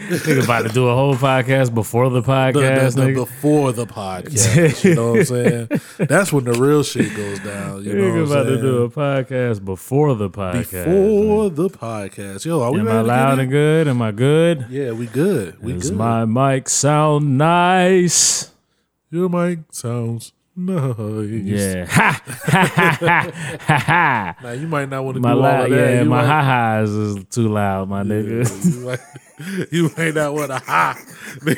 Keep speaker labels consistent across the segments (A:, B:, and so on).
A: Nigga about to do a whole podcast before the
B: The-
A: podcast.
B: the- the
A: nigga.
B: before the podcast. you know what I'm saying? That's when the real shit goes down. You know
A: Nigga
B: what I'm
A: about
B: saying?
A: to do a podcast before the podcast.
B: before the podcast. Yo, are we
A: Am
B: ready
A: I
B: to get
A: loud
B: in?
A: and good? Am I good?
B: Yeah, we good. We
A: Does
B: good.
A: my mic sound nice?
B: Your mic sounds nice.
A: Yeah. Ha! Ha! Ha! Ha! Ha! ha.
B: Now you might not want to
A: My
B: do all
A: loud,
B: of that.
A: yeah,
B: you
A: my
B: might,
A: ha ha's is too loud, my nigga.
B: You might, you might not want to ha.
A: my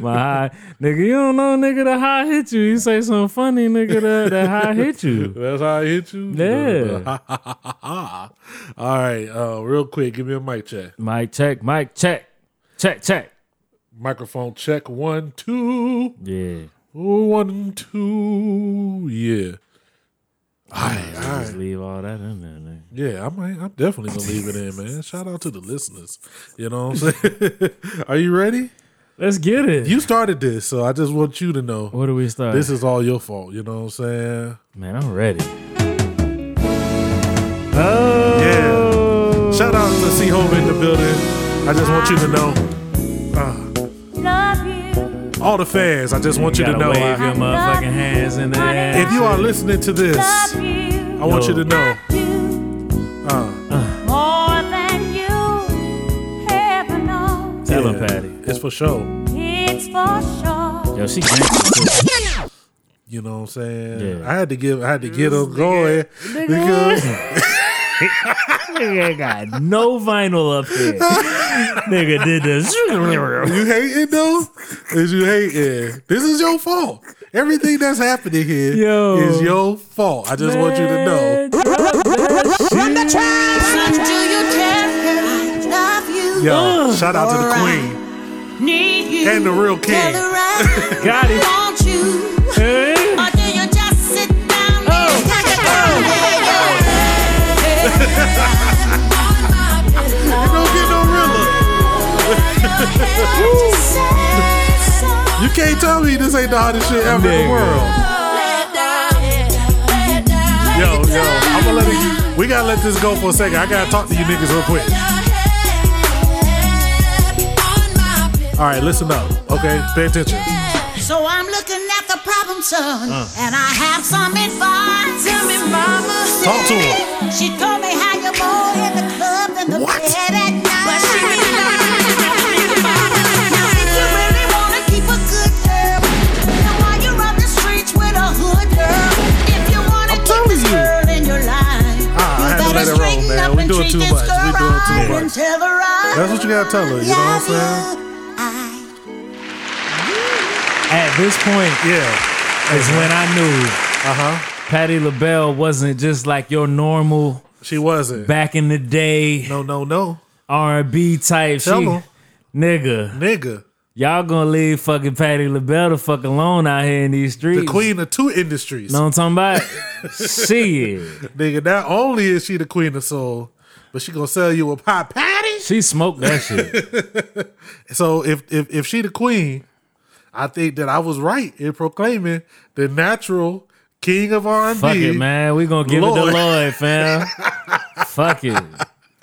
A: my high nigga, you don't know nigga the high hit you. You say something funny, nigga, that, that high hit you.
B: That's how I hit you.
A: Yeah.
B: Ha, ha, ha, ha, ha. All right. Uh, real quick, give me a mic check.
A: Mic check, mic check, check, check.
B: Microphone check. One, two.
A: Yeah.
B: One, two. Yeah. All right. All right.
A: Just leave all that in there, nigga.
B: Yeah, I might. I'm definitely gonna leave it in, man. Shout out to the listeners. You know what I'm saying? Are you ready?
A: Let's get it.
B: You started this, so I just want you to know
A: Where do we start?
B: this is all your fault. You know what I'm saying?
A: Man, I'm ready. Oh
B: Yeah. Shout out to C Hove in the building. I just want you to know
C: Love you.
B: all the fans. I just want you, to
A: gotta
B: know
A: wave
B: I-
A: your motherfucking hands in the air.
B: if you are listening to this,
C: Love
B: I
C: you.
B: want
A: Yo.
B: you to know.
C: you
B: Uh,
C: more than you ever know.
A: tell
B: yeah,
A: him, Patty.
B: it's for sure.
C: It's for sure.
A: Yo, she gangsta. too.
B: You know what I'm saying?
A: Yeah.
B: I had to give. I had to get them going because
A: Nigga got no vinyl up here. Nigga did this.
B: You hating though? Is you hating? This is your fault. Everything that's happening here is
A: Yo.
B: your fault. I just want you to know. Yo, shout out to the queen
C: Need you.
B: and the real king.
A: Got it.
C: Don't you?
A: Eh?
C: Or do you just sit down
A: Oh.
C: and take it from
B: It don't get no realer. You can't tell me this ain't the hottest shit ever in
A: Nigga.
B: the world. Yo, yo, I'm gonna let it. We gotta let this go for a second. I gotta talk to you niggas real quick. All right, listen up. Okay, pay attention.
C: So I'm looking at the problem, son,
B: Uh.
C: and I have some advice. Tell me, mama.
B: Talk to him.
C: She told me how you're more in the club than the
B: What?
C: bed at night. But she didn't now, if you really wanna keep a good girl, then why you run the streets with a hood girl? If you wanna
B: I'm
C: keep
B: telling
C: this
B: you.
C: girl in your life,
B: Ah, I
C: you
B: had to let
C: better
B: it roll,
C: straighten
B: man.
C: up
B: We
C: and
B: doing
C: treat
B: too
C: this
B: much.
C: girl
B: We doing too
C: right
B: much.
C: and tell her I
B: That's what you gotta tell her. You know what I'm saying?
C: love you. I
A: At this point
B: Yeah.
A: is when I knew
B: Uh huh.
A: Patty LaBelle wasn't just like your normal
B: She wasn't.
A: back in the day
B: No, no, no,
A: R&B type.
B: Tell
A: She,
B: 'em.
A: nigga,
B: nigga.
A: y'all gonna leave fucking Patty LaBelle the fuck alone out here in these streets.
B: The queen of two industries.
A: Know what I'm talking about? Shit.
B: Nigga, not only is she the queen of soul, but she gonna sell you a pot patty.
A: She smoked that shit.
B: So if if if she the queen, I think that I was right in proclaiming the natural king of R and B.
A: Fuck it, man. We gonna give it
B: Lord.
A: to Lloyd, fam. Fuck it.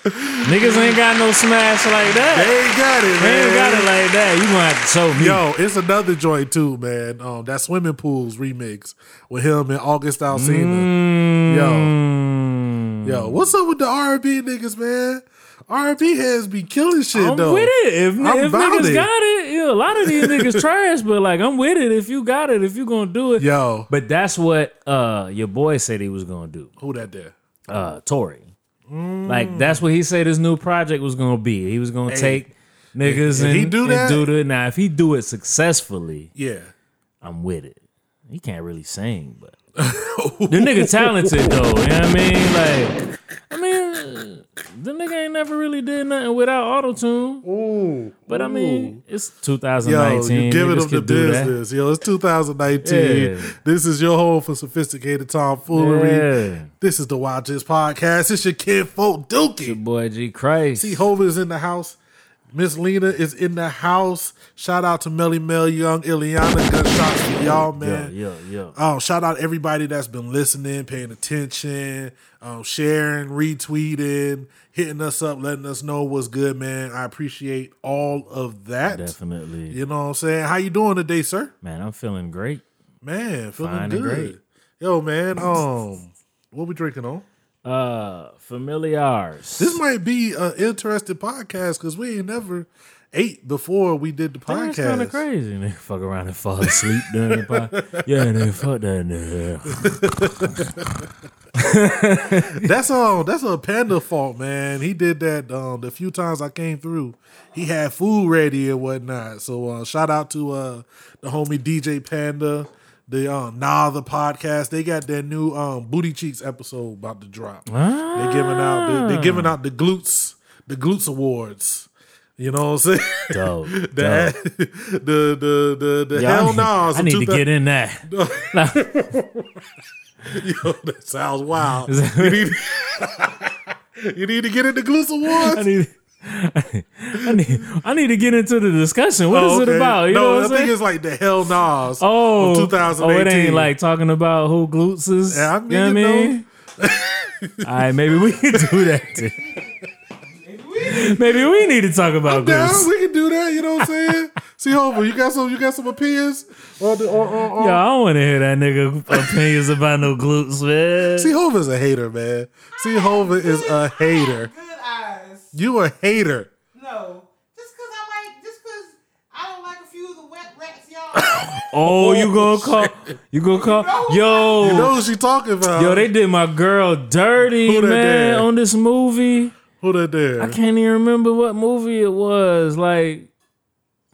A: Niggas ain't got no smash like
B: They
A: that.
B: ain't got it,
A: They
B: man.
A: ain't got it like that. You gonna have to show me.
B: Yo, it's another joint too, man. Um, that swimming pools remix with him and August Alsina.
A: Mm,
B: Yo, what's up with the R and B niggas, man? R and B heads be killing shit
A: I'm
B: though.
A: with it. If,
B: I'm
A: if
B: about
A: niggas
B: it.
A: got it, yeah, a lot of these niggas trash, but like I'm with it. If you got it, if you gonna do it,
B: Yo,
A: But that's what uh your boy said he was gonna do.
B: who that there?
A: uh Tory. Like that's what he said his new project was gonna be. He was gonna take niggas
B: if
A: and,
B: he do
A: and
B: that-
A: do the now if he do it successfully,
B: Yeah.
A: I'm with it. He can't really sing, but the nigga talented though, you know what I mean? Like I mean the nigga ain't never really did nothing without autotune.
B: Ooh.
A: But I mean it's
B: Yo,
A: 2019.
B: you
A: niggas
B: giving them the
A: could do that.
B: business. Yo, it's 2019.
A: Yeah.
B: This is your home for sophisticated tomfoolery.
A: Yeah.
B: This is the Wild Gist Podcast. It's your kid folk Dookie.
A: Boy G Christ.
B: See Hova's in the house. Miss Lena is in the house. Shout out to Melly Mel Young, Ileana. Good shots to y'all,
A: Yeah,
B: man.
A: yeah, yeah.
B: Oh, shout out everybody that's been listening, paying attention, um, sharing, retweeting, hitting us up, letting us know what's good, man. I appreciate all of that.
A: Definitely.
B: You know what I'm saying? How you doing today, sir?
A: Man, I'm feeling great.
B: Man, feeling
A: Fine and
B: good.
A: great.
B: Yo, man, um, what we drinking on?
A: Uh familiars.
B: This might be an interesting podcast because we ain't never ate before we did the
A: That's kind
B: podcast.
A: of crazy. And they fuck around and fall asleep during the podcast. Yeah, and they fuck that nigga.
B: That's all. That's a panda fault, man. He did that um, the few times I came through. He had food ready and whatnot. So uh, shout out to uh, the homie DJ Panda, the um, Nah the podcast. They got their new um, booty cheeks episode about to drop. They're giving out. They're, they're giving out the glutes, the glutes awards. You know what I'm saying?
A: Dope.
B: The,
A: dope.
B: the the the the
A: Yeah, I
B: hell
A: need,
B: no!
A: I need to get in that.
B: Yo, that sounds wild. you, need, you need to get into Glutes
A: I
B: Awards.
A: need, I need, I need to get into the discussion. What is
B: Oh,
A: it
B: okay.
A: about? You
B: no,
A: know
B: I
A: what I'm
B: think
A: saying?
B: it's like the Hell Nas.
A: Oh,
B: of
A: oh,
B: 2018.
A: it ain't like talking about who glutes is.
B: Yeah, I
A: you know what I
B: mean, you
A: mean? All right, maybe we can do that. Too. maybe we need to talk about
B: Yeah,
A: glutes.
B: we can do that. You know what I'm saying? See, Homer, you got some, you got some opinions on the on, on, on.
A: Yo, I don't want to hear that nigga opinions about no glutes, man.
B: See, Hova's a hater, man. See, Hova is a hater.
D: Good eyes.
B: You a hater?
D: No. Just because I like, just because I don't like a few of the wet rats, y'all.
A: oh, you gonna call? You gonna
D: know
A: call?
D: who-
A: Yo,
B: You know who she talking about?
A: yo, they did my girl dirty,
B: Who that
A: man,
B: did?
A: on this movie.
B: who that there?
A: I can't even remember what movie it was. Like,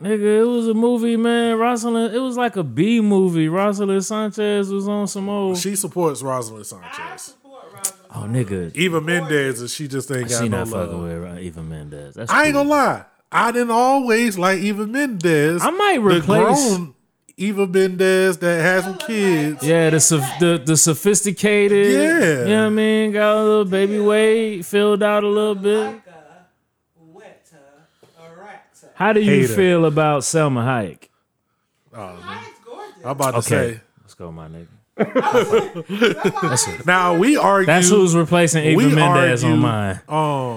A: nigga, it was a movie, man. Rosalind, it was like a B movie. Rosalind Sanchez was on some old.
B: She supports Rosalind
D: I
B: Sanchez.
D: support Robin.
A: oh, nigga,
B: Eva Mendez, and she just ain't got
A: she
B: no
A: not
B: love.
A: fucking with Eva Mendez. That's
B: I ain't
A: cool.
B: gonna lie. I didn't always like Eva Mendez.
A: I might
B: the
A: replace-
B: grown Eva Mendez that has some kids.
A: Yeah, the soph- the the sophisticated.
B: Yeah.
A: you know what I mean. Got a little baby weight, filled out a little bit.
D: Wet a rat.
A: How do you
B: Hater.
A: feel about Selma Hayek?
D: Mine's gorgeous.
B: I'm about to
A: Okay,
B: say.
A: let's go, my nigga.
D: That's it.
B: Now we argue.
A: That's who's replacing Eva
B: we
A: Mendez
B: argue,
A: on mine.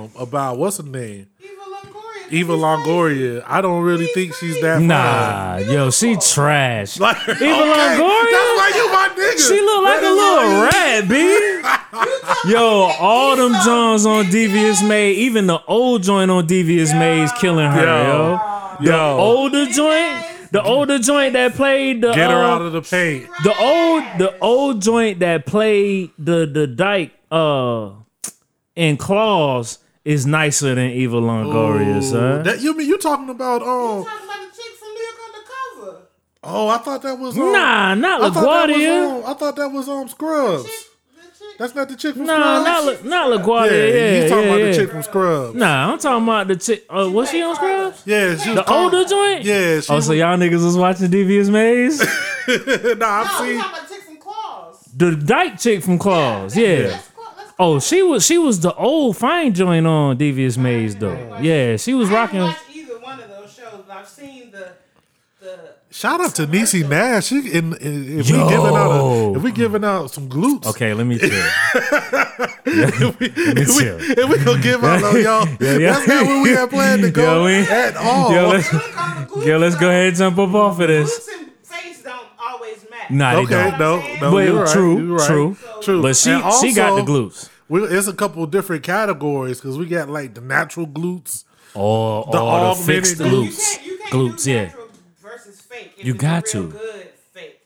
B: Um, about what's her name?
D: Eva Longoria.
B: Eva
D: She's
B: Longoria. I don't really think she's that. fine.
A: Nah, yo, she trash.
B: Like, okay,
A: Longoria?
B: That's why you my nigga.
A: She look like
B: That
A: a
B: is
A: little
B: why
A: rat, b. Yo, all them Johns on Devious Maid, even the old joint on Devious Maid's killing her, yo.
B: you- Yo,
A: Older joint, the older joint that played the
B: get her
A: uh,
B: out of the paint.
A: the old the old joint that played the the dyke uh in claws is nicer than Eva Longoria, son.
B: That you mean you talking about? Um,
D: talking about the chick from Milk Undercover.
B: oh, I thought that was. Um,
A: nah, not
B: I thought, that was,
A: LaGuardia.
B: um, I thought that was um Scrubs.
D: The chick.
B: That's not the chick from
A: Nah, not
B: Scrubs.
A: La, not
B: yeah,
A: LaGuardia. Yeah,
B: he's talking
A: yeah,
B: about
A: yeah.
B: the chick from Scrubs.
A: Nah, I'm talking about the chick. Uh, was she on Scrubs?
B: Yeah, she was
A: The
B: called-
A: older joint.
B: Yeah, she
A: Oh, so y'all niggas was watching Devious Maze?
B: nah, I've
D: No, we
B: seen.
D: Oh, talking about the chick from Claws.
A: the dyke chick from Claws. Yeah.
D: That's Claw- that's
A: Oh, she was she was the old fine joint on Devious Maze though. Yeah, she was
D: I
A: rocking.
D: haven't watched either one of those shows, but I've seen the the
B: Shout out to Niecy Nash. She in, in- if
A: Yo.
B: we giving out a, if we giving out some glutes.
A: Okay, let me chill. Let me
B: If we,
A: chill.
B: if we gonna give out on y'all,
A: Yeah, yeah.
B: that's not where we had planned to go
A: Yo, we-
B: at all.
A: Yo, let's,
D: Look on the glutes,
A: yo, let's go
D: though.
A: ahead and jump up off of this.
D: Glutes and face don't always match.
A: Nah, they don't.
B: okay, no, no,
A: Well,
B: you're right,
A: true,
B: you're right.
A: true,
B: true.
A: But she
B: And
A: she got the
B: also,
A: glutes.
B: We, it's a couple different categories because we got like the natural glutes.
A: All all the,
B: augmented
A: fixed
D: You
A: glutes.
D: can't, you can't
A: Glutes,
D: do
A: yeah.
D: natural versus fake. If
A: You
D: it's a
A: got
D: real
A: to.
D: Good fake.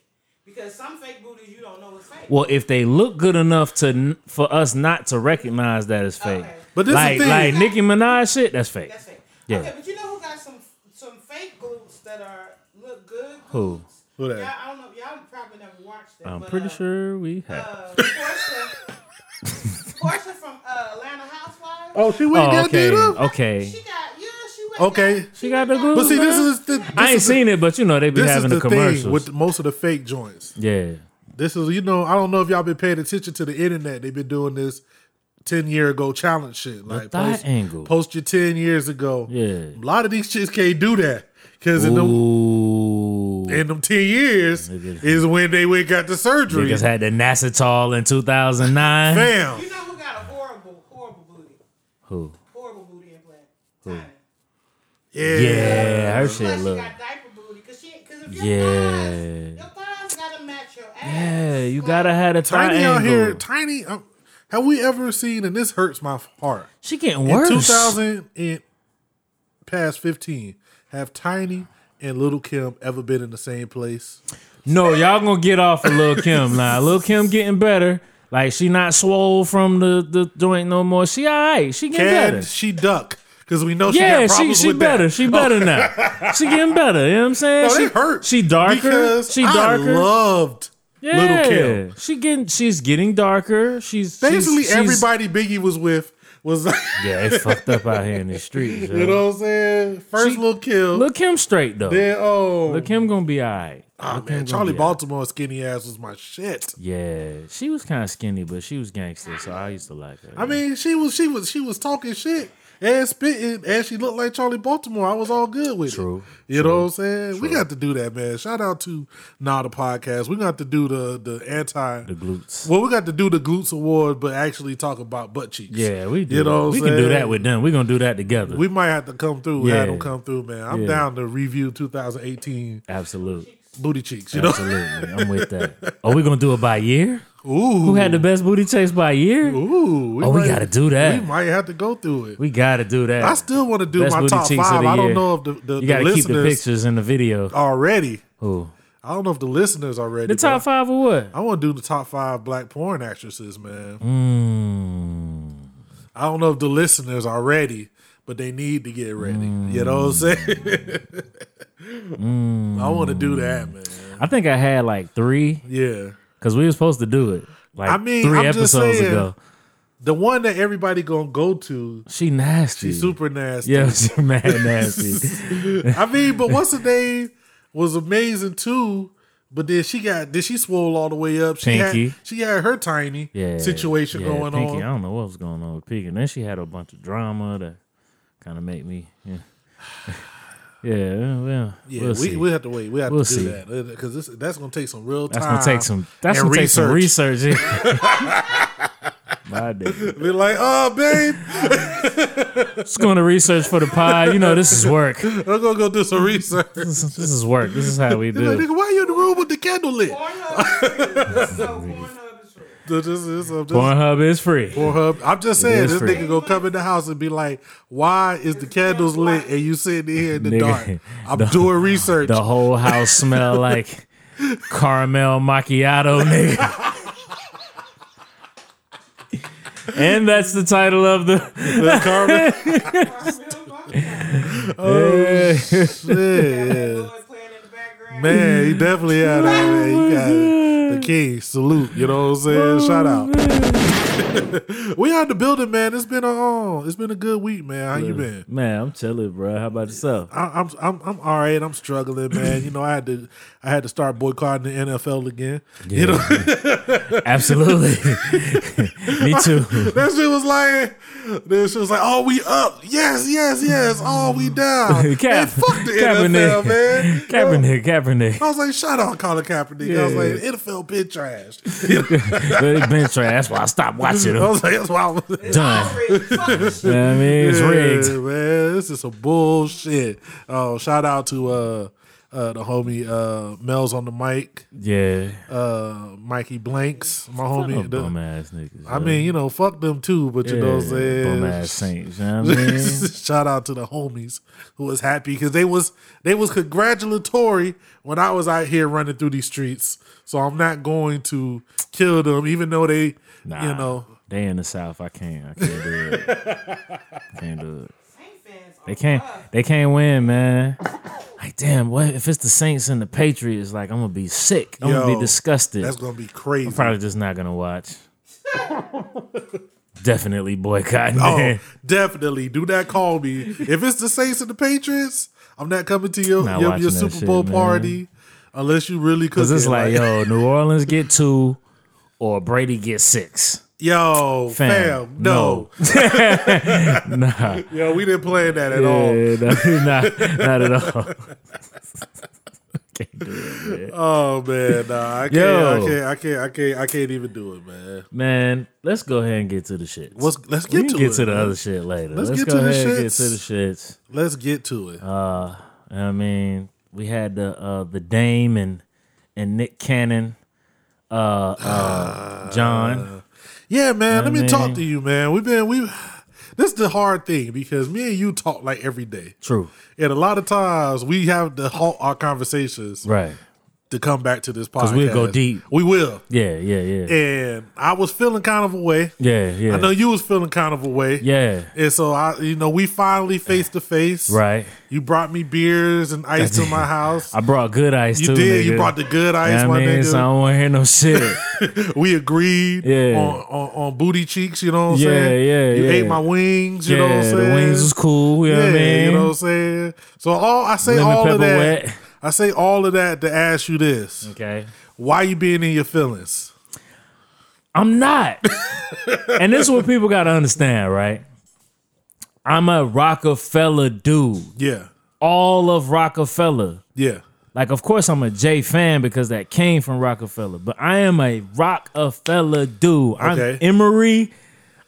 D: Because some fake booties you don't know is fake.
A: Well, if they look good enough to n- for us not to recognize that as fake,
D: Okay.
B: But this is
A: like
B: the thing.
A: like Nicki Minaj shit, that's fake.
D: That's fake.
A: Yeah.
D: Okay, but you know who got some some fake glutes that are look good?
A: Who?
D: glutes?
B: Who that?
D: Y'all, I don't know. Y'all probably never watched them.
A: I'm
D: but,
A: pretty
D: uh,
A: sure we have.
D: Uh, Portia, Portia from uh, Atlanta Housewives.
B: Oh, she went
A: Oh,
B: and got
A: okay,
B: that up.
A: okay.
D: She got yeah. She went
B: Okay.
D: down-
A: She got
D: went
A: the glutes,
D: down-
B: But see, this
A: man.
B: is the, this
A: I ain't
B: is the-
A: seen it, but you know they be
B: This is
A: having the,
B: the
A: commercials.
B: thing with most of the fake joints.
A: yeah.
B: This is, you know, I don't know if y'all been paying attention to the internet. They've been doing this ten year ago challenge shit. Like
A: thigh
B: post,
A: angle.
B: post your ten years ago.
A: Yeah.
B: a lot of these chicks can't do that because in them
A: Ooh.
B: in them ten years
A: Niggas-
B: is when they went got the surgery.
A: Niggas had the Nasitol in 2009.
B: Bam.
D: You know who got a horrible, horrible booty?
A: Who?
D: Horrible booty implant. Tiny.
B: Yeah.
A: Yeah, her
D: Plus
A: shit
D: she
A: look.
D: got diaper booty. Cause she, cause if your
A: Yeah.
D: thighs, your thighs gotta match your ass.
A: Yeah, you
D: Like,
A: gotta have a thigh
B: Tiny out
A: angle.
B: here. Tiny. Um, have we ever seen? And this hurts my heart.
A: She getting
B: In
A: worse.
B: 2000 and past 15, have Tiny and Little Kim ever been in the same place?
A: No, y'all gonna get off of Lil Kim now. Lil Kim getting better. Like she not swole from the, the joint no more. She all right. She getting
B: Can
A: better.
B: she duck? Because we know she
A: yeah,
B: got
A: she
B: problems
A: she
B: with
A: better.
B: that.
A: She better now. she getting better. You know what I'm saying?
B: No,
A: she
B: they hurt.
A: She darker.
B: Because
A: She
B: I
A: darker.
B: loved
A: yeah.
B: Little Kim.
A: She getting she's getting darker. She's she's-
B: Basically,
A: she's-
B: everybody Biggie was with was,
A: Yeah, it's fucked up out here in the streets.
B: you
A: Yo.
B: know what I'm saying? First
A: She-
B: Little Kim,
A: Look him straight though.
B: then oh,
A: Look him gonna be alright.
B: ah, man, Charlie Baltimore's skinny ass was my shit.
A: Yeah, she was kind of skinny, but she was gangster, so I used to like her.
B: I mean, she was she was she was talking shit and spitting, and she looked like Charlie Baltimore. I was all good with
A: True,
B: it. You know what I'm saying? We got to do that, man. Shout out to Nah the podcast. We got to do the the anti.
A: the glutes.
B: well, we got to do the glutes award, but actually talk about butt cheeks.
A: Yeah, we do.
B: You know what
A: we
B: I'm
A: can do
B: saying?
A: that with them. We're gonna do that together.
B: We might have to come through. Yeah.
A: Yeah.
B: Have them come through, man. I'm
A: Yeah.
B: down to review 2018
A: Absolutely,
B: booty cheeks. You know,
A: absolutely. I'm with that. Are we gonna do it by year?
B: ooh,
A: Who had the best booty chase by year?
B: ooh.
A: oh, we gotta do that.
B: We might have to go through it.
A: We gotta do that.
B: I still want to do
A: Best
B: my
A: booty
B: top
A: cheeks of
B: five.
A: the
B: I don't
A: year.
B: know if the, the,
A: you
B: the
A: gotta keep the
B: listeners Oh.
A: pictures in the video.
B: already.
A: Who?
B: I don't know if the listeners already.
A: The top
B: but
A: five or what?
B: I want to do the top five black porn actresses, man.
A: Mm.
B: I don't know if the listeners are ready, but they need to get ready. You know what I'm saying?
A: Mm.
B: I want to do that, man.
A: I think I had like three
B: Yeah.
A: because we were supposed to do it like
B: I mean,
A: three
B: I'm just
A: episodes
B: saying-
A: ago.
B: The one that everybody gonna go to,
A: She nasty.
B: she's super nasty.
A: Yeah, she's mad nasty.
B: I mean, but what's her name was amazing too. But then she got then she swole all the way up. She
A: Pinky.
B: had she had her tiny
A: yeah,
B: situation
A: yeah,
B: going
A: Pinky,
B: on.
A: I don't know what was going on with Pinky. And then she had a bunch of drama that kind of made me. Yeah, yeah, well, well,
B: Yeah,
A: we'll
B: we
A: see.
B: we have to wait. We have
A: We'll
B: to do
A: see.
B: that Uh, because that's gonna take some real time.
A: that's gonna take some. That's
B: and
A: gonna take some research. yeah. My nigga.
B: Be like, oh babe,
A: Just going to research for the pod. You know, this is work. This,
B: I'm gonna go do some research. Like,
A: is- this is work. This is how we do. it.
B: nigga, why you in the room with the candle lit?
D: Pornhub is free. So Pornhub is free.
B: This is- this- I'm just-
A: Pornhub is free.
B: Pornhub. I'm just saying,
A: is
B: this
A: free.
B: nigga gonna come in the house and be like, "Why is the candles lit and you sitting here in the
A: Nigga,
B: dark? I'm doing research."
A: The whole house smell like caramel macchiato, nigga. and that's the title of the.
B: Yeah,
D: Boy playing in the background.
B: man, he definitely had it. Man. He got it. the king. Salute. You know what I'm saying? Shout out. we out the building, man. It's been a oh, it's been a good week, man. How you been?
A: Man, I'm chilling, bro. How about yourself?
B: I- I'm I'm I'm all right. I'm struggling, man. You know, I had to I had to start boycotting the NFL again. You know,
A: Absolutely. Me too.
B: that shit was like, that shit was like, oh, we up, yes, yes, yes, oh, we down. man,
A: Cap-
B: fuck the
A: Kaepernick.
B: NFL, man.
A: Kaepernick, Kaepernick.
B: I was like, shut up, Colin Kaepernick. I was like, the NFL been trash.
A: But it's been trash. That's why I stopped watching
B: I
A: him.
B: was like, that's why I was.
A: Done.
D: Free. Fuck the shit.
A: You know what I mean, it's
B: Yeah,
A: rigged.
B: man. This is some bullshit. Oh, shout out to uh, uh, the homie uh, Mel's on the mic,
A: Yeah.
B: uh, Mikey Blanks, my
A: Oh,
B: homie. The-
A: bum ass niggas.
B: I mean, you know, fuck them too, but you know what I'm saying.
A: Bum ass saints. You know what I mean?
B: Shout out to the homies who was happy because they was they was congratulatory when I was out here running through these streets. So I'm not going to kill them, even though they,
A: Nah,
B: you know,
A: they in the South. I can't. I can't do it. can't do it.
D: Saint fans are
A: They can't.
D: rough.
A: They can't win, man. Like, damn. What if it's the Saints and the Patriots? Like, I'm gonna be sick. I'm gonna
B: Yo,
A: be disgusted.
B: that's gonna be crazy.
A: Probably just not gonna watch. Definitely boycotting.
B: Oh,
A: Oh.
B: definitely. Do not call me. If it's the Saints and the Patriots, I'm not coming to your
A: Not
B: your,
A: watching
B: your
A: that
B: Super
A: shit,
B: Bowl
A: man.
B: party unless you really cook
A: Cause it's
B: it.
A: like, yo, New Orleans get two, or Brady get six.
B: Yo, fam,
A: Fam,
B: no.
A: nah.
B: Yo, we didn't plan that at all.
A: Yeah, no, not, not at all. Can't do it, man.
B: Oh man, nah, I can't,
A: Yo.
B: I can't, I can't, I can't, I can't even do it, man.
A: Man, let's go ahead and get to the shits.
B: Let's let's
A: we can
B: get to
A: get
B: it.
A: to the
B: man.
A: other shit later.
B: Let's
A: Let's,
B: get
A: go
B: to the
A: ahead and get
B: shits.
A: to the shits.
B: Let's get to it.
A: Uh, I mean, we had the uh, the Dame and and Nick Cannon, uh,
B: Ah.
A: uh, John.
B: yeah, man. Let me
A: I
B: talk
A: mean-
B: to you, man. We've been we. This is the hard thing because me and you talk like every day,
A: True,
B: and a lot of times we have to halt our conversations
A: right?
B: to come back to this podcast.
A: 'Cause we'll go deep.
B: We will.
A: Yeah, yeah, yeah,
B: And I was feeling kind of a way.
A: yeah, yeah.
B: I know you was feeling kind of a way.
A: yeah,
B: And so I, you know, we finally face to face.
A: right.
B: You brought me beers and ice to my house.
A: I brought good ice
B: You
A: too.
B: did. You
A: nigga.
B: brought the good ice,
A: Yeah, I
B: my
A: mean,
B: nigga.
A: so I don't want to hear no shit.
B: we agreed
A: Yeah.
B: on, on on booty cheeks. You know what I'm
A: Yeah,
B: saying?
A: yeah,
B: You
A: yeah.
B: ate my wings. You
A: yeah,
B: know what I'm saying?
A: the wings was cool. You know what I mean?
B: you know what I'm saying. So all I say
A: Lemon
B: all of
A: pepper
B: that.
A: wet.
B: I say all of that to ask you this:
A: Okay.
B: Why you being in your feelings?
A: I'm not. and this is what people got to understand, right? I'm a Rockefeller dude.
B: Yeah,
A: All of Rockefeller.
B: yeah,
A: Like, of course, I'm a J fan because that came from Rockefeller, but I am a Rockefeller dude.
B: Okay.
A: I'm Emory.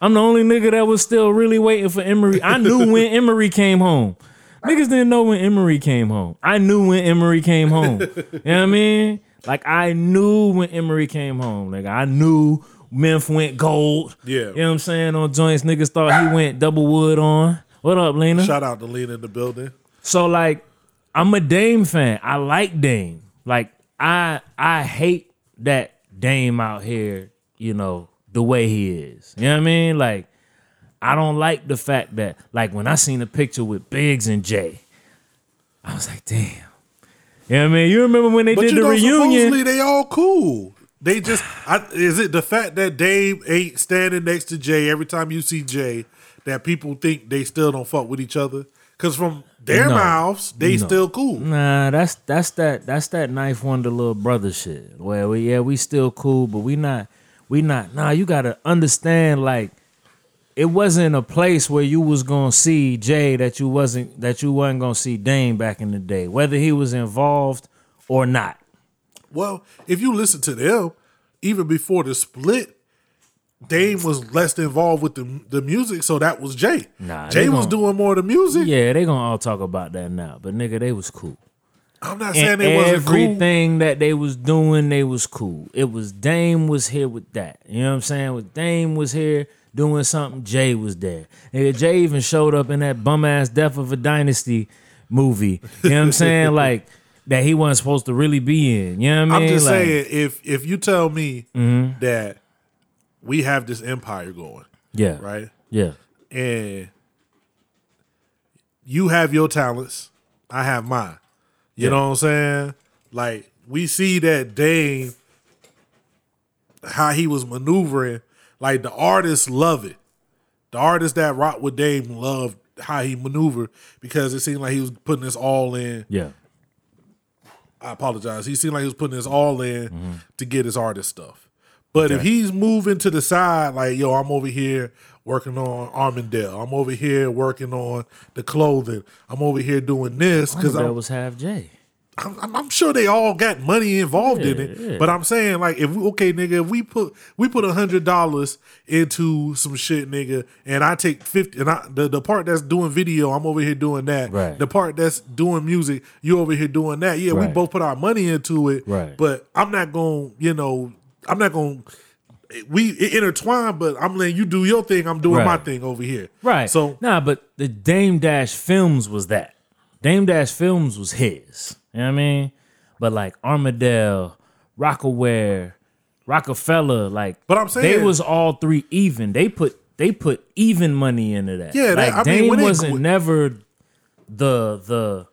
A: I'm the only nigga that was still really waiting for Emory. I knew when Emory came home. Niggas didn't know when Emory came home. I knew when Emory came home. you know what I mean? Like, I knew when Emory came home. Like, I knew Memph went gold.
B: Yeah.
A: You know what I'm saying? On joints, niggas thought he went double wood on. What up, Lena?
B: Shout out to Lena in the building.
A: So like, I'm a Dame fan. I like Dame. Like I I hate that Dame out here. You know the way he is. You know what I mean? Like I don't like the fact that like when I seen a picture with Biggs and Jay, I was like, damn. You know what I mean? You remember when they
B: But
A: did
B: you
A: the
B: know, supposedly
A: reunion?
B: they all cool. They just I, is it the fact that Dave ain't standing next to Jay every time you see Jay that people think they still don't fuck with each other? Because from their
A: No.
B: mouths, they
A: No.
B: still cool.
A: Nah, that's that's that that's that knife wonder little brother shit. Where we yeah we still cool, but we not we not. Nah, you gotta understand like it wasn't a place where you was gonna see Jay that you wasn't that you wasn't gonna see Dame back in the day, whether he was involved or not.
B: Well, if you listen to them, even before the split, Dame was less involved with the the music, so that was Jay.
A: Nah,
B: Jay
A: they
B: was
A: gonna-
B: doing more of the music.
A: Yeah, they gonna all talk about that now, but nigga, they was cool.
B: I'm not saying
A: And
B: they wasn't cool.
A: everything that they was doing, they was cool. It was Dame was here with that. You know what I'm saying? With Dame was here doing something, Jay was there. Nigga, Jay even showed up in that bum ass Death of a Dynasty movie. You know what I'm saying? like that he wasn't supposed to really be in. You know what I
B: I'm
A: mean?
B: just
A: Like, Mm-hmm.
B: saying if if you tell me that we have this empire going,
A: Yeah.
B: right?
A: Yeah.
B: and you have your talents, I have mine. You know what I'm saying? Like we see that Dame, how he was maneuvering. Like the artists love it. The artists that rock with Dame loved how he maneuvered because it seemed like he was putting this all in.
A: Yeah.
B: I apologize. He seemed like he was putting his all in to get his artist stuff. But if he's moving to the side, like, yo, I'm over here working on Armandale. I'm over here working on the clothing. I'm over here doing this because
A: that
B: I'm,
A: was half Jay.
B: I'm, I'm- I'm sure they all got money involved in it.
A: Yeah, yeah.
B: But I'm saying, like, if we, okay, nigga, if we put we put a hundred dollars into some shit, nigga, and I take fifty, and I the, the part that's doing video, I'm over here doing that.
A: Right.
B: The part that's doing music, you over here doing that. Yeah, we
A: Right.
B: both put our money into it.
A: Right.
B: But I'm not gonna, you know, I'm not gonna. We it intertwine, but I'm letting you do your thing. I'm doing my
A: Right.
B: thing over here.
A: Right.
B: So
A: nah, but the Dame Dash Films was that. Dame Dash Films was his. You know what I mean? But like Armadale, Rockaware, Rockefeller, like
B: But I'm saying-
A: they was all three even. They put they put even money into that.
B: Yeah, that-
A: like,
B: I mean,
A: Dame
B: when they-
A: wasn't never the the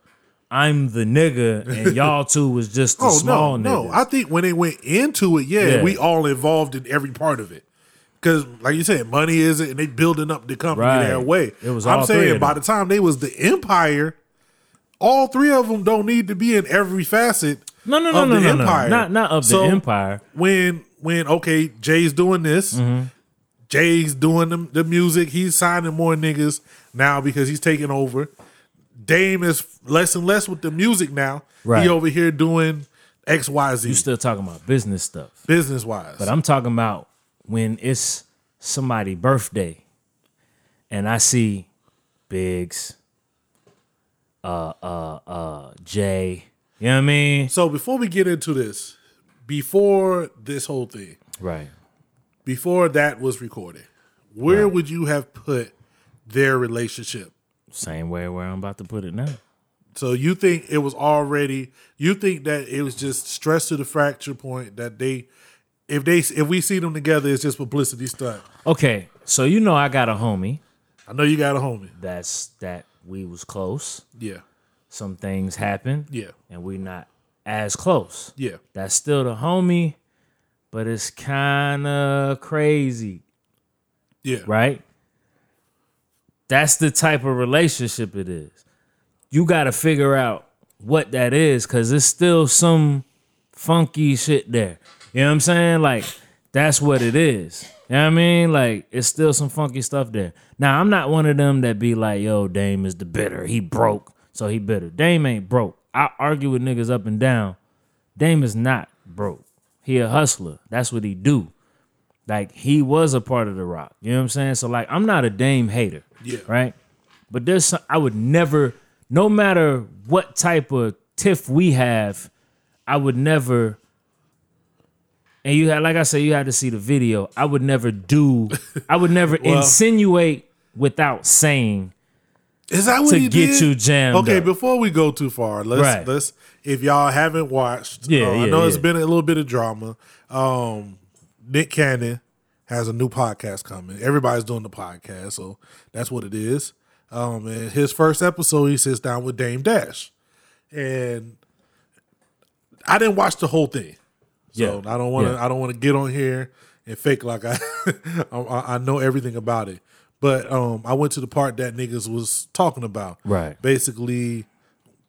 A: I'm the nigga and y'all two was just the small
B: Oh, no,
A: niggas.
B: No, I think when they went into it, yeah,
A: Yeah.
B: we all involved in every part of it. Cause like you said, money is it, and they building up the company
A: Right.
B: their way.
A: It was
B: I'm
A: all
B: saying
A: three of
B: by the
A: them.
B: time they was the empire, all three of them don't need to be in every facet.
A: No, no, no,
B: of
A: no,
B: the
A: no, no.
B: empire.
A: Not- not of the empire. Mm-hmm.
B: When when okay, Jay's doing this, Jay's doing the, the music. He's signing more niggas now because he's taking over. Dame is less and less with the music now.
A: Right.
B: He over here doing X Y Z
A: You still talking about business stuff.
B: business wise.
A: But I'm talking about when it's somebody' birthday and I see Biggs, uh, uh, uh, Jay. You know what I mean?
B: So before we get into this, before this whole thing,
A: Right.
B: before that was recorded, where would you have put their relationship?
A: Same way where I'm about to put it now.
B: So you think it was already? You think that it was just stressed to the fracture point that they, if they, if we see them together, it's just publicity stunt.
A: Okay, so you know I got a homie
B: I know you got a homie.
A: that's that we was close.
B: Yeah,
A: Some things happened.
B: yeah,
A: And we not as close.
B: yeah.
A: That's still the homie, but it's kinda crazy,
B: Yeah.
A: right? That's the type of relationship it is. You gotta figure out what that is, cause it's still some funky shit there. You know what I'm saying? Like, that's what it is. You know what I mean? Like, it's still some funky stuff there. Now, I'm not one of them that be like, yo, Dame is the bitter. He broke, so he bitter. Dame ain't broke. I argue with niggas up and down. Dame is not broke. He a hustler. That's what he do. Like, he was a part of The Rock. You know what I'm saying? So, like, I'm not a Dame hater.
B: Yeah.
A: Right? But there's some, I would never, no matter what type of tiff we have, I would never and you had like I said, you had to see the video. I would never do I would never insinuate without saying
B: Is that what
A: to
B: he
A: get
B: did?
A: you jammed
B: Okay,
A: up.
B: before we go too far, let's
A: Right.
B: let's if y'all haven't watched,
A: Yeah,
B: uh, I
A: yeah,
B: know it's
A: yeah.
B: been a little bit of drama. Um, Nick Cannon has a new podcast coming. Everybody's doing the podcast, so that's what it is. Um, and his first episode, he sits down with Dame Dash, and I didn't watch the whole thing. So
A: Yeah.
B: I don't want to.
A: Yeah.
B: I don't want to get on here and fake like I, I I know everything about it. But um, I went to the part that niggas was talking about.
A: Right.
B: Basically,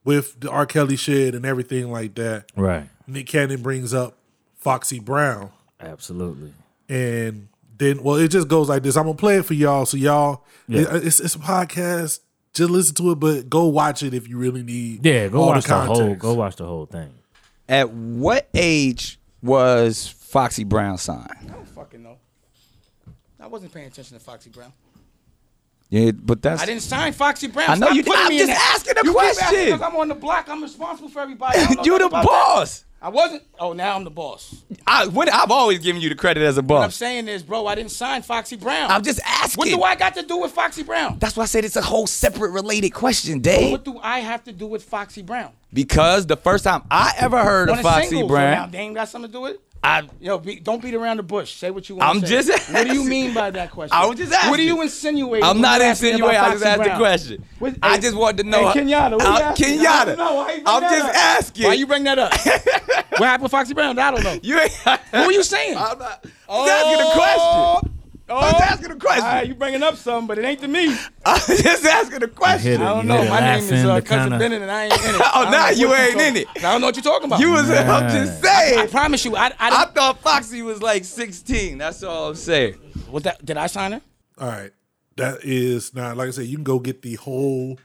B: with the R. Kelly shit and everything like that,
A: Right.
B: Nick Cannon brings up Foxy Brown,
A: Absolutely.
B: and then well, it just goes like this. I'm gonna play it for y'all, so y'all,
A: Yeah.
B: it- it's it's a podcast. Just listen to it, but go watch it if you really need.
A: Yeah, go
B: all
A: watch the, whole
B: context.
A: go watch the whole thing.
E: At what age was Foxy Brown signed?
F: I don't fucking know. I wasn't paying attention to Foxy Brown.
E: Yeah, but that's
F: I didn't sign Foxy Brown.
E: I know
F: Stop
E: you did-
F: putting
E: I'm
F: me in
E: just
F: that.
E: asking a
F: you
E: question.
F: Because I'm on the block. I'm responsible for everybody. I don't know
E: you
F: nothing
E: the
F: about that.
E: boss.
F: I wasn't. Oh, now I'm the boss.
E: I when, I've always given you the credit as a
F: What I'm
E: boss.
F: saying is, bro, I didn't sign Foxy Brown.
E: Oh. I'm just asking.
F: What do I got to do with Foxy Brown?
E: That's why I said it's a whole separate related question, Dave.
F: What do I have to do with Foxy Brown?
E: Because the first time I ever heard
F: On
E: of
F: a
E: Foxy
F: single, so now
E: Brown,
F: Dame got something to do with it.
E: I
F: Yo, be, don't beat around the bush. Say what you want.
E: I'm
F: say.
E: just
F: What do you
E: asking.
F: mean by that question?
E: I was just
F: What do
E: asking.
F: you insinuating?
E: I'm
F: when
E: not
F: you asking about
E: insinuating. I just
F: Foxy
E: asked the
F: Brown?
E: question.
F: What-
E: I
F: hey,
E: just wanted to know.
F: Hey, Kenyatta, what you
E: I'm-
F: asking? I
E: Kenyatta.
F: don't know. Why you bring
E: I'm
F: that
E: just
F: up?
E: asking.
F: Why you bring that up? what happened with Foxy Brown? I don't know.
E: You ain't.
F: Who are you saying?
E: I'm not. I'm just asking a question. I'm just asking a question.
F: Oh. All right, you bringing up something, but it ain't to me.
E: I'm just asking a
A: hit
E: question.
A: it.
F: I don't
A: You
F: know.
A: hear
F: My
A: the
F: name is
A: laughing,
F: uh,
A: the
F: Cousin
A: kinda-
F: Bennett, and I ain't in it.
E: Oh,
F: I don't
E: now
F: know
E: you
F: what
E: ain't
F: talking-
E: in it.
F: I don't know what you're talking about.
E: You was. I'm just
F: I
E: saying.
F: promise you, I, I
E: I
F: didn't.
E: thought Foxy was like 16. That's all I'm saying.
F: Was that, did I sign her?
B: All right. That is not like I said, you can go get the whole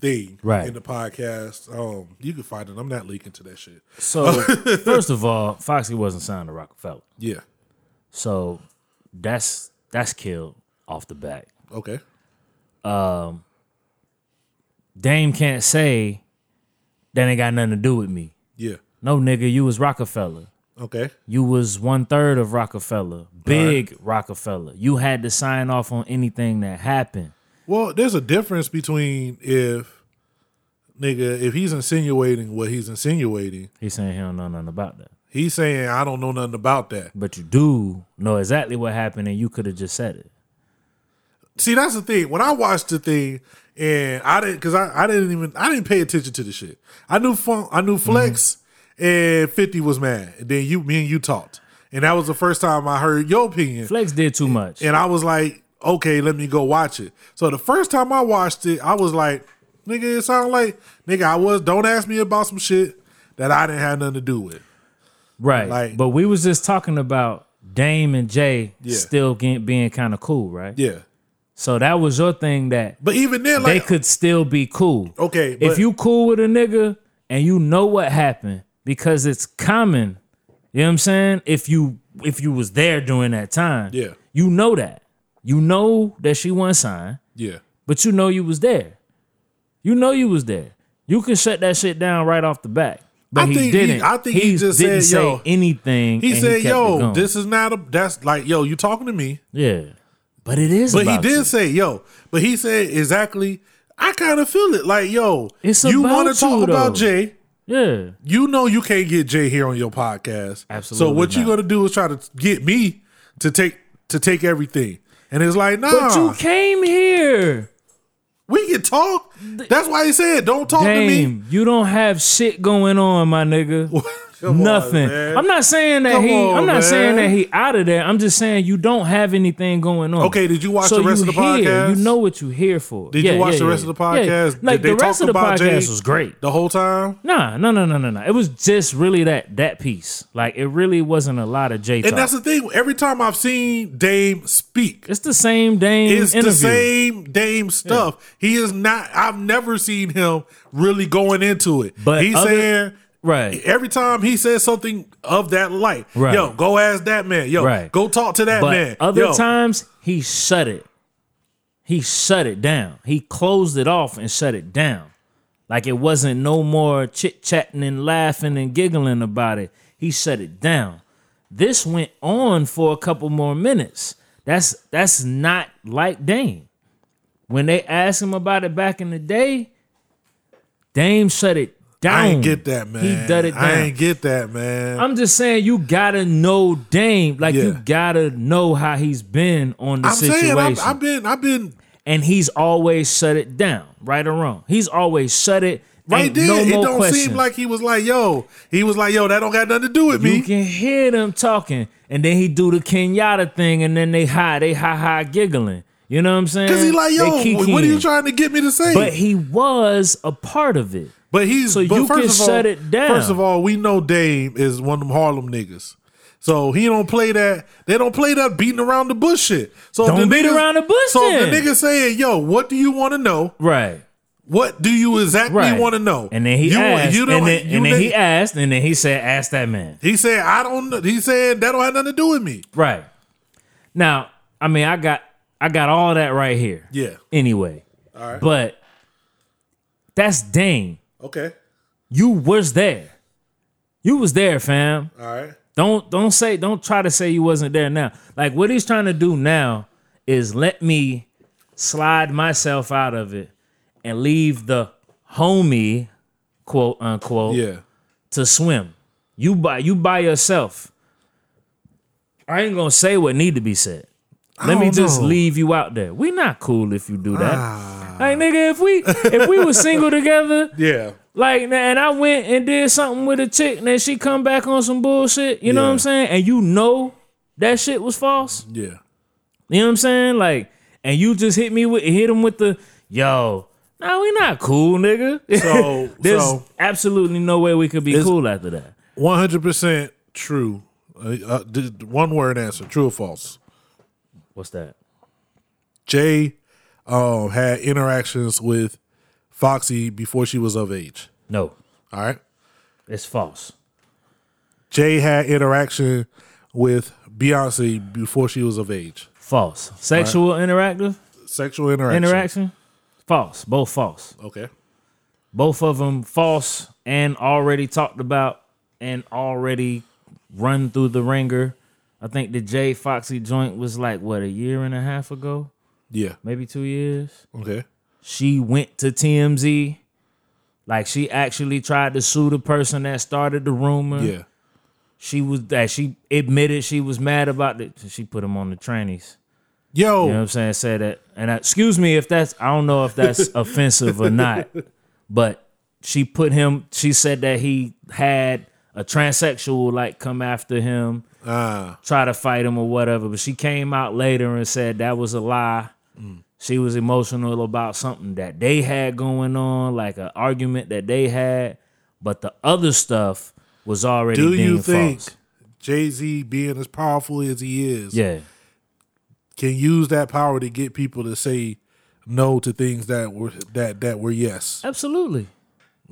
B: thing
A: Right.
B: in the podcast. Um you can find it. I'm not leaking to that shit.
A: So first of all, Foxy wasn't signed to Rockefeller.
B: Yeah.
A: So that's that's killed off the bat.
B: Okay.
A: Dame can't say that ain't got nothing to do with me.
B: Yeah.
A: No nigga, you was Rockefeller.
B: Okay.
A: You was one third of Rockefeller, big Rockefeller. You had to sign off on anything that happened.
B: Well, there's a difference between if nigga, if he's insinuating what he's insinuating,
A: He's saying he don't know nothing about that.
B: he's saying I don't know nothing about that.
A: But you do know exactly what happened and you could have just said it.
B: See, that's the thing. When I watched the thing, and I didn't, cause I, I didn't even, I didn't pay attention to the shit. I knew fun, I knew
A: Mm-hmm.
B: Flex, and Fifty was mad. And then you, me and you talked, and that was the first time I heard your opinion.
A: Flex did too much.
B: And I was like, okay, let me go watch it. So the first time I watched it, I was like, nigga, it sounded like, nigga, I was. Don't ask me about some shit that I didn't have nothing to do with.
A: right.
B: like-
A: but we was just talking about Dame and Jay
B: Yeah.
A: still get, being kind of cool, right?
B: Yeah.
A: So that was your thing that
B: But even then,
A: they
B: like
A: could still be cool.
B: Okay,
A: if
B: but-
A: you cool with a nigga and you know what happened because it's common, you know what I'm saying? If you if you was there during that time,
B: Yeah.
A: you know that. You know that she wasn't signed,
B: Yeah.
A: but you know you was there. You know you was there. You can shut that shit down right off the bat. But
B: I
A: he
B: think he-
A: didn't.
B: I think he just
A: didn't
B: said, yo-
A: say anything.
B: He
A: and
B: said,
A: kept it
B: yo,
A: going."
B: this is not a that's like, yo, you talking to me.
A: Yeah. But it is
B: But he
A: about
B: did
A: you.
B: say, yo, but he said exactly I kind of feel it. Like, yo,
A: It's
B: you
A: about
B: wanna
A: you,
B: talk about
A: though.
B: Jay.
A: Yeah.
B: You know you can't get Jay here on your podcast. So
A: Absolutely
B: what you
A: not.
B: gonna do is try to get me to take to take everything. And it's like, nah,
A: But you came here.
B: we can talk. That's why he said, don't talk to me.
A: Damn, you don't have shit going on, my nigga.
B: Come on,
A: Nothing.
B: man.
A: I'm not saying that
B: Come
A: he.
B: on,
A: I'm not
B: man.
A: saying that he out of there. I'm just saying you don't have anything going on.
B: Okay, did you watch
A: So
B: the rest
A: you
B: of the
A: here,
B: podcast?
A: You know what you here for.
B: Did
A: Yeah,
B: you watch
A: yeah,
B: the
A: yeah,
B: rest of the
A: yeah. Yeah.
B: podcast?
A: Like
B: Did they
A: the rest
B: talk
A: of the
B: about
A: podcast
B: Jay
A: was great.
B: The whole time?
A: Nah, no, no, no, no, no. It was just really that that piece. Like it really wasn't a lot of J
B: And that's
A: talk.
B: the thing. Every time I've seen Dame speak,
A: It's the same Dame
B: it's
A: interview.
B: the same Dame stuff. He is not. I've never seen him really going into it.
A: But
B: he's
A: other-
B: saying.
A: Right.
B: Every time he says something of that light,
A: Right.
B: yo, go ask that man, yo,
A: Right.
B: go talk to that
A: But
B: man.
A: other
B: yo,
A: times he shut it. He shut it down. He closed it off and shut it down. Like it wasn't no more chit chatting and laughing and giggling about it. He shut it down. This went on for a couple more minutes. That's that's not like Dame. When they asked him about it back in the day, Dame shut it down.
B: I ain't get that man.
A: He did it down.
B: I ain't get that man.
A: I'm just saying you gotta know Dame. Like you
B: Yeah.
A: gotta know how he's been on the
B: I'm
A: situation.
B: saying I've, I've been, I've been
A: and he's always shut it down, right or wrong. He's always shut it.
B: right
A: Ain't
B: there.
A: No
B: it
A: more
B: don't
A: question.
B: seem like he was like, yo, he was like, yo, that don't got nothing to do with me.
A: you can hear them talking, and then he do the Kenyatta thing, and then they hi, they ha ha giggling. You know what I'm saying?
B: Cause he like,
A: They
B: yo, what are you
A: kikiing.
B: trying to get me to say?
A: But he was a part of it.
B: But he's
A: So
B: but
A: you
B: first
A: can
B: of all,
A: shut it down.
B: First of all, we know Dame is one of them Harlem niggas. So he don't play that. They don't play that beating around the bush shit. So if
A: Don't
B: the
A: beat
B: niggas-
A: around the bush
B: So if the
A: then.
B: nigga saying, "Yo, what do you want to know?
A: Right.
B: What do you exactly
A: Right.
B: want to know?"
A: And then he
B: you,
A: asked.
B: You
A: and then,
B: you
A: and then
B: nigga-
A: he asked, and then he said, "Ask that man."
B: he said, "I don't." know." He said that don't have nothing to do with me.
A: Right. Now, I mean, I got I got all that right here.
B: Yeah.
A: Anyway. But that's Dane.
B: Okay.
A: You was there. You was there, fam.
B: All right.
A: Don't don't say don't try to say you wasn't there now. Like what he's trying to do now is let me slide myself out of it and leave the homie quote unquote
B: Yeah.
A: to swim. You by you by yourself. I ain't gonna say what need to be said. Let me
B: don't
A: just
B: know. Ah.
A: leave you out there. We not cool if you do that. Like nigga, if we if we was single together,
B: Yeah.
A: like and I went and did something with a chick, and then she come back on some bullshit. You know what
B: Yeah.
A: I'm saying? And you know that shit was false.
B: Yeah.
A: You know what I'm saying? Like, and you just hit me with hit him with the yo. Nah, we not cool, nigga.
B: So-
A: there's
B: so-
A: absolutely no way we could be
B: It's-
A: cool after that.
B: One hundred percent true. Uh, uh, d- d- one word answer: true or false?
A: What's that?
B: Jay um, had interactions with Foxy before she was of age.
A: No,
B: All right.
A: it's false.
B: Jay had interaction with Beyonce before she was of age.
A: False. Sexual interactive
B: Sexual interaction.
A: interaction. False. Both false.
B: Okay.
A: Both of them false and already talked about and already run through the ringer. I think the Jay Foxy joint was like what a year and a half ago,
B: Yeah.
A: maybe two years.
B: Okay.
A: She went to TMZ. Like she actually tried to sue the person that started the rumor.
B: Yeah.
A: She was that she admitted she was mad about it. She put him on the trannies.
B: Yo.
A: You know what I'm saying? Say that. And I, excuse me if that's, I don't know if that's offensive or not, but she put him, she said that he had a transsexual like come after him,
B: Ah,
A: try to fight him or whatever. But she came out later and said that was a lie.
B: Mm.
A: She was emotional about something that they had going on, like an argument that they had, but the other stuff was already
B: do
A: deemed
B: you think?
A: false.
B: Jay Z being as powerful as he is,
A: Yeah.
B: can use that power to get people to say no to things that were that that were yes.
A: Absolutely.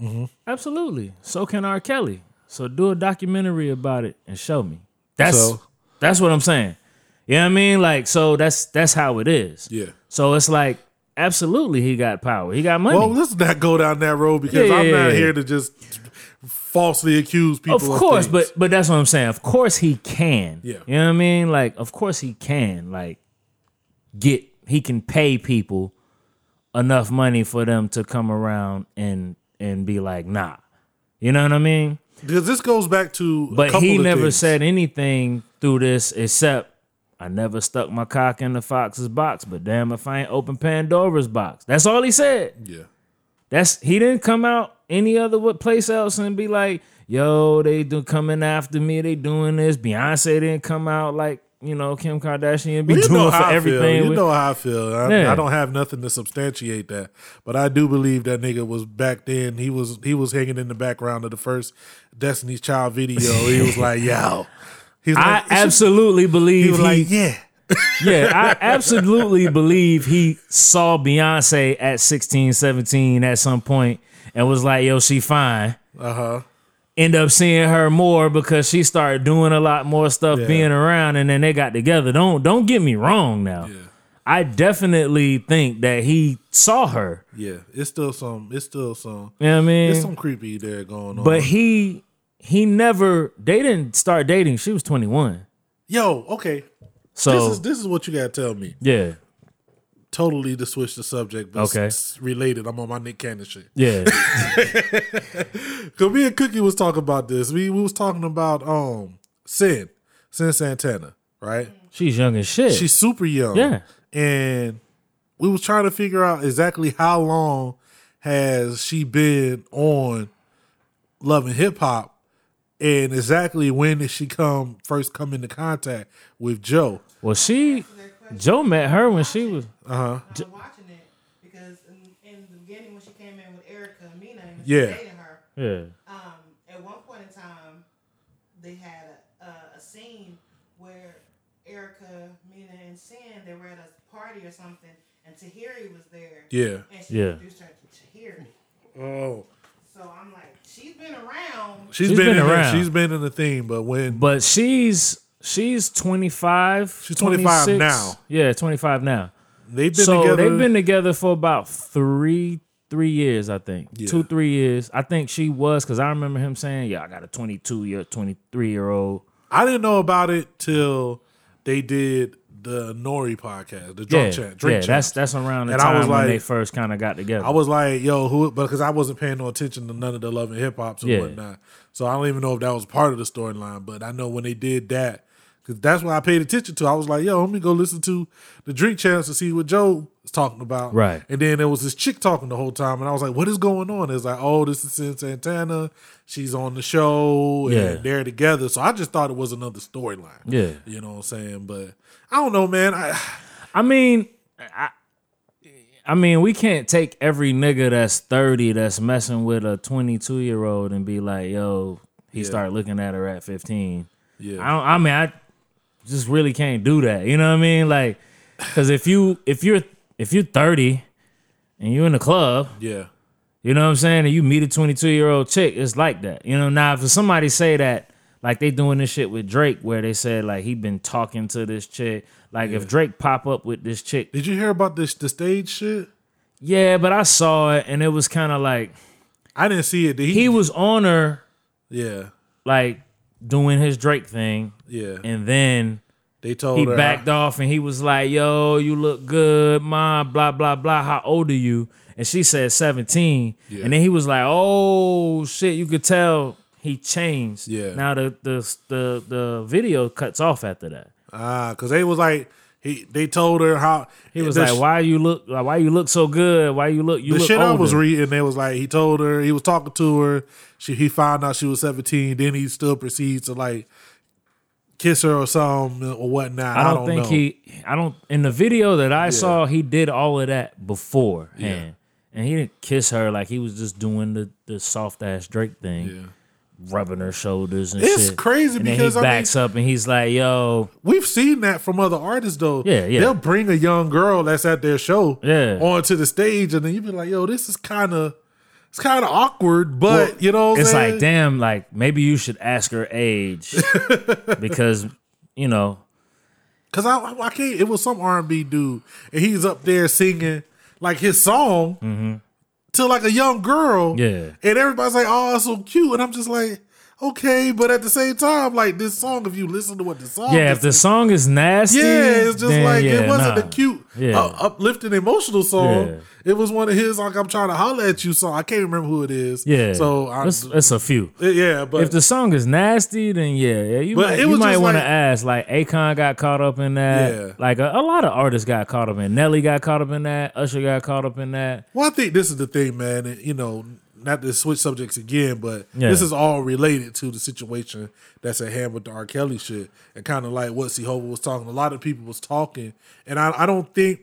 B: Mm-hmm.
A: Absolutely. So can R. Kelly. So do a documentary about it and show me. That's
B: So-
A: that's what I'm saying. You know what I mean? Like, so that's that's how it is.
B: Yeah.
A: So it's like, absolutely he got power. He got money.
B: Well, let's not go down that road because
A: Yeah,
B: I'm
A: yeah,
B: not
A: yeah.
B: here to just falsely accuse people.
A: of course,
B: things.
A: but but that's what I'm saying. Of course he can.
B: Yeah.
A: You know what I mean? Like, of course he can. Like get he can pay people enough money for them to come around and and be like, nah. You know what I mean?
B: because this goes back to a
A: But
B: couple
A: he
B: of
A: never
B: things.
A: said anything through this except I never stuck my cock in the fox's box, but damn if I ain't open Pandora's box. That's all he said.
B: Yeah.
A: That's he didn't come out any other wa- place else and be like, yo, they do coming after me, they doing this. Beyonce didn't come out like, you know, Kim Kardashian be
B: Well, you know
A: doing for
B: how I
A: everything.
B: feel. You
A: with-
B: know how I feel. I,
A: Yeah.
B: I don't have nothing to substantiate that, but I do believe that nigga was back then. He was he was hanging in the background of the first Destiny's Child video. he was like, "Yo," he's
A: I
B: it's just-
A: absolutely believe
B: He was like, "Yeah."
A: Yeah, I absolutely believe he saw Beyonce at 16, 17 at some point and was like, yo, she fine. Uh-huh. End up seeing her more because she started doing a lot more stuff
B: Yeah.
A: being around and then they got together. Don't don't get me wrong now. I definitely think that he saw her.
B: Yeah, it's still some. It's still some.
A: You know what I mean?
B: It's some creepy there going on.
A: but he he never they didn't start dating. She was 21.
B: yo, okay,
A: So
B: this is this is what you gotta tell me.
A: yeah.
B: Totally to switch the subject, but
A: Okay.
B: it's related. I'm on my Nick Cannon shit.
A: Yeah.
B: Cause me and Cookie was talking about this. We we was talking about um Sin, Sin Santana, right?
A: She's young as shit.
B: She's super young.
A: Yeah.
B: And we was trying to figure out exactly how long has she been on Love and Hip Hop and exactly when did she come first come into contact with Joe.
A: Well, she Joe met her when she was
D: I've been watching it because in, in the beginning when she came in with Erica and Mina and she
B: Yeah.
D: was dating her,
A: yeah.
D: um, at one point in time, they had a, a, a scene where Erica, Mina, and Sin they were at a party or something, and Tahiri was there.
B: Yeah.
D: And she
A: Yeah.
D: introduced her to Tahiri.
B: Oh.
D: So I'm like, she's been around.
B: She's been, in around.
A: around.
B: She's been in the thing, but when
A: But she's she's 25.
B: She's 25
A: 26.
B: now.
A: Yeah, 25 now.
B: they've been
A: so
B: together,
A: they've been together for about 3 3 years, I think.
B: Yeah.
A: 2 3 years. I think she was cuz I remember him saying, "Yeah, I got a 22 year 23 year old."
B: I didn't know about it till they did the Nori podcast, the
A: Yeah.
B: drunk chat, drink
A: yeah,
B: chat.
A: that's that's around the
B: And I
A: time
B: was
A: when
B: like-
A: they first kind of got together.
B: I was like, yo, who? But because I wasn't paying no attention to none of the love and hip hops and
A: Yeah.
B: whatnot, so I don't even know if that was part of the storyline. But I know when they did that, because that's what I paid attention to. I was like, yo, let me go listen to the Drink Chance to see what Joe is talking about.
A: Right.
B: And then there was this chick talking the whole time, and I was like, what is going on? It's like, oh, this is Sin Santana. She's on the show, and
A: Yeah.
B: they're together. So I just thought it was another storyline.
A: Yeah.
B: You know what I'm saying? But I don't know, man. I,
A: I mean, I, I mean, we can't take every nigga that's thirty that's messing with a twenty two year old and be like, yo, he start looking at her at fifteen.
B: yeah.
A: I don't. I mean, I just really can't do that. You know what I mean? Like, because if you if you're if you're thirty and you're in the club,
B: yeah.
A: you know what I'm saying, and you meet a twenty two year old chick, it's like that. You know, now if somebody say that. Like they doing this shit with Drake, where they said like he been talking to this chick. Like if Drake pop up with this chick
B: Did you hear about this the stage shit?
A: Yeah, but I saw it and it was kind of like
B: I didn't see it. Did
A: he was on her
B: Yeah,
A: like doing his Drake thing
B: yeah.
A: and then
B: they told
A: he
B: her
A: backed off and he was like, "Yo, you look good, mom, blah blah blah. How old are you?" And she said 17.
B: Yeah.
A: And then he was like, "Oh shit, you could tell he changed."
B: Yeah.
A: Now the the the the video cuts off after that.
B: ah, because they was like he. They told her how
A: He was
B: the
A: like,
B: sh-
A: "Why you look like, why you look so good? Why you look you
B: The
A: look
B: shit I was
A: older."
B: reading, they was like he told her he was talking to her. She he found out she was seventeen. Then he still proceeds to like kiss her or something or whatnot.
A: I don't, think
B: know.
A: he. I don't. In the video that I saw, he did all of that beforehand, and he didn't kiss her like he was just doing the the soft ass Drake thing.
B: Yeah.
A: rubbing her shoulders and
B: It's
A: shit.
B: crazy
A: and then
B: because, I
A: he
B: mean-
A: backs up and he's like, "Yo,
B: We've seen that from other artists though.
A: Yeah, yeah.
B: They'll bring a young girl that's at their show
A: Yeah.
B: onto the stage, and then you be like, "Yo, this is kind of it's kind of awkward," but you know, what I'm
A: it's
B: saying?
A: like, damn, like maybe you should ask her age because you know,
B: Cause I, I I can't. It was some R and B dude, and he's up there singing like his song to like a young girl.
A: Mm-hmm. Yeah.
B: and everybody's like, "Oh, it's so cute," and I'm just like, "Okay," but at the same time, like this song, if you listen to what the song,
A: yeah,
B: is,
A: if the song is nasty,
B: yeah, it's just
A: then
B: like
A: yeah,
B: it wasn't
A: nah.
B: a cute,
A: Yeah.
B: uh, uplifting, emotional song.
A: Yeah.
B: It was one of his like I'm trying to holler at you song. I can't remember who it is.
A: Yeah,
B: so I, uh,
A: it's, it's a few.
B: yeah, but
A: if the song is nasty, then yeah, yeah you
B: But
A: might,
B: it
A: you
B: was
A: might
B: just
A: want to
B: like-
A: ask. Like Akon got caught up in that.
B: Yeah.
A: Like a, a lot of artists got caught up in. Nelly got caught up in that. Usher got caught up in that.
B: Well, I think this is the thing, man. and, You know, not to switch subjects again, but
A: Yeah.
B: this is all related to the situation that's at hand with the R. Kelly shit, and kind of like what Sehova was talking. A lot of people was talking, and I, I don't think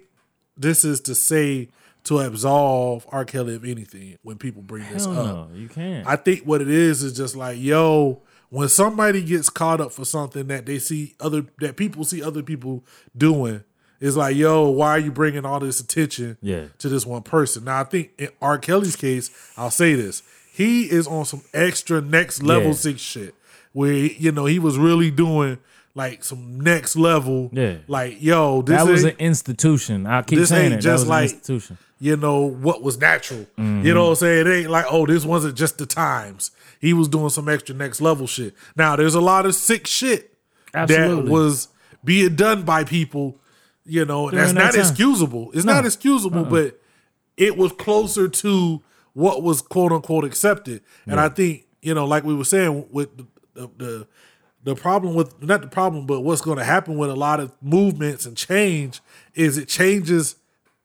B: this is to say to absolve R. Kelly of anything when people bring this
A: Hell
B: up.
A: no, you can't.
B: Uh, I think what it is is just like, yo, when somebody gets caught up for something that they see other that people see other people doing, it's like, yo, why are you bringing all this attention
A: Yeah.
B: to this one person? Now, I think in R. Kelly's case, I'll say this: he is on some extra next level
A: Yeah.
B: six shit, where you know he was really doing like some next level,
A: Yeah.
B: Like, yo, this
A: that was
B: ain't-
A: an institution. I keep
B: this
A: saying
B: ain't
A: it.
B: just
A: that was
B: like-
A: an institution.
B: you know what was natural. You know what I'm saying? It ain't like, oh, this wasn't just the times. He was doing some extra next level shit. Now there's a lot of sick shit that
A: Absolutely.
B: was being done by people, you know, and that's
A: During that
B: not
A: time. Uh-uh.
B: excusable. It's not excusable, but it was closer to what was quote unquote accepted. And I think, you know, like we were saying with the the, the the problem with not the problem, but what's going to happen with a lot of movements and change is it changes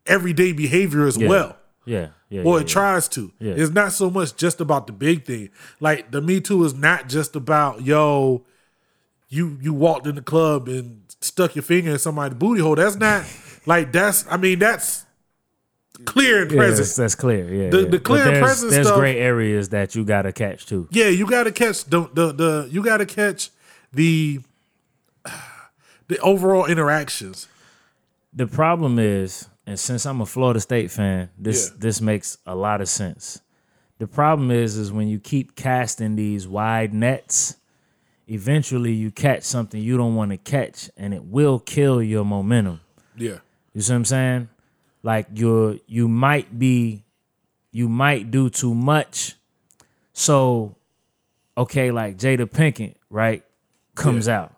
B: everyday behavior as well.
A: Yeah, yeah.
B: Or
A: yeah,
B: it tries to.
A: Yeah.
B: It's not so much just about the big thing. Like the Me Too is not just about yo, you you walked in the club and stuck your finger in somebody's booty hole. That's not like that's. I mean that's clear and
A: yeah. Yeah, that's,
B: present.
A: that's clear. Yeah,
B: The-
A: yeah.
B: the
A: But
B: clear and
A: there's,
B: present
A: There's
B: stuff-
A: gray areas that you gotta catch too.
B: Yeah, you got to catch the, the the you got to catch the the overall interactions.
A: The problem is, and since I'm a Florida State fan, this
B: Yeah.
A: this makes a lot of sense. The problem is, is when you keep casting these wide nets, eventually you catch something you don't want to catch, and it will kill your momentum.
B: Yeah,
A: You see what I'm saying? Like you're you might be you might do too much. So okay, like Jada Pinkett, right, comes out.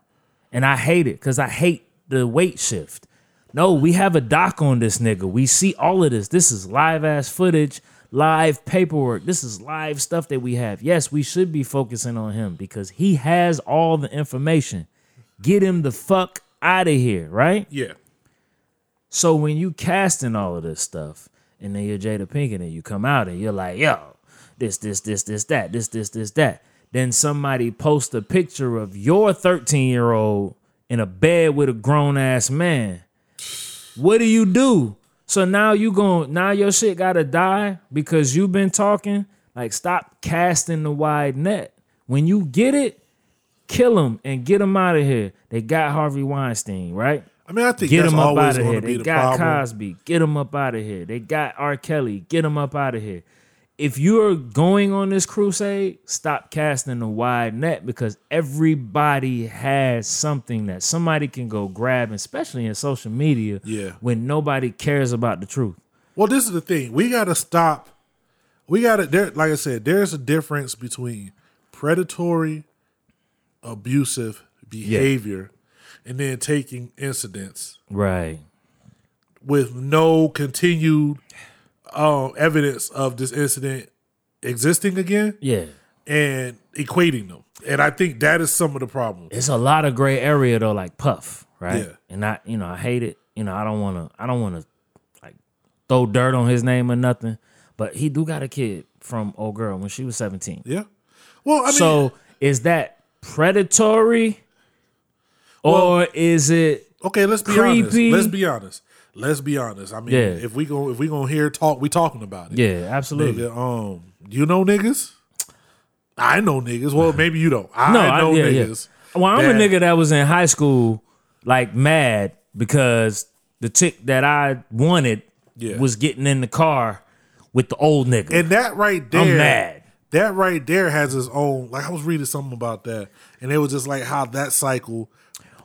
A: And I hate it because I hate the weight shift. No, we have a doc on this nigga. We see all of this. This is live ass footage, live paperwork. This is live stuff that we have. Yes, we should be focusing on him because he has all the information. Get him the fuck out of here, right?
B: yeah,
A: So when you casting all of this stuff, and then you're Jada Pinkett, and you come out and you're like, yo, this, this, this, this, that, this, this, this, that. Then somebody posts a picture of your 13 year old in a bed with a grown ass man. What do you do? So now you going now your shit gotta die because you've been talking. Like stop casting the wide net. When you get it, kill him and get him out of here. They got Harvey Weinstein, right?
B: I mean I think
A: Get
B: that's
A: him up
B: always
A: out of
B: going
A: here.
B: to be
A: They
B: the
A: got
B: problem.
A: Cosby. Get him up out of here. They got R. Kelly. Get him up out of here. If you're going on this crusade, stop casting the wide net because everybody has something that somebody can go grab, especially in social media
B: Yeah.
A: when nobody cares about the truth.
B: Well, this is the thing. We gotta stop. We gotta there like I said, there's a difference between predatory, abusive behavior and then taking incidents
A: Right.
B: with no continued um, evidence of this incident existing again
A: Yeah.
B: and equating them. And I think that is some of the problem.
A: It's a lot of gray area though, like Puff, right?
B: Yeah.
A: And I, you know, I hate it. You know, I don't wanna I don't wanna like throw dirt on his name or nothing. But he do got a kid from old girl when she was 17.
B: Yeah. Well, I mean
A: so is that predatory or is it
B: Okay, let's be
A: Creepy.
B: honest. Let's be honest. Let's be honest. I mean,
A: Yeah.
B: if we go if we gonna hear talk, we talking about it.
A: Yeah, absolutely.
B: Nigga, um, you know niggas? I know niggas. Well, maybe you don't. I
A: No, I-
B: know
A: yeah, yeah.
B: niggas.
A: Well, I'm a
B: that-
A: nigga that was in high school, like mad because the chick that I wanted
B: Yeah.
A: was getting in the car with the old nigga.
B: And that right there,
A: mad.
B: that right there has its own. Like I was reading something about that, and it was just like how that cycle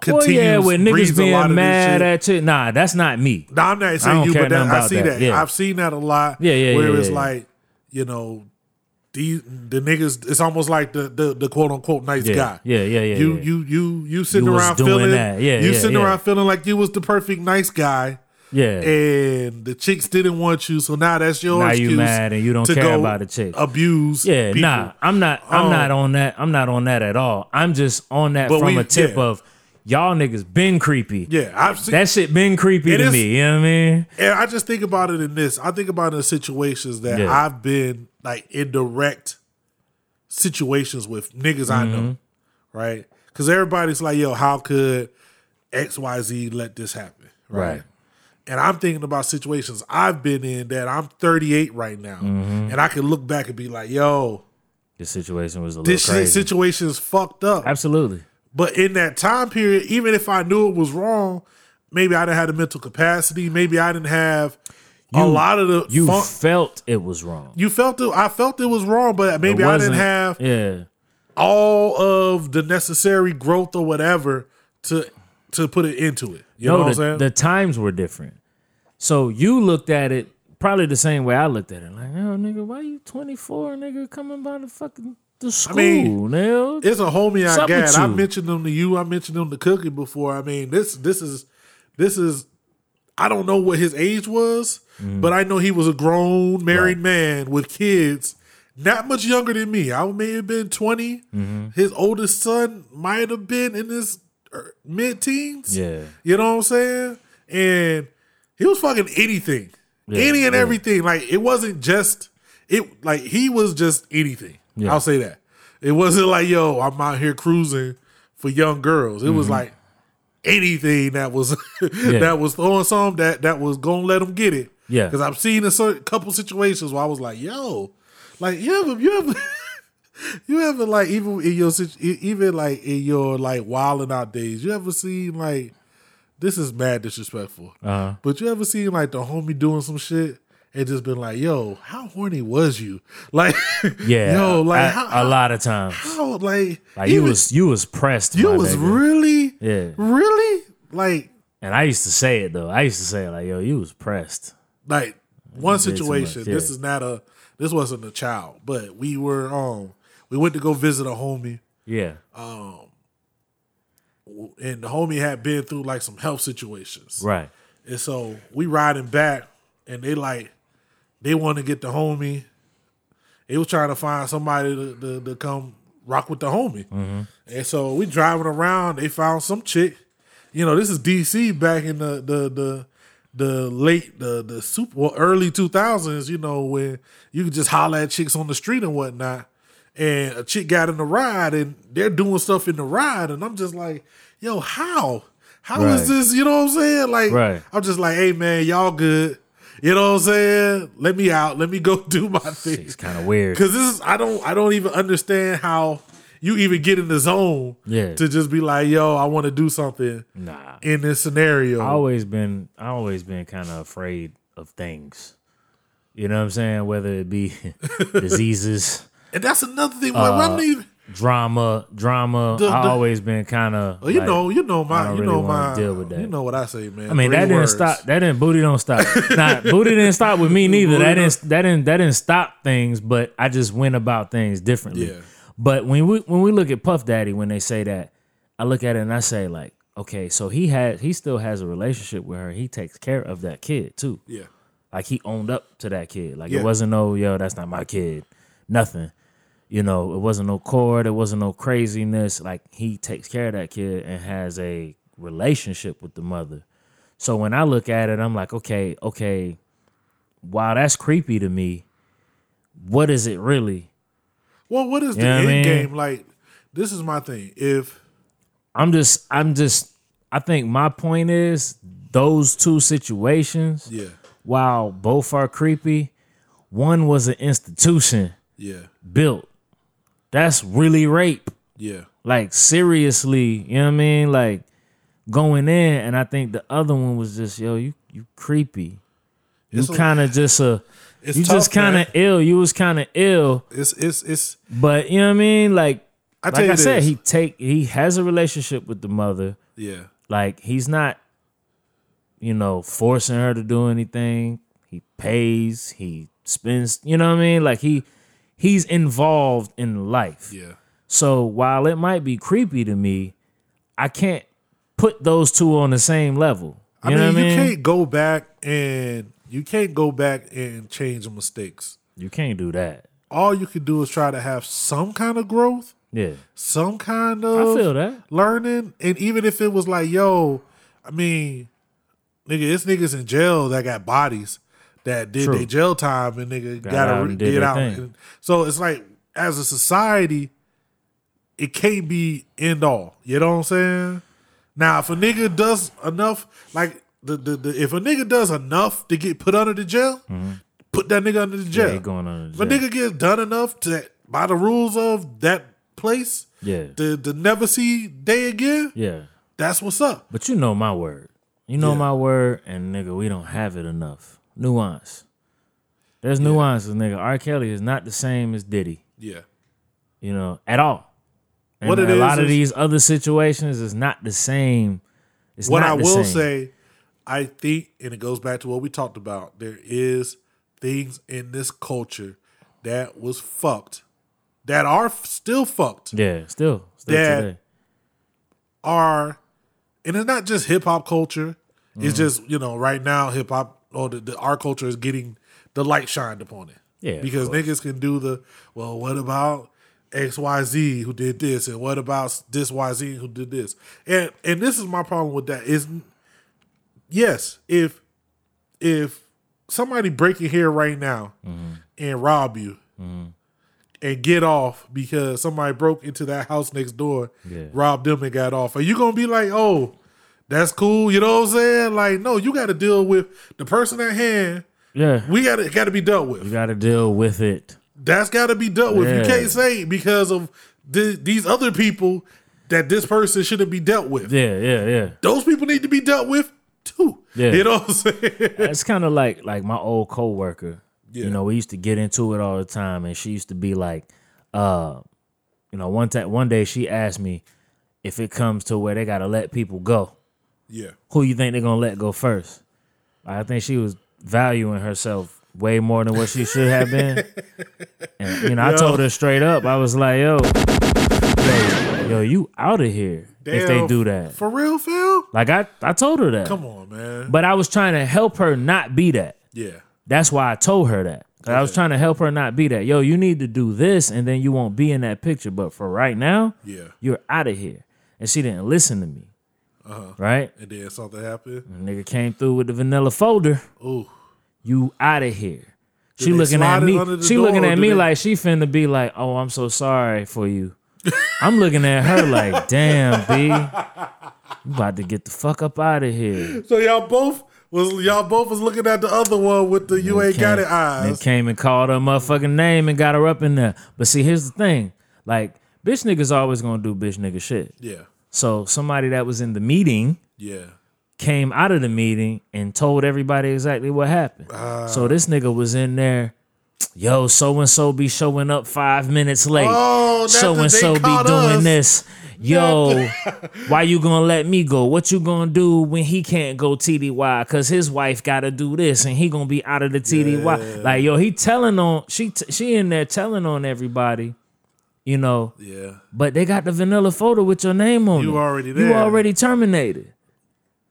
A: well,
B: continues.
A: yeah, with
B: breeds
A: niggas
B: a lot
A: being
B: of this
A: mad
B: shit.
A: at chick. Nah, that's not me.
B: No, I'm not saying
A: don't
B: you,
A: care
B: but that,
A: nothing
B: I
A: about
B: see
A: that.
B: that.
A: Yeah.
B: I've seen that a lot.
A: Yeah, yeah,
B: Where
A: yeah,
B: it's
A: yeah.
B: like, you know, these the niggas. It's almost like the the, the quote unquote nice
A: Yeah,
B: guy.
A: yeah, yeah, yeah,
B: You
A: yeah.
B: you you you sitting
A: You was
B: around
A: doing
B: feeling
A: that. Yeah,
B: You
A: yeah,
B: sitting
A: yeah.
B: around feeling like you was the perfect nice guy.
A: Yeah.
B: And the chicks didn't want you, so now that's your
A: Now you
B: excuse.
A: mad and you don't
B: to
A: care
B: go
A: about the chicks.
B: Abuse.
A: yeah,
B: people.
A: nah. I'm not I'm
B: Um,
A: not on that. I'm not on that at all. I'm just on that
B: But
A: from
B: we-
A: a tip
B: yeah.
A: of y'all niggas been creepy.
B: Yeah, I've seen.
A: That shit been creepy
B: It
A: to
B: is-
A: me, you know what I mean?
B: And I just think about it in this. I think about it in situations that
A: Yeah.
B: I've been like in direct situations with niggas I know,
A: Mm-hmm.
B: right? Because everybody's like, yo, how could XYZ let this happen?
A: Right.
B: And I'm thinking about situations I've been in that I'm 38 right now.
A: Mm-hmm.
B: And I can look back and be like, yo,
A: The situation was a little
B: this shit,
A: crazy.
B: situation is fucked up.
A: Absolutely.
B: But in that time period, even if I knew it was wrong, maybe I didn't have the mental capacity. Maybe I didn't have a lot of the
A: You
B: fun-
A: felt it was wrong.
B: you felt it. I felt it was wrong, but maybe
A: It
B: I didn't
A: wasn't-
B: have
A: Yeah.
B: all of the necessary growth or whatever to to put it into it. You know
A: no,
B: what I'm
A: the,
B: saying?
A: the times were different. So you looked at it probably the same way I looked at it. Like, oh nigga, why you 24, nigga, coming by the fucking the school,
B: mean,
A: nigga?
B: it's a homie I
A: Sup with
B: got. I
A: you.
B: mentioned them to you. I mentioned them to Cookie before. I mean, this this is this is I don't know what his age was, but I know he was a grown married man with kids, not much younger than me. I may have been 20. His oldest son might have been in his er, mid teens.
A: Yeah.
B: You know what I'm saying? And he was fucking anything. Any and
A: yeah.
B: everything. Like it wasn't just it like he was just anything.
A: Yeah.
B: I'll say that. It wasn't like, yo, I'm out here cruising for young girls. It
A: Mm-hmm.
B: was like anything that was that was throwing some that that was gonna let them get it.
A: Yeah.
B: because I've seen a certain couple situations where I was like, "Yo, like you ever you ever you ever like even in your situ- e- even like in your like wilding out days, you ever seen like this is mad disrespectful, uh-huh. but you ever seen like the homie doing some shit?" And just been like, yo, how horny was you? Like,
A: yeah.
B: yo, like
A: I-
B: how,
A: a lot of times.
B: how, like,
A: Like you
B: even-
A: was you was pressed.
B: you
A: my
B: was
A: nigga.
B: really,
A: Yeah.
B: really like
A: And I used to say it though. I used to say it like, yo, you was pressed.
B: like one
A: did too
B: situation.
A: much, yeah.
B: This is not a this wasn't a child, but we were um we went to go visit a homie,
A: Yeah.
B: and the homie had been through like some health situations,
A: right.
B: and so we riding back, and they like they want to get the homie. They was trying to find somebody to, to, to come rock with the homie,
A: Mm-hmm.
B: and so we driving around. They found some chick. You know, this is DC back in the the the the late the the super well, early two thousands. You know, when you could just holler at chicks on the street and whatnot. And a chick got in the ride, and they're doing stuff in the ride, and I'm just like, yo, how? how is
A: Right.
B: this? You know what I'm saying? Like,
A: Right.
B: I'm just like, hey man, y'all good. You know what I'm saying? Let me out. Let me go do my thing.
A: It's kind of weird.
B: Cause this is I don't I don't even understand how you even get in the zone
A: Yeah.
B: to just be like, yo, I want to do something
A: Nah.
B: in this scenario.
A: I always been I always been kind of afraid of things. You know what I'm saying? Whether it be diseases,
B: and that's another thing. Like,
A: Uh,
B: I'm not even,
A: drama, drama.
B: The-
A: I
B: the- Oh,
A: always been kind of
B: you know, you know
A: I
B: my,
A: don't
B: you
A: really
B: know
A: wanna
B: my,
A: deal with that.
B: you know what I say, man.
A: I mean, that didn't stop. That didn't booty don't stop. nah, booty didn't stop with me neither. That didn't that didn't that didn't stop things, but I just went about things differently.
B: Yeah.
A: But when we when we look at Puff Daddy, when they say that, I look at it and I say like, okay, so he had he still has a relationship with her. He takes care of that kid too.
B: Yeah,
A: Like he owned up to that kid. Like
B: Yeah.
A: it wasn't no yo, that's not my kid. Nothing. You know, it wasn't no cord. It wasn't no craziness. Like he takes care of that kid and has a relationship with the mother. So when I look at it, I'm like, okay, okay. Wow, that's creepy to me. What is it really?
B: Well, what is the
A: know what I
B: end
A: mean?
B: game like? This is my thing. If
A: I'm just, I'm just. I think my point is those two situations.
B: yeah,
A: While both are creepy, one was an institution.
B: yeah,
A: built That's really rape.
B: Yeah.
A: Like seriously, you know what I mean? Like going in, and I think the other one was just, yo, you you creepy. You
B: It's a-
A: kind of just a,
B: It's
A: you just
B: tough,
A: kind
B: man.
A: of ill. You was kind of ill,
B: It's it's it's
A: but you know what I mean? Like,
B: I tell
A: like
B: you
A: I said,
B: this.
A: he take he has a relationship with the mother.
B: yeah.
A: Like he's not, you know, forcing her to do anything. He pays. He spends. You know what I mean? Like he, he's involved in life.
B: Yeah.
A: So while it might be creepy to me, I can't put those two on the same level. You
B: I mean,
A: know what I
B: you
A: mean?
B: can't go back and you can't go back and change the mistakes.
A: you can't do that.
B: All you can do is try to have some kind of growth,
A: Yeah,
B: some kind
A: I
B: of
A: feel that.
B: learning. And even if it was like, yo, I mean, nigga, it's niggas in jail that got bodies that did
A: True.
B: their jail time and nigga
A: Got
B: got to
A: out
B: re-
A: and
B: did
A: did their
B: out.
A: thing.
B: And so it's like, as a society, it can't be end all. You know what I'm saying? Now, if a nigga does enough, like, the, the, the, if a nigga does enough to get put under the jail, put that nigga under the jail.
A: Mm-hmm. he going under the
B: if a
A: jail.
B: nigga gets done enough to by the rules of that place,
A: Yeah,
B: the the never see day again.
A: yeah.
B: That's what's up.
A: But you know my word. You know my word, and nigga, we don't have it enough. Nuance. There's nuances, nigga. R. Kelly is not the same as Diddy,
B: Yeah,
A: you know, at all. And
B: What it
A: a
B: is
A: lot of
B: is-
A: these other situations is not the same. It's
B: what
A: not
B: I
A: the
B: will
A: same.
B: say, I think, and it goes back to what we talked about. There is things in this culture that was fucked, that are f- still fucked,
A: Yeah, still. Still
B: That-
A: today.
B: are, and it's not just hip hop culture.
A: Mm.
B: It's just you know right now hip hop or the, the our culture is getting the light shined upon it.
A: Yeah, of
B: because
A: course.
B: niggas can do the well. What about X Y Z who did this, and what about this Y Z who did this? And and this is my problem with that is, yes, if if somebody break your hair right now
A: Mm-hmm.
B: and rob you. And get off because somebody broke into that house next door,
A: Yeah.
B: robbed them, and got off. Are you gonna be like, "Oh, that's cool"? You know what I'm saying? Like, no, you got to deal with the person at hand.
A: Yeah.
B: We got to got to be dealt with
A: You gotta deal with it.
B: that's got to be dealt with. You
A: Yeah.
B: can't say because of th- these other people that this person shouldn't be dealt with.
A: Yeah, yeah, yeah.
B: Those people need to be dealt with too.
A: Yeah.
B: You know what I'm saying?
A: it's kind of like like my old coworker.
B: Yeah.
A: You know, we used to get into it all the time, and she used to be like, uh, you know, one time one day she asked me if it comes to where they gotta let people go,
B: yeah.
A: who you think they're gonna let go first? I think she was valuing herself way more than what she should have been. and you know, I told her straight up, I was like, yo, yo, yo you out of here if they
B: Damn,
A: do that.
B: For real, Phil?
A: Like I, I told her that.
B: Come on, man.
A: But I was trying to help her not be that.
B: yeah.
A: That's why I told her that. 'Cause I was trying to help her not be that. Yo, you need to do this and then you won't be in that picture. But for right now,
B: Yeah.
A: you're out of here. And she didn't listen to me.
B: Uh-huh.
A: Right?
B: And then something happened.
A: Nigga came through with the vanilla folder.
B: Ooh.
A: You out of here. she
B: they
A: looking
B: slide
A: at
B: it
A: me.
B: under the
A: She
B: door
A: looking
B: or
A: at
B: do
A: me
B: they-
A: like she finna be like, oh, I'm so sorry for you. I'm looking at her like, damn, B. You about to get the fuck up out of here.
B: So y'all both was y'all both was looking at the other one with the you
A: They
B: ain't got
A: came-
B: it eyes.
A: They came and called her motherfucking name and got her up in there. But see, here's the thing: like, bitch niggas always gonna do bitch nigga shit.
B: Yeah.
A: So somebody that was in the meeting
B: Yeah.
A: came out of the meeting and told everybody exactly what happened. so this nigga was in there. Yo, so and so be showing up five minutes late.
B: Oh, not
A: so
B: that
A: and so
B: they
A: be doing
B: caught us.
A: this. Yo, why you gonna let me go? What you gonna do when he can't go TDY? Cause his wife gotta do this, and he gonna be out of the TDY. Like yo, he telling on she t- she in there telling on everybody. You know,
B: Yeah.
A: but they got the vanilla photo with your name on it.
B: You already
A: You
B: there.
A: already terminated.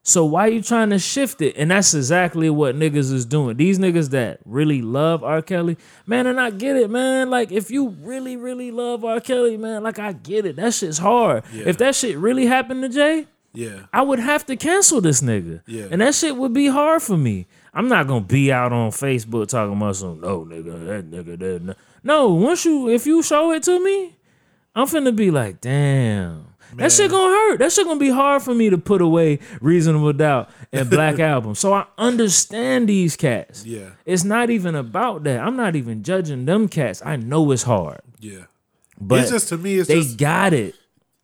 A: So why you trying to shift it? And that's exactly what niggas is doing. These niggas that really love R. Kelly, man, and I get it, man. Like if you really, really love R. Kelly, man, like I get it. That shit's hard. If that shit really happened to Jay,
B: Yeah.
A: I would have to cancel this nigga.
B: Yeah.
A: And that shit would be hard for me. I'm not gonna be out on Facebook talking about some no nigga, that nigga, that n-" no. Once you if you show it to me, I'm finna be like, damn. That shit gonna hurt. That shit gonna be hard for me to put away reasonable doubt and black album. So I understand these cats.
B: Yeah.
A: It's not even about that. I'm not even judging them cats. I know it's hard.
B: Yeah.
A: But
B: It's just- to me, it's
A: they
B: just-
A: got it.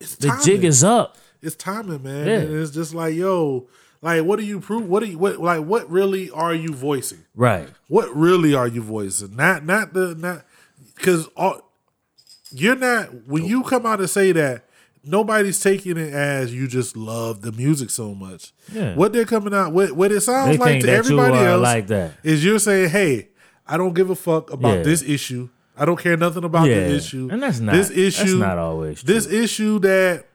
B: It's
A: The
B: timing.
A: jig is up.
B: it's timing, man.
A: Yeah.
B: And it's just like, yo, like what do you prove? What do you what like what really are you voicing?
A: Right.
B: What really are you voicing? Not not the not because all you're not when you come out and say that nobody's taking it as you just love the music so much.
A: Yeah.
B: What they're coming out what what it sounds
A: They
B: like
A: think
B: to
A: that you
B: everybody
A: are
B: else
A: like that.
B: is you're saying, hey, I don't give a fuck about
A: Yeah.
B: this issue. I don't care nothing about
A: Yeah.
B: the issue.
A: And that's not-
B: this
A: that's
B: issue.
A: not always
B: this issue that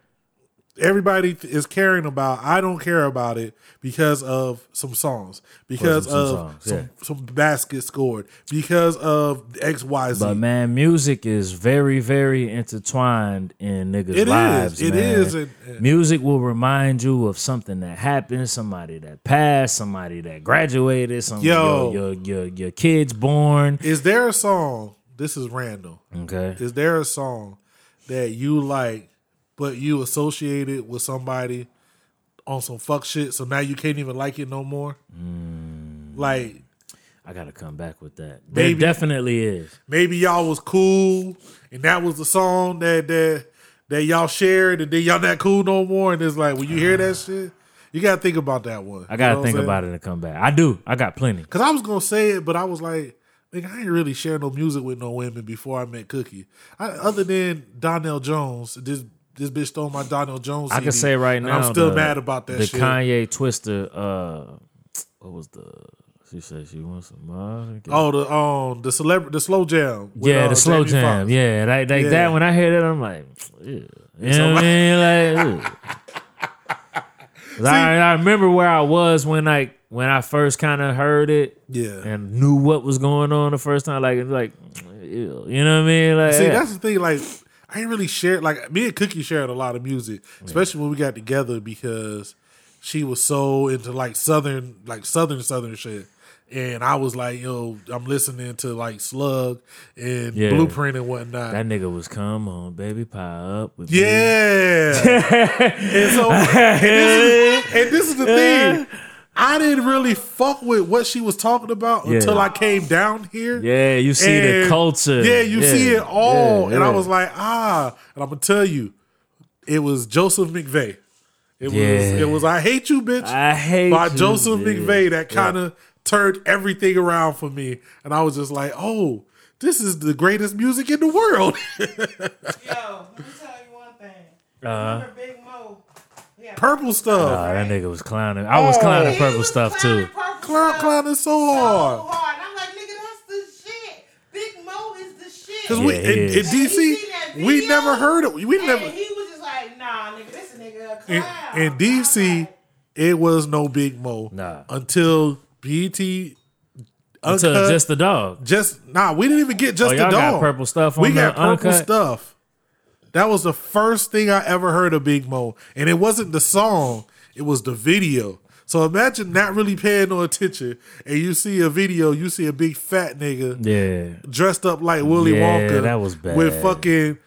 B: everybody th- is caring about. I don't care about it because of some songs, because
A: some
B: of
A: songs,
B: some,
A: yeah.
B: some baskets scored, because of X Y Z.
A: But man, music is very, very intertwined in niggas'
B: It is.
A: lives.
B: It
A: man.
B: is. It- it-
A: Music will remind you of something that happened, somebody that passed, somebody that graduated, some
B: Yo.
A: your, your your your kids born.
B: Is there a song? This is Randall.
A: Okay.
B: Is there a song that you like, but you associate it with somebody on some fuck shit, so now you can't even like it no more?
A: Hmm.
B: Like
A: I gotta come back with that.
B: Baby.
A: There definitely is.
B: maybe y'all was cool, and that was the song that that that y'all shared, and then y'all not cool no more. And it's like when you hear that shit, you gotta think about that one.
A: Ah. I gotta think about it and come back. I do. I got plenty.
B: Cause I was gonna say it, but I was like, nigga, I ain't really share no music with no women before I met Cookie. I, other than Donnell Jones, this this bitch stole my Donnell Jones.
A: I can
B: CD,
A: say right
B: and
A: now,
B: I'm still
A: the-
B: mad about that
A: The
B: shit.
A: Kanye Twister. Uh, what was the? She said she wants some. money.
B: oh, the um the celebrity the slow jam. with,
A: yeah,
B: uh,
A: the slow
B: Jamie
A: jam.
B: Foxx.
A: Yeah, like, like
B: Yeah.
A: that. When I hear that, I'm like, ew. you know what I mean? Like, ew. 'Cause I, I remember where I was when like when I first kind of heard it.
B: Yeah.
A: and knew what was going on the first time. Like, it's like, ew. you know what I mean? Like,
B: See,
A: yeah.
B: that's the thing. Like, I ain't really shared. Like, me and Cookie shared a lot of music, especially when we got together because she was so into like southern, like southern, southern shit. And I was like, yo, I'm listening to like Slug and
A: Yeah.
B: Blueprint and whatnot.
A: that nigga was come on, baby, pie up with me."
B: yeah. and so, and this, is, and this is the thing. I didn't really fuck with what she was talking about until
A: Yeah.
B: I came down here.
A: Yeah, you see the
B: And-
A: culture.
B: Yeah, you see it all.
A: yeah,
B: And I
A: yeah.
B: was like, ah. And I'm gonna tell you, it was Joseph McVeigh. It was
A: Yeah.
B: it was I Hate You Bitch
A: I hate
B: by
A: you,
B: Joseph
A: bitch.
B: McVeigh that kind of turned everything around for me. And I was just like, oh, this is the greatest music in the world.
D: Yo, let me tell you one thing.
F: Uh-huh.
D: Remember Big Mo? Yeah,
B: Purple stuff.
A: Nah, that nigga was clowning. I was clowning
B: Oh.
A: purple stuff too.
B: Clown clown is so hard.
D: hard. I'm like, nigga, that's the shit. Big Mo is the shit.
B: Because we
A: Yeah, he
B: in,
A: is.
B: in
A: And
D: you
B: DC,
D: seen that
B: we
D: video?
B: never heard of we
D: and
B: never
D: he was just like, nah, nigga, this nigga a
B: in,
D: clown.
B: in DC, it was no Big Mo
A: Nah.
B: until BT
A: Until
B: uncut,
A: just the dog.
B: just nah. We didn't even get just
A: Oh,
B: the
A: y'all
B: dog.
A: got purple stuff
B: we
A: on
B: got
A: the
B: purple
A: uncut?
B: stuff. That was the first thing I ever heard of Big Mo, and it wasn't the song; it was the video. So imagine not really paying no attention, and you see a video, you see a big fat nigga
A: Yeah.
B: dressed up like Willy
A: Yeah,
B: Wonka.
A: that was bad.
B: With fucking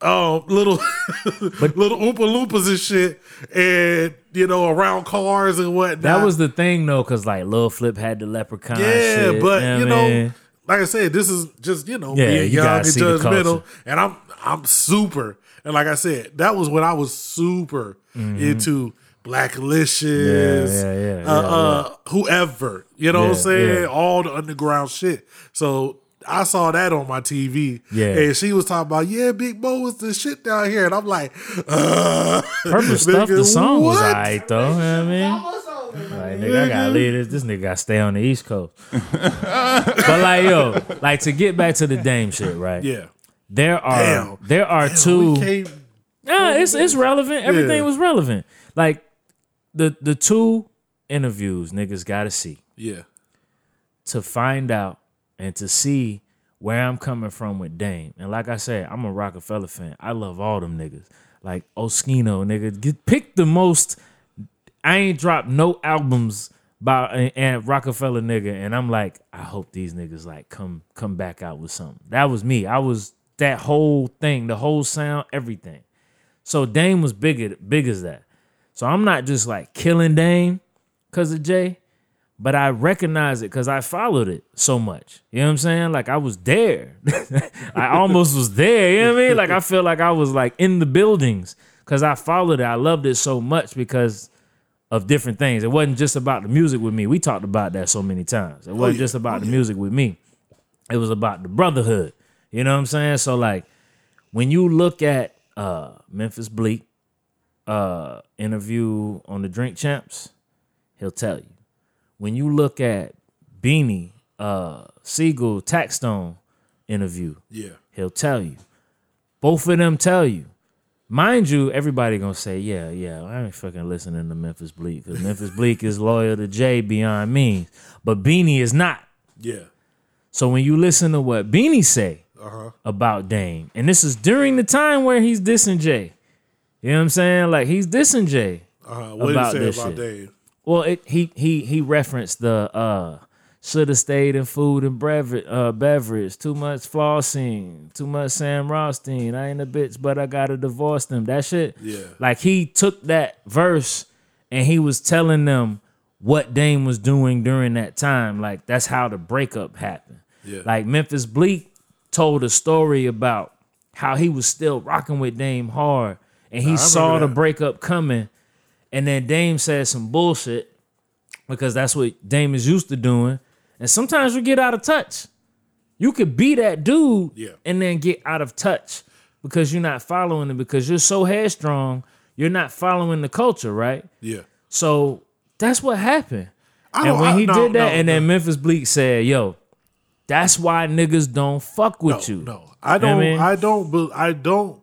B: um little little oompa loompas and shit, and you know around cars and whatnot.
A: That was the thing though, cause like Lil Flip had the leprechaun.
B: Yeah,
A: shit,
B: but
A: I
B: you know,
A: mean?
B: like I said, this is just you know
A: Yeah,
B: being
A: you
B: young
A: gotta
B: and
A: see the
B: judgmental,
A: culture.
B: and I'm I'm super, and like I said, that was when I was super into Blacklicious,
A: Mm-hmm. Yeah, yeah, yeah,
B: uh,
A: yeah,
B: uh, whoever, you know what I'm
A: Yeah,
B: saying,
A: yeah.
B: all the underground shit. So. I saw that on my TV,
A: Yeah.
B: and she was talking about, yeah, Big Bo was the shit down here, and I'm like, uh,
A: purple stuff. The
B: nigga,
A: song was
B: what?
A: alright though. You know what I mean.
D: Almost over.
A: Like, nigga, I gotta leave this. This nigga gotta stay on the East Coast. but like, yo, like to get back to the Dame shit, right?
B: Yeah,
A: There are
B: Damn.
A: there are two.
B: we came,
A: Nah, it's it's relevant. Everything was relevant. Like the the two interviews niggas gotta see
B: yeah,
A: to find out and to see where I'm coming from with Dame. And like I said, I'm a Rockefeller fan. I love all them niggas. Like Oskino, nigga, get, pick the most. I ain't dropped no albums by and, Rockefeller nigga, and I'm like, I hope these niggas like come come back out with something. That was me. I was that whole thing, the whole sound, everything. So Dame was bigger, big as that. So I'm not just like killing Dame because of Jay, but I recognize it because I followed it so much. You know what I'm saying? Like I was there. I almost was there. You know what I mean? Like I feel like I was like in the buildings because I followed it. I loved it so much because of different things. It wasn't just about the music with me. We talked about that so many times. It wasn't
B: Oh, yeah.
A: just about the music with me. It was about the brotherhood. You know what I'm saying? So like when you look at uh Memphis Bleak uh interview on the Drink Champs, he'll tell you. When you look at Beanie, uh Siegel, Taxstone interview,
B: Yeah.
A: he'll tell you. Both of them tell you. Mind you, everybody gonna say, yeah, yeah, I ain't fucking listening to Memphis Bleak because Memphis Bleak is loyal to Jay beyond means, but Beanie is not.
B: Yeah.
A: So when you listen to what Beanie say about Dame, and this is during the time where he's dissing Jay, you know what I'm saying? Like he's dissing Jay.
B: Uh, what
A: About
B: did he
A: this
B: say about
A: shit.
B: Dave?
A: Well, it, he he he referenced the uh should have stayed in food and beverage, uh, beverage. Too much flossing, too much Sam Rothstein. I ain't a bitch, but I gotta divorce them. That shit.
B: Yeah.
A: Like he took that verse and he was telling them what Dame was doing during that time. Like that's how the breakup happened.
B: Yeah.
A: Like Memphis Bleak told a story about how he was still rocking with Dame hard and he saw the
B: that.
A: breakup coming. And then Dame said some bullshit because that's what Dame is used to doing. And sometimes you get out of touch. You could be that dude
B: Yeah.
A: and then get out of touch because you're not following it because you're so headstrong, you're not following the culture, right?
B: Yeah.
A: So that's what happened.
B: I
A: And when
B: I-
A: he
B: no,
A: did that,
B: no,
A: and
B: no,
A: then Memphis Bleak said, "Yo, that's why niggas don't fuck
B: no,
A: with you."
B: No, I
A: You know
B: don't.
A: what I mean?
B: I don't. Be, I don't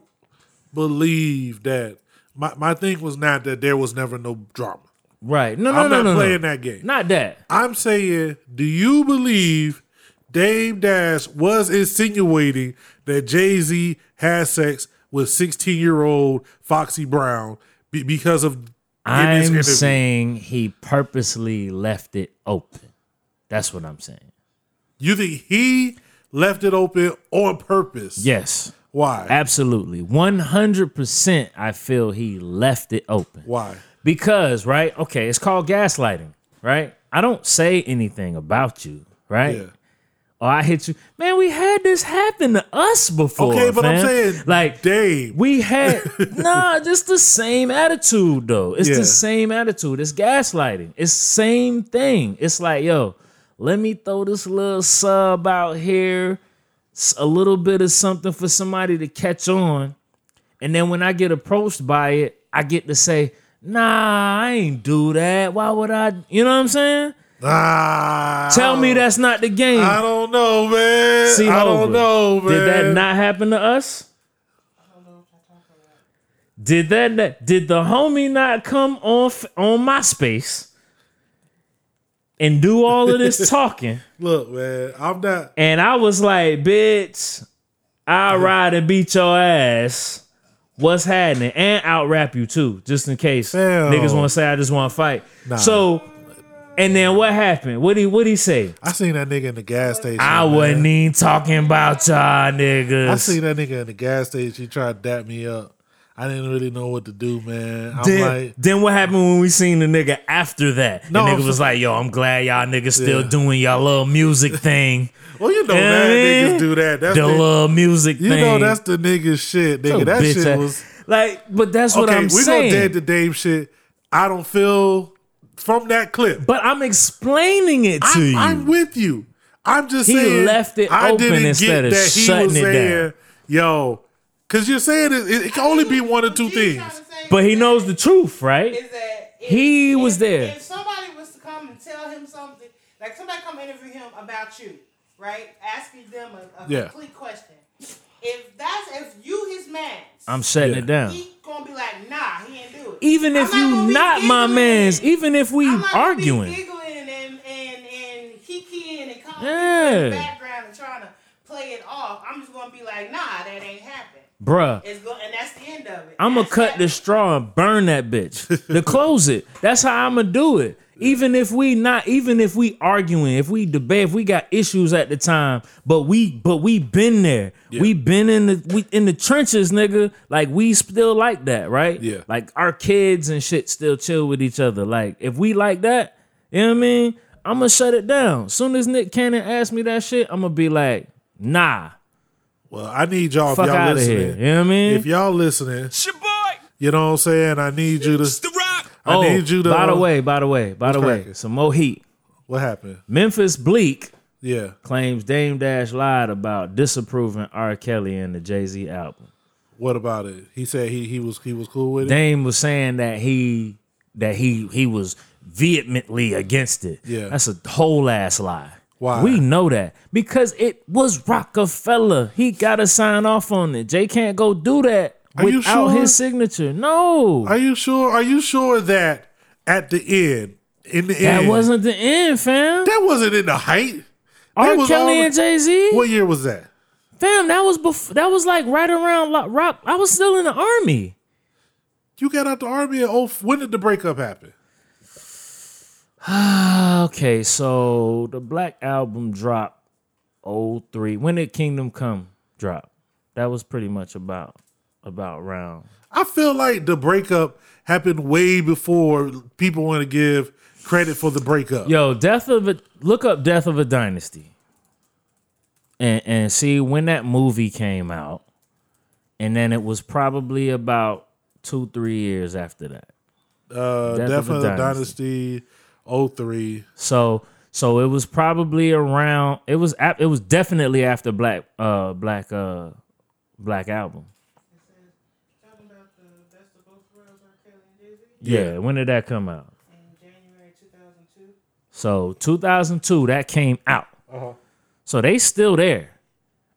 B: believe that. My my thing was not that there was never no drama.
A: right? No, no,
B: I'm
A: no,
B: not
A: no, no.
B: playing that game.
A: Not that.
B: I'm saying, do you believe Dame Dash was insinuating that Jay Z had sex with 16 year old Foxy Brown be- because of? in this
A: I'm
B: interview?
A: saying he purposely left it open. That's what I'm saying.
B: you think he left it open on purpose?
A: Yes,
B: Why?
A: absolutely, 100. percent I feel he left it open.
B: Why?
A: Because, right? Okay, it's called gaslighting, right? I don't say anything about you, right?
B: Yeah.
A: Or Oh, I hit you. Man, we had this happen to us before.
B: Okay, but I'm
A: fam.
B: saying,
A: like
B: Dame.
A: we had nah, just the same attitude though. It's
B: Yeah.
A: the same attitude. It's gaslighting. It's same thing. It's like, yo, let me throw this little sub out here, s- a little bit of something for somebody to catch on. And then when I get approached by it, I get to say, nah, I ain't do that. Why would I? You know what I'm saying?
B: Ah,
A: Tell me that's not the game.
B: I don't know, man.
A: See,
B: I
A: Hova,
B: don't know, man.
A: Did that not happen to us? Did that? Not, did the homie not come on f- on MySpace and do all of this talking?
B: Look, man. I'm not.
A: And I was like, "Bitch, I'll ride and beat your ass." What's happening? And out rap you too, just in case
B: Hell.
A: niggas want to say I just want to fight. So, and then what happened? What he what he say?
B: I seen that nigga in the gas station.
A: I
B: Ah, man.
A: wasn't even talking about y'all niggas.
B: I seen that nigga in the gas station. He tried to dap me up. I didn't really know what to do, man. I'm
A: Then,
B: like,
A: then what happened when we seen the nigga after that?
B: No,
A: the
B: I'm
A: nigga was like, "Yo, I'm glad y'all niggas still
B: Yeah.
A: doing y'all little music thing,
B: well, you know,
A: Yeah,
B: man,
A: man.
B: niggas do that. That's
A: the
B: the,
A: little music
B: you
A: thing."
B: know, that's the nigga shit, nigga.
A: Yo,
B: that
A: bitch
B: shit
A: ass.
B: was
A: like, but that's what
B: okay.
A: I'm
B: we
A: saying.
B: gonna dead the Dame shit. I don't feel from that clip.
A: but I'm explaining it to
B: I'm,
A: you.
B: I'm with you. I'm just
A: He
B: saying
A: left it
B: I
A: open
B: didn't
A: instead
B: get
A: of
B: that he was
A: shutting it down.
B: saying, yo, because you're saying it, it, it can only be one or two
D: What you trying
B: things.
D: to say
A: but he
D: is
A: knows the truth,
D: that-
A: right?
D: is that if-
A: He
D: if-
A: was there.
D: If somebody was to come and tell him something, like somebody come interview him about you, right? Asking them a, a
B: Yeah.
D: complete question. If that's if you his man,
A: I'm shutting
B: Yeah.
A: it down.
D: he gonna be like, nah, he ain't do it.
A: Even
D: I'm
A: if you
D: gonna be
A: not my
D: giggling.
A: man's, even if we
D: I'm not gonna
A: arguing,
D: be giggling and and and kikiing and calling in
A: Yeah.
D: the background and trying to play it off. I'm just gonna be like, nah, that ain't happened.
A: bruh.
D: It's go- and that's the end of it.
A: I'm gonna
D: That's
A: cut
D: that.
A: the straw and burn that bitch to close it. That's how I'm gonna do it. Even if we not, even if we arguing, if we debate, if we got issues at the time, but we, but we been there. We been in the we in the trenches, nigga. Like we still like that, right?
B: Yeah.
A: Like our kids and shit still chill with each other. Like if we like that, you know what I mean? I'm gonna shut it down. Soon as Nick Cannon asked me that shit, I'm gonna be like, nah,
B: Well, I need y'all
A: fuck
B: if y'all
A: out of here.
B: listening.
A: You know what I mean?
B: If y'all listening, you know what I'm saying? I need you to I
A: oh,
B: need you to
A: by the way, by the way, by the way,
B: cracking?
A: some more heat.
B: What happened?
A: Memphis Bleak
B: Yeah.
A: claims Dame Dash lied about disapproving R. Kelly and the Jay Z album.
B: What about it? He said he he was he was cool with it.
A: Dame was saying that he that he he was vehemently against it.
B: Yeah.
A: that's a whole ass lie.
B: Why?
A: We know that because it was Rockefeller. He got to sign off on it. Jay can't go do that
B: Are you
A: without
B: sure?
A: his signature. No,
B: Are you sure? Are you sure that at the end, in the
A: that
B: end,
A: wasn't the end, fam.
B: that wasn't in the height?
A: R.
B: that was
A: Kelly
B: all-
A: and Jay Z.
B: What year was that?
A: Fam, that was bef- that was like right around Lo- Rock. I was still in the army.
B: You got out the army in oh. When did the breakup happen?
A: Ah, Okay, so the Black Album dropped 03. When did Kingdom Come drop? That was pretty much about about round.
B: I feel like the breakup happened way before people want to give credit for the breakup.
A: Yo, Death of a look up Death of a Dynasty. And and see when that movie came out. And then it was probably about 2 3 years after that.
B: uh,
A: Death
B: Death,
A: of a
B: of the Dynasty, 03.
A: So so it was probably around it was ap- it was definitely after Black uh Black uh Black album.
D: Talking about the best of both worlds, R. Kelly and Jay Z,
A: Yeah, when did that come out?
D: in January 2002.
A: So 2002 that came out.
B: Uh-huh.
A: So they still there.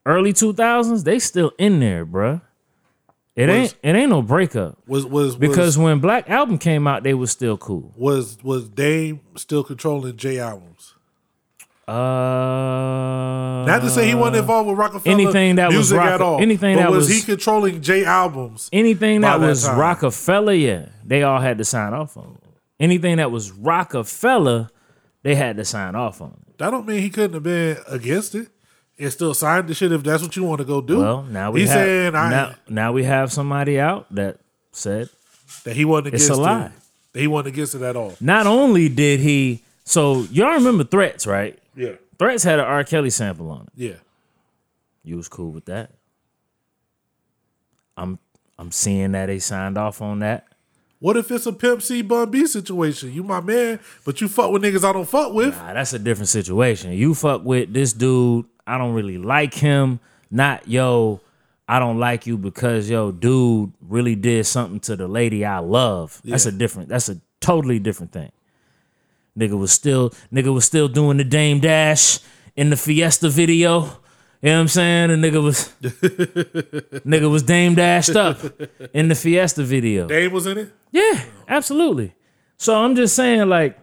A: Early 2000s they still in there, bruh. It ain't it ain't no breakup
B: Was was
A: because when Black album came out they was still cool.
B: was was, was Dame still controlling J albums?
A: Uh
B: Not to say he wasn't involved with Rockefeller
A: anything that was
B: music at
A: Rocke-
B: all.
A: anything
B: but
A: that
B: was,
A: was-
B: he controlling J albums?
A: anything
B: by
A: that,
B: that
A: was
B: time.
A: Rockefeller, yeah, they all had to sign off on it. Anything that was Rockefeller, they had to sign off on it.
B: That don't mean he couldn't have been against it. And still signed the shit if that's what you want to go do.
A: Well, now we
B: he's
A: have
B: saying I,
A: now, now we have somebody out that said
B: that he wasn't
A: It's
B: against
A: a
B: it.
A: lie.
B: That he wasn't against it at all.
A: not only did he so y'all remember Threats, right?
B: Yeah,
A: Threats had an R. Kelly sample on it.
B: yeah.
A: You was cool with that. I'm I'm seeing that they signed off on that.
B: What if it's a Pimp C Bun B situation? You my man, but you fuck with niggas I don't fuck with.
A: Nah, that's a different situation. You fuck with this dude. I don't really like him. Not yo. I don't like you because yo, dude, really did something to the lady I love. That's a different. That's a totally different thing. Nigga was still nigga was still doing the Dame Dash in the Fiesta video. You know what I'm saying? The nigga was nigga was Dame Dashed up in the Fiesta video.
B: Dame was in it.
A: Yeah, absolutely. So I'm just saying, like,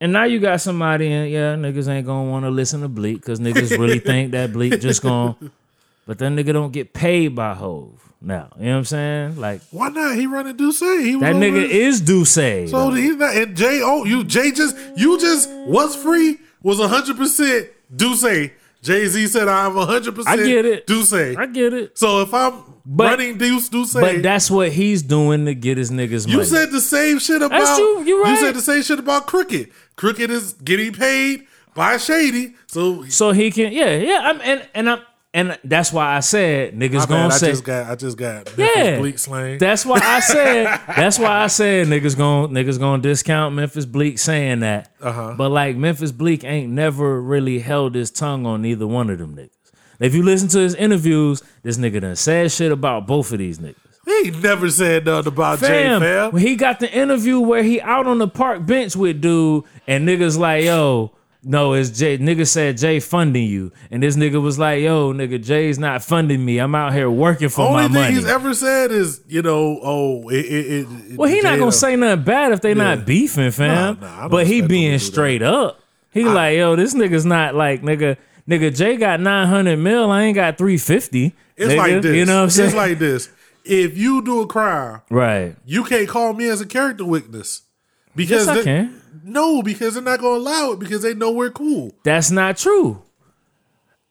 A: and now you got somebody, and yeah, niggas ain't gonna want to listen to Bleak because niggas really think that Bleak just gonna. But that nigga don't get paid by Hove now. You know what I'm saying? Like
B: Why not? He running Duce. He was
A: that
B: over
A: nigga
B: there.
A: is Duce.
B: So he's not. And J O you J just you just was free was hundred percent Duce. Jay Z said I'm hundred percent.
A: I get it.
B: Duce.
A: I get it,
B: So if I'm
A: But-
B: running Deuce Duce,
A: but that's what he's doing to get his niggas money.
B: you said the same shit about
A: you- you right.
B: said the same shit about Crooked. Crooked is getting paid by Shady. So
A: so he can, yeah, yeah. I'm and and I'm and that's why I said niggas
B: my
A: gonna
B: bad, I
A: say
B: just got I just got Memphis
A: Yeah.
B: Bleak slang.
A: That's why I said. that's why I said niggas gon' niggas gonna discount Memphis Bleak saying that. Uh-huh. But like Memphis Bleak ain't never really held his tongue on either one of them niggas. If you listen to his interviews, this nigga done said shit about both of these niggas.
B: he ain't never said nothing about J
A: Fam,
B: Fam.
A: when he got the interview where he out on the park bench with dude, and niggas like, yo, no, it's Jay. Nigga said Jay funding you, and this nigga was like, yo, nigga, Jay's not funding me. I'm out here working for
B: Only
A: my
B: thing
A: money.
B: he's ever said is, you know, oh, it. it, it
A: Well, he
B: J
A: not
B: Dub.
A: gonna say nothing bad if they not beefing, fam.
B: Nah, nah, I don't
A: but he
B: expect them
A: being
B: to do that.
A: straight up. He like, yo, this nigga's not like nigga. Nigga, Jay got nine hundred mil. I ain't got three fifty.
B: It's like this.
A: You know what I'm saying?
B: It's like this. If you do a crime,
A: right.
B: you can't call me as a character witness because
A: Yes, I
B: they-
A: can.
B: no, because they're not going to allow it because they know we're cool.
A: That's not true.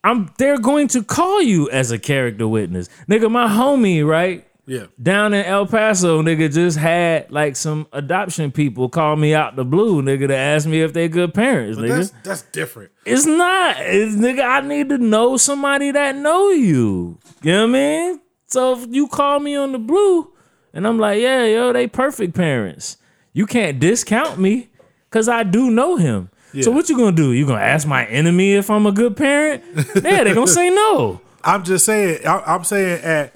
A: I'm. They're going to call you as a character witness, nigga. My homie, right?
B: Yeah.
A: down in El Paso, nigga, just had like some adoption people call me out the blue, nigga, to ask me if they good parents,
B: But
A: nigga.
B: that's that's different.
A: It's not. It's, nigga, I need to know somebody that know you. You know what I mean? So if you call me on the blue and I'm like, yeah, yo, they perfect parents. You can't discount me because I do know him. So
B: Yeah.
A: what you gonna do? You gonna ask my enemy if I'm a good parent? yeah, they gonna say no.
B: I'm just saying. I, I'm saying at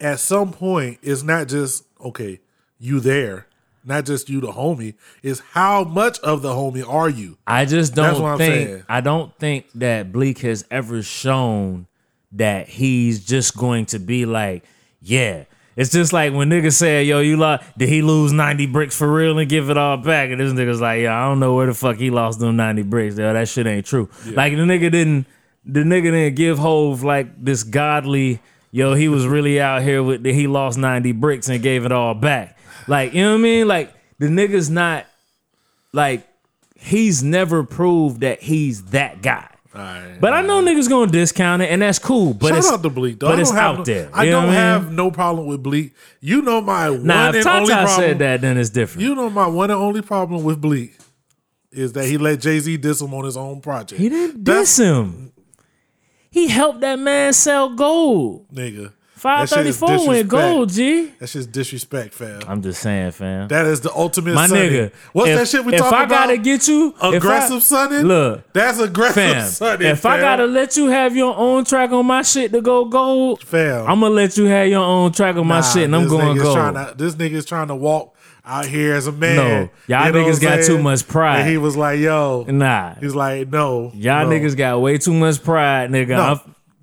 B: at some point, it's not just okay. You there, not just you the homie. It's how much of the homie are you?
A: I just
B: That's what
A: don't
B: I'm
A: think
B: saying.
A: I don't think that Bleak has ever shown that he's just going to be like, yeah. It's just like when niggas say, yo, you lost did he lose 90 bricks for real and give it all back? And this nigga's like, yo, I don't know where the fuck he lost them 90 bricks. Yo, that shit ain't true. Like the nigga didn't the nigga didn't give Hove like this godly, yo, he was really out here with the, he lost 90 bricks and gave it all back. Like, you know what I mean? Like the nigga's not like he's never proved that he's that guy.
B: Alright.
A: But I know niggas gonna discount it, and that's cool. But
B: Shout
A: it's
B: out to Bleak. Though.
A: but
B: I don't
A: it's
B: have
A: out
B: no,
A: there.
B: I
A: You know
B: don't
A: what I mean?
B: have no problem with Bleak. You know my
A: Now,
B: one
A: if
B: and only
A: Tata
B: problem.
A: said that, then it's different.
B: You know my one and only problem with Bleak is that he let Jay Z diss him on his own project.
A: he didn't
B: That's-
A: diss him. He helped that man sell gold.
B: nigga.
A: Five
B: That shit
A: thirty
B: is
A: four went
B: disrespect.
A: gold. G.
B: That's just disrespect, fam.
A: I'm just saying, fam.
B: That is the ultimate.
A: My
B: sunning.
A: nigga,
B: what's
A: if-
B: that shit we
A: if
B: talking
A: I
B: about?
A: gotta get you- if I-
B: aggressive sunning.
A: Look,
B: that's aggressive
A: fam.
B: sunning.
A: if I
B: fam.
A: gotta let you have your own track on my shit to go gold,
B: Fam.
A: I'm gonna let you have your own track on my
B: Nah,
A: shit, and I'm
B: this
A: going
B: nigga's
A: gold.
B: trying to- this nigga's trying to walk out here as a man.
A: No. Y'all
B: know
A: niggas
B: what I'm
A: got too
B: saying?
A: much pride.
B: And he was like, "Yo,"
A: nah,
B: he's like, "No,
A: Y'all
B: no.
A: niggas got way too much pride, nigga.
B: No,
A: I'm,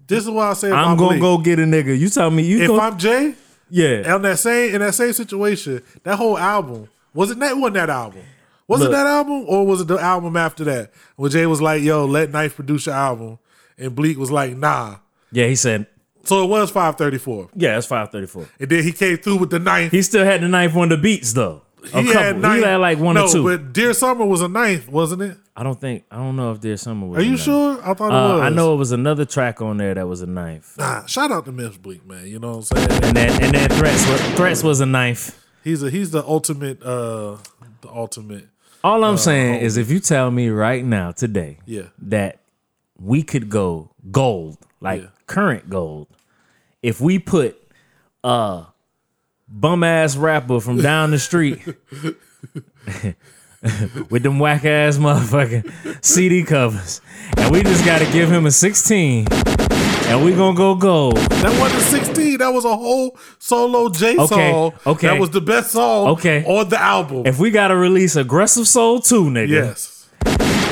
B: this is why I say if
A: I'm
B: I'm
A: gonna
B: Bleak.
A: go get a nigga. You tell me you
B: If
A: gonna,
B: I'm Jay,
A: yeah.
B: on that same in that same situation, that whole album was it that wasn't that album? Was
A: Look.
B: it that album or was it the album after that? When Jay was like, "Yo, let Knife produce your album," and Bleak was like, "Nah."
A: Yeah, he said,
B: So it was five thirty four,
A: yeah, it's 534.
B: and then he came through with the ninth.
A: He still had the ninth one of the beats though. A couple. he had like one
B: no,
A: or two.
B: but Dear Summer was a ninth, wasn't it?
A: I don't think I don't know if there's someone with
B: Are
A: a
B: you
A: ninth.
B: sure? I thought it
A: Uh,
B: was.
A: I know it was another track on there that was a ninth.
B: Nah, shout out to Memphis Bleak, man. You know what I'm saying?
A: And that and that threats was threats was a ninth.
B: He's a he's the ultimate, uh the ultimate.
A: All I'm saying is if you tell me right now, today,
B: Uh, oh. Yeah.
A: that we could go gold, like
B: Yeah.
A: current gold, if we put a bum ass rapper from down the street with them whack ass motherfucking CD covers, and we just gotta give him a 16, and we gonna go gold.
B: That wasn't 16. That was a whole solo J
A: Okay,
B: song.
A: okay.
B: That was the best song
A: Okay.
B: on the album.
A: If we gotta release Aggressive Soul 2, nigga.
B: yes.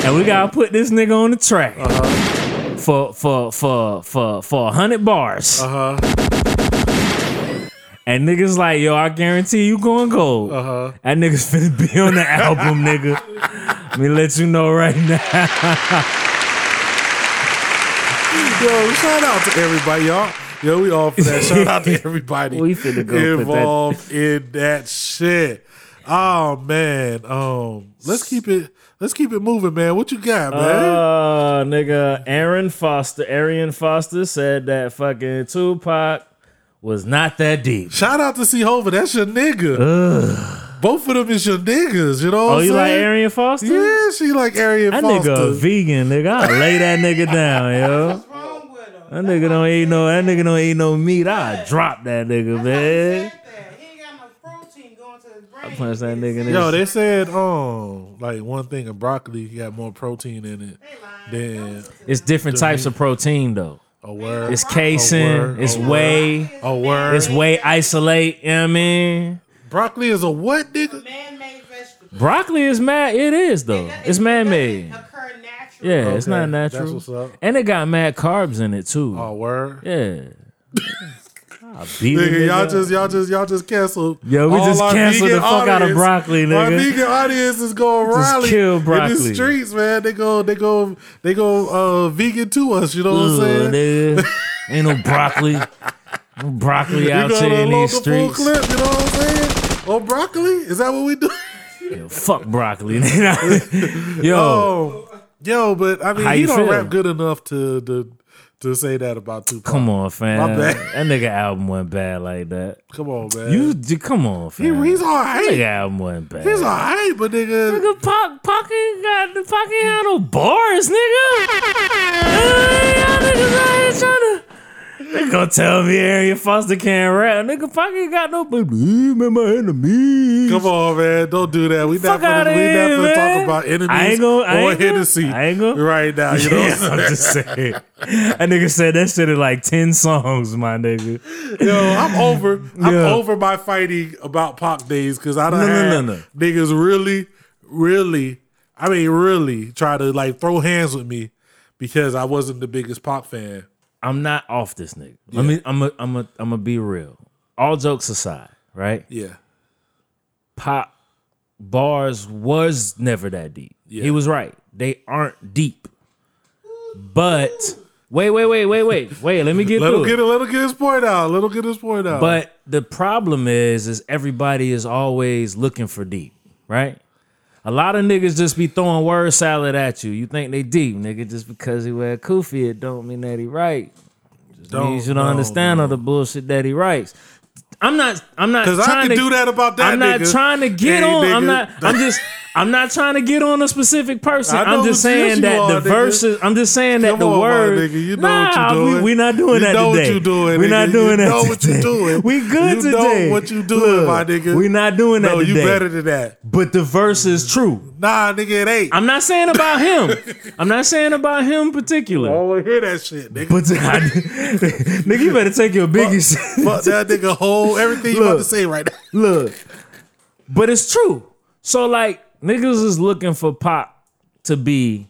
A: and we gotta put this nigga on the track
B: Uh-huh.
A: for for for for for hundred bars. Uh
B: Uh-huh.
A: huh. And niggas like, yo, I guarantee you going gold. Uh
B: Uh-huh.
A: huh. That nigga's finna be on the album, nigga. Let me let you know right now.
B: Yo, shout out to everybody, y'all. Yo, we all for that. Shout out to everybody
A: We finna go put that-
B: involved in that shit. Oh man. Um let's keep it let's keep it moving, man. What you got, man?
A: Uh, nigga, Aaron Foster, Arian Foster said that fucking Tupac was not that deep.
B: shout out to C Hova. That's your nigga. Both of them is your niggas, you know what
A: Oh,
B: I'm
A: you like
B: saying?
A: Arian Foster?
B: Yeah, she like Arian
A: That
B: Foster.
A: nigga a vegan, nigga. I'll lay that nigga down, yo.
D: What's wrong with him?
A: That nigga don't eat no. That nigga don't eat no meat. I drop that nigga, man.
D: He said that. He ain't got no protein going to his brain.
A: punch that nigga in his-
B: Yo, they said um like one thing of broccoli got more protein in it than
A: It's different types of protein though.
B: a word.
A: It's
B: Oh,
A: casein. It's whey.
B: a word.
A: It's whey isolate. You know what I mean,
B: broccoli is a what, nigga?
D: Man-made vegetable.
A: broccoli is mad. It is though. It's man made.
D: Occur naturally.
A: Yeah, it's
B: Okay,
A: not
B: that's
A: natural.
B: what's up. Oh.
A: And it got mad carbs in it too.
B: A word.
A: Yeah. I beat a
B: Nigga, y'all
A: up.
B: just y'all just y'all just canceled.
A: Yo, we
B: all
A: just
B: our
A: canceled
B: vegan
A: the fuck out of broccoli,
B: Our
A: nigga.
B: vegan audience is going
A: Just
B: rally
A: kill
B: in
A: broccoli.
B: the streets, man. They go, they go, they go uh, vegan to us. You know what I'm
A: Ugh,
B: saying?
A: nigga. Ain't no broccoli. No broccoli
B: you
A: out
B: gonna
A: here in
B: load
A: these
B: the full
A: streets.
B: clip. You know what I'm saying? Oh, broccoli? Is that what we do?
A: Yo, fuck broccoli. nigga. Yo.
B: Oh, yo, but I mean,
A: How
B: he
A: you
B: don't
A: feel?
B: rap good enough to to to say that about Tupac.
A: Come on, fam.
B: My bad.
A: That nigga album went bad like that.
B: Come on, man.
A: You d- come on,
B: He-
A: fam.
B: he's
A: that
B: all right.
A: nigga album went bad.
B: He's all right, but nigga,
A: Nigga, Pac, Pac ain't got the Pac ain't had no bars, nigga. Y'all niggas out here tryna- They gonna tell me Arian Foster can't rap, nigga. Pac ain't got no believe in my enemies.
B: come on, man. Don't do that. We
A: Fuck
B: not
A: outta
B: gonna, we
A: here,
B: not gonna
A: man.
B: talk about enemies
A: I ain't gonna- I
B: or
A: ain't gonna-
B: Hennessy
A: I ain't gonna-
B: right now. You know
A: Yeah,
B: what
A: I'm
B: I'm
A: just saying. That nigga said that shit in like ten songs, my nigga.
B: saying? Yo, I'm over. I'm
A: Yeah.
B: over my fighting about Pop days because I don't
A: No, no,
B: have
A: no, no.
B: niggas really, really. I mean, really try to like throw hands with me because I wasn't the biggest Pop fan.
A: I'm not off this nigga. Let me. I'm a. I'm a. I'm a be real. All jokes aside, right?
B: Yeah,
A: Pop bars was never that deep. He
B: Yeah.
A: was right. They aren't deep. But wait, wait, wait, wait, wait, wait. Let me get
B: let
A: through.
B: him
A: it.
B: get it. Let him get his point out. Let him get his point out.
A: But the problem is, is everybody is always looking for deep, right? A lot of niggas just be throwing word salad at you. You think they deep, nigga, just because he wear a kufi, it don't mean that he right. Just
B: Don't-
A: means you don't
B: no,
A: understand all the bullshit that he writes. I'm not. I'm not.
B: Because
A: Because
B: I can do that about that
A: I'm not
B: nigga.
A: trying to get
B: Hey,
A: on. I'm
B: nigga.
A: not. I'm just. I'm not trying to get on a specific person.
B: I know
A: I'm just
B: what you- yes,
A: saying
B: you
A: that
B: are,
A: the
B: nigga.
A: verses. I'm just saying that
B: Come
A: the
B: on, my
A: word.
B: nigga, you know what
A: nah,
B: you doing.
A: we, we not doing
B: You
A: that
B: know what
A: today.
B: you doing,
A: We
B: nigga.
A: not doing
B: You
A: that.
B: know what you
A: today.
B: doing.
A: We good
B: You know
A: today.
B: what you doing,
A: Look,
B: my nigga.
A: We not doing that
B: no, you
A: today.
B: better than that.
A: But the verse is true.
B: Nah, nigga, it ain't.
A: I'm not saying about him. I'm not saying about him particular.
B: I don't hear that shit, nigga.
A: But nigga, you better take your biggie. shit.
B: Fuck that nigga whole everything you about to
A: Look.
B: say right now.
A: Look, but it's true. So like niggas is looking for pop to be,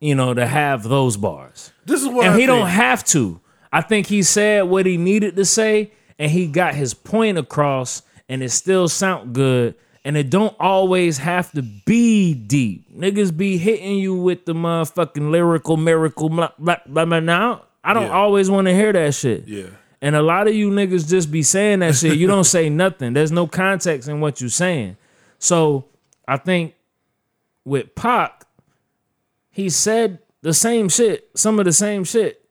A: you know, to have those bars,
B: This is what
A: and
B: I
A: he don't
B: think.
A: have to. I think he said what he needed to say, and he got his point across, and it still sound good. And it don't always have to be deep. Niggas be hitting you with the motherfucking lyrical miracle. Blah, blah, blah, blah. Now I don't
B: Yeah.
A: always want to hear that shit.
B: Yeah.
A: And a lot of you niggas just be saying that shit. You don't say nothing. There's no context in what you're saying. So I think with Pac, he said the same shit, some of the same shit.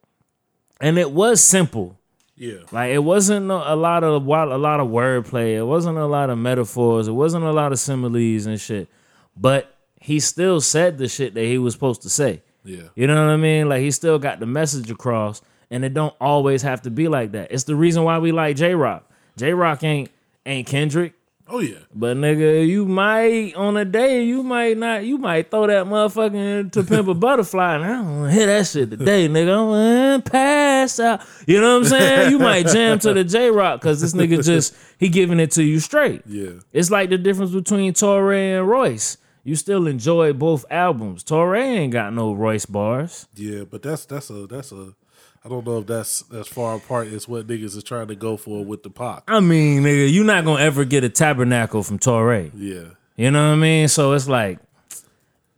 A: And it was simple.
B: Yeah.
A: Like it wasn't a, a lot of wild, a lot of wordplay. It wasn't a lot of metaphors. It wasn't a lot of similes and shit. But he still said the shit that he was supposed to say.
B: Yeah.
A: You know what I mean? Like he still got the message across, and it don't always have to be like that. It's the reason why we like J Rock. J Rock ain't ain't Kendrick,
B: Oh yeah.
A: but nigga, you might on a day you might not you might throw that motherfucking to pimp a butterfly, and I don't want to hear that shit today, nigga. I'm gonna pass out. You know what I'm saying? You might jam to the J Rock because this nigga just he giving it to you straight.
B: Yeah.
A: It's like the difference between Torre and Royce. You still enjoy both albums. Torre ain't got no Royce bars.
B: Yeah. But that's that's a that's a I don't know if that's as far apart as what niggas is trying to go for with the pop.
A: I mean, nigga, you're not gonna ever get a tabernacle from Torre.
B: Yeah.
A: You know what I mean? So it's like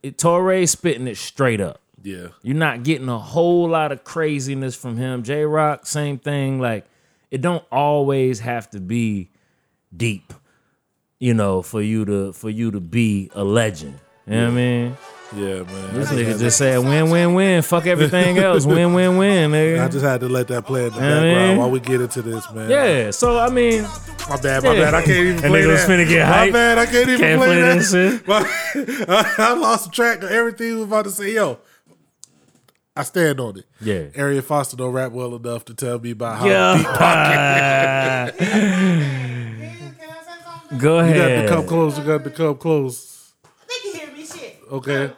A: it, Torre spitting it straight up.
B: Yeah.
A: You're not getting a whole lot of craziness from him. J Rock, same thing. Like it don't always have to be deep, you know, for you to for you to be a legend. You know what I mean?
B: Yeah,
A: This
B: man. I, just
A: nigga
B: had,
A: just said win, win, win. Fuck everything else. Win, win, win,
B: to, I
A: nigga.
B: just had to let that play in the
A: I
B: background
A: mean-
B: while we get into this, man.
A: Yeah. So I mean,
B: My bad, my
A: Yeah.
B: bad. I can't even
A: That
B: play
A: nigga was
B: that.
A: finna get
B: my
A: hyped.
B: bad, I can't even
A: Can't
B: play,
A: play
B: that.
A: that shit.
B: My- I, lost track of everything we was about to say. Yo, I stand on it.
A: Yeah.
B: Arian Foster don't rap well enough to tell me about how deep
A: yeah.
D: Can I say something?
A: Go
B: you
A: ahead.
B: got to come close. You got to come close.
D: They can hear me shit.
B: Okay.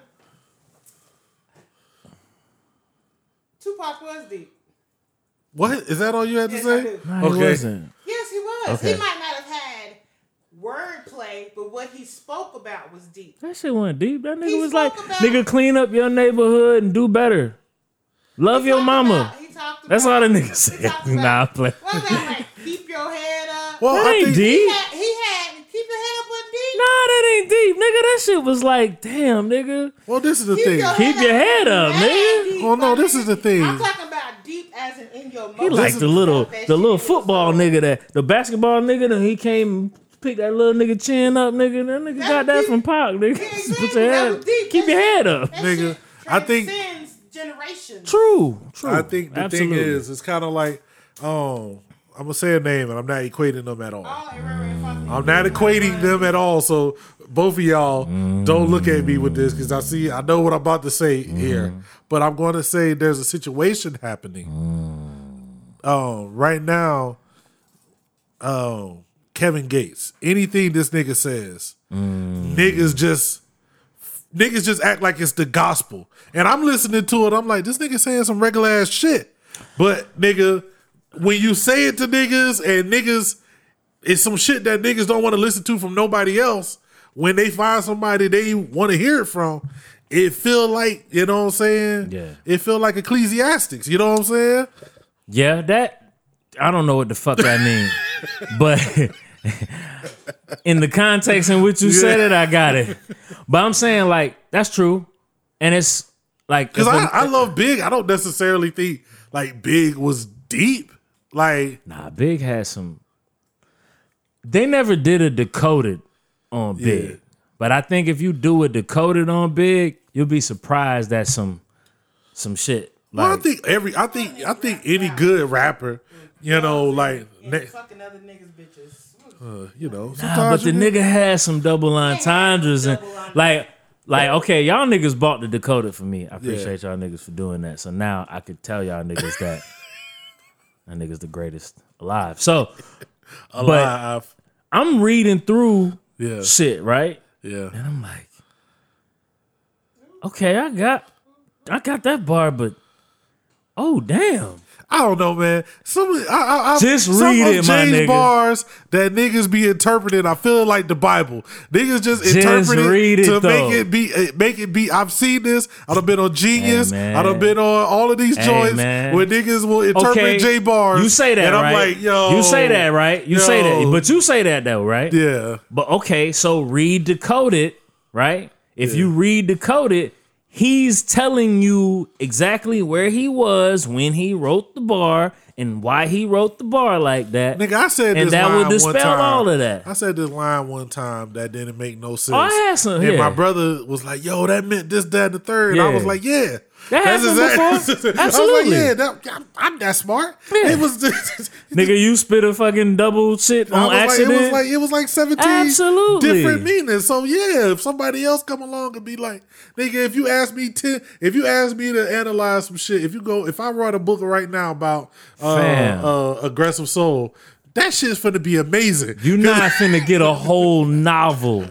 D: Tupac was deep.
B: What is that? All you had to
D: Yes, I
B: say?
D: do.
A: No, he wasn't.
D: Yes, he was.
A: Okay.
D: He might not have had wordplay, but what he spoke about was deep.
A: That shit went deep. That nigga
D: He
A: was like,
D: spoke about-
A: nigga, clean up your neighborhood and do better. Love
D: He
A: your
D: talked
A: mama.
D: about- he talked
A: That's
D: about-
A: all the niggas
D: he talked
A: say.
D: about-
A: Nah, I play.
D: What was that like? Keep your head up.
B: Well,
A: That
B: I
A: ain't
B: think
A: deep.
D: He had, he had keep your head up with deep.
A: Nah, that ain't deep, nigga. That shit was like, damn, nigga.
B: well, this is the
D: Keep
B: thing.
D: your
A: Keep your head up,
D: Mad
A: nigga.
D: deep.
B: Well, no, this is the thing.
D: I'm talking about deep as in in your mouth.
A: He like
B: is-
A: the little,
D: That
A: the little
D: shit is
A: football
D: so-
A: nigga that, the basketball nigga that he came pick that little nigga chin up, nigga. That nigga got that from Pac, nigga.
D: Yeah,
A: Just Put
D: exactly.
A: your
D: That
A: head,
D: was deep.
A: keep
D: That
A: your head up.
D: That
B: Nigga,
D: shit
B: I think-
D: transcends generations.
A: True, true.
B: I think the
A: Absolutely.
B: thing is, it's kind of like, um, I'm gonna say a name, and I'm not equating them at all.
D: All era and fucking-
B: I'm not equating them at all. So both of y'all don't look at me with this because I see I know what I'm about to say here, but I'm going to say there's a situation happening. Um, right now, um, Kevin Gates. Anything this nigga says, niggas just niggas just act like it's the gospel. And I'm listening to it. I'm like, this nigga saying some regular ass shit. But nigga, when you say it to niggas and niggas, it's some shit that niggas don't want to listen to from nobody else. When they find somebody they want to hear it from, it feel like you know what I'm saying.
A: Yeah.
B: It feel like Ecclesiastics. You know what I'm saying?
A: Yeah, that I don't know what the fuck that means, but in the context in which you said it, I got it. But I'm saying like that's true, and it's like
B: Because
A: if
B: I,
A: I'm-
B: I love Big. I don't necessarily think like Big was deep. Like
A: nah, Big had some. They never did a decoded on Big,
B: Yeah.
A: but I think if you do a decoded on Big, you'll be surprised at some some shit.
B: Well,
A: Like
B: I think every, I think, I think any good rapper, you know, like,
D: And
B: ne-
D: fucking other niggas' bitches.
B: you know,
A: Ah,
B: sometimes
A: but the
B: you get-
A: nigga had some double entendres and
D: double entendres.
A: like like okay, y'all niggas bought the Dakota for me. I appreciate
B: Yeah.
A: y'all niggas for doing that. So now I could tell y'all niggas that that nigga's the greatest alive. So
B: alive,
A: I'm reading through
B: yeah,
A: shit, right?
B: yeah,
A: And I'm like, okay, I got I got that bar, but oh damn.
B: I don't know, man. Some, I, I, I,
A: Just
B: some
A: read
B: of
A: it,
B: James
A: my nigga.
B: bars that niggas be interpreted. I feel like the Bible. Niggas just,
A: Just
B: interpret it
A: read it,
B: to
A: though.
B: make it be, uh, make it be. I've seen this. I done been on Genius.
A: man.
B: I done been on all of these
A: Hey,
B: joints
A: man.
B: where niggas will interpret
A: Okay,
B: J bars.
A: You say that,
B: and I'm
A: right?
B: like, yo,
A: you say that, right? You say that,
B: yo.
A: but you say that though, right?
B: yeah,
A: But okay, so read decoded, right? If you read decoded, he's telling you exactly where he was when he wrote the bar and why he wrote the bar like that.
B: Nigga, I said
A: And
B: this
A: that
B: line
A: would
B: one
A: dispel
B: time.
A: all of that.
B: I said this line one time that didn't make no sense.
A: Oh, I had some-
B: and
A: yeah.
B: my brother was like, "Yo, that meant this, that, and the third. And I
A: Yeah.
B: was like, "Yeah."
A: That happened before.
B: I was like,
A: Absolutely.
B: yeah, that, I'm, I'm that smart.
A: Yeah.
B: It was just,
A: Nigga, you spit a fucking double shit
B: I
A: on
B: was like, it
A: accident.
B: was like it was like 17
A: Absolutely.
B: different meanings. So yeah, if somebody else come along and be like, nigga, if you ask me 10, if you ask me to analyze some shit, if you go, if I write a book right now about uh,
A: Fam.
B: uh, aggressive soul, that shit's finna be amazing.
A: you not finna get a whole novel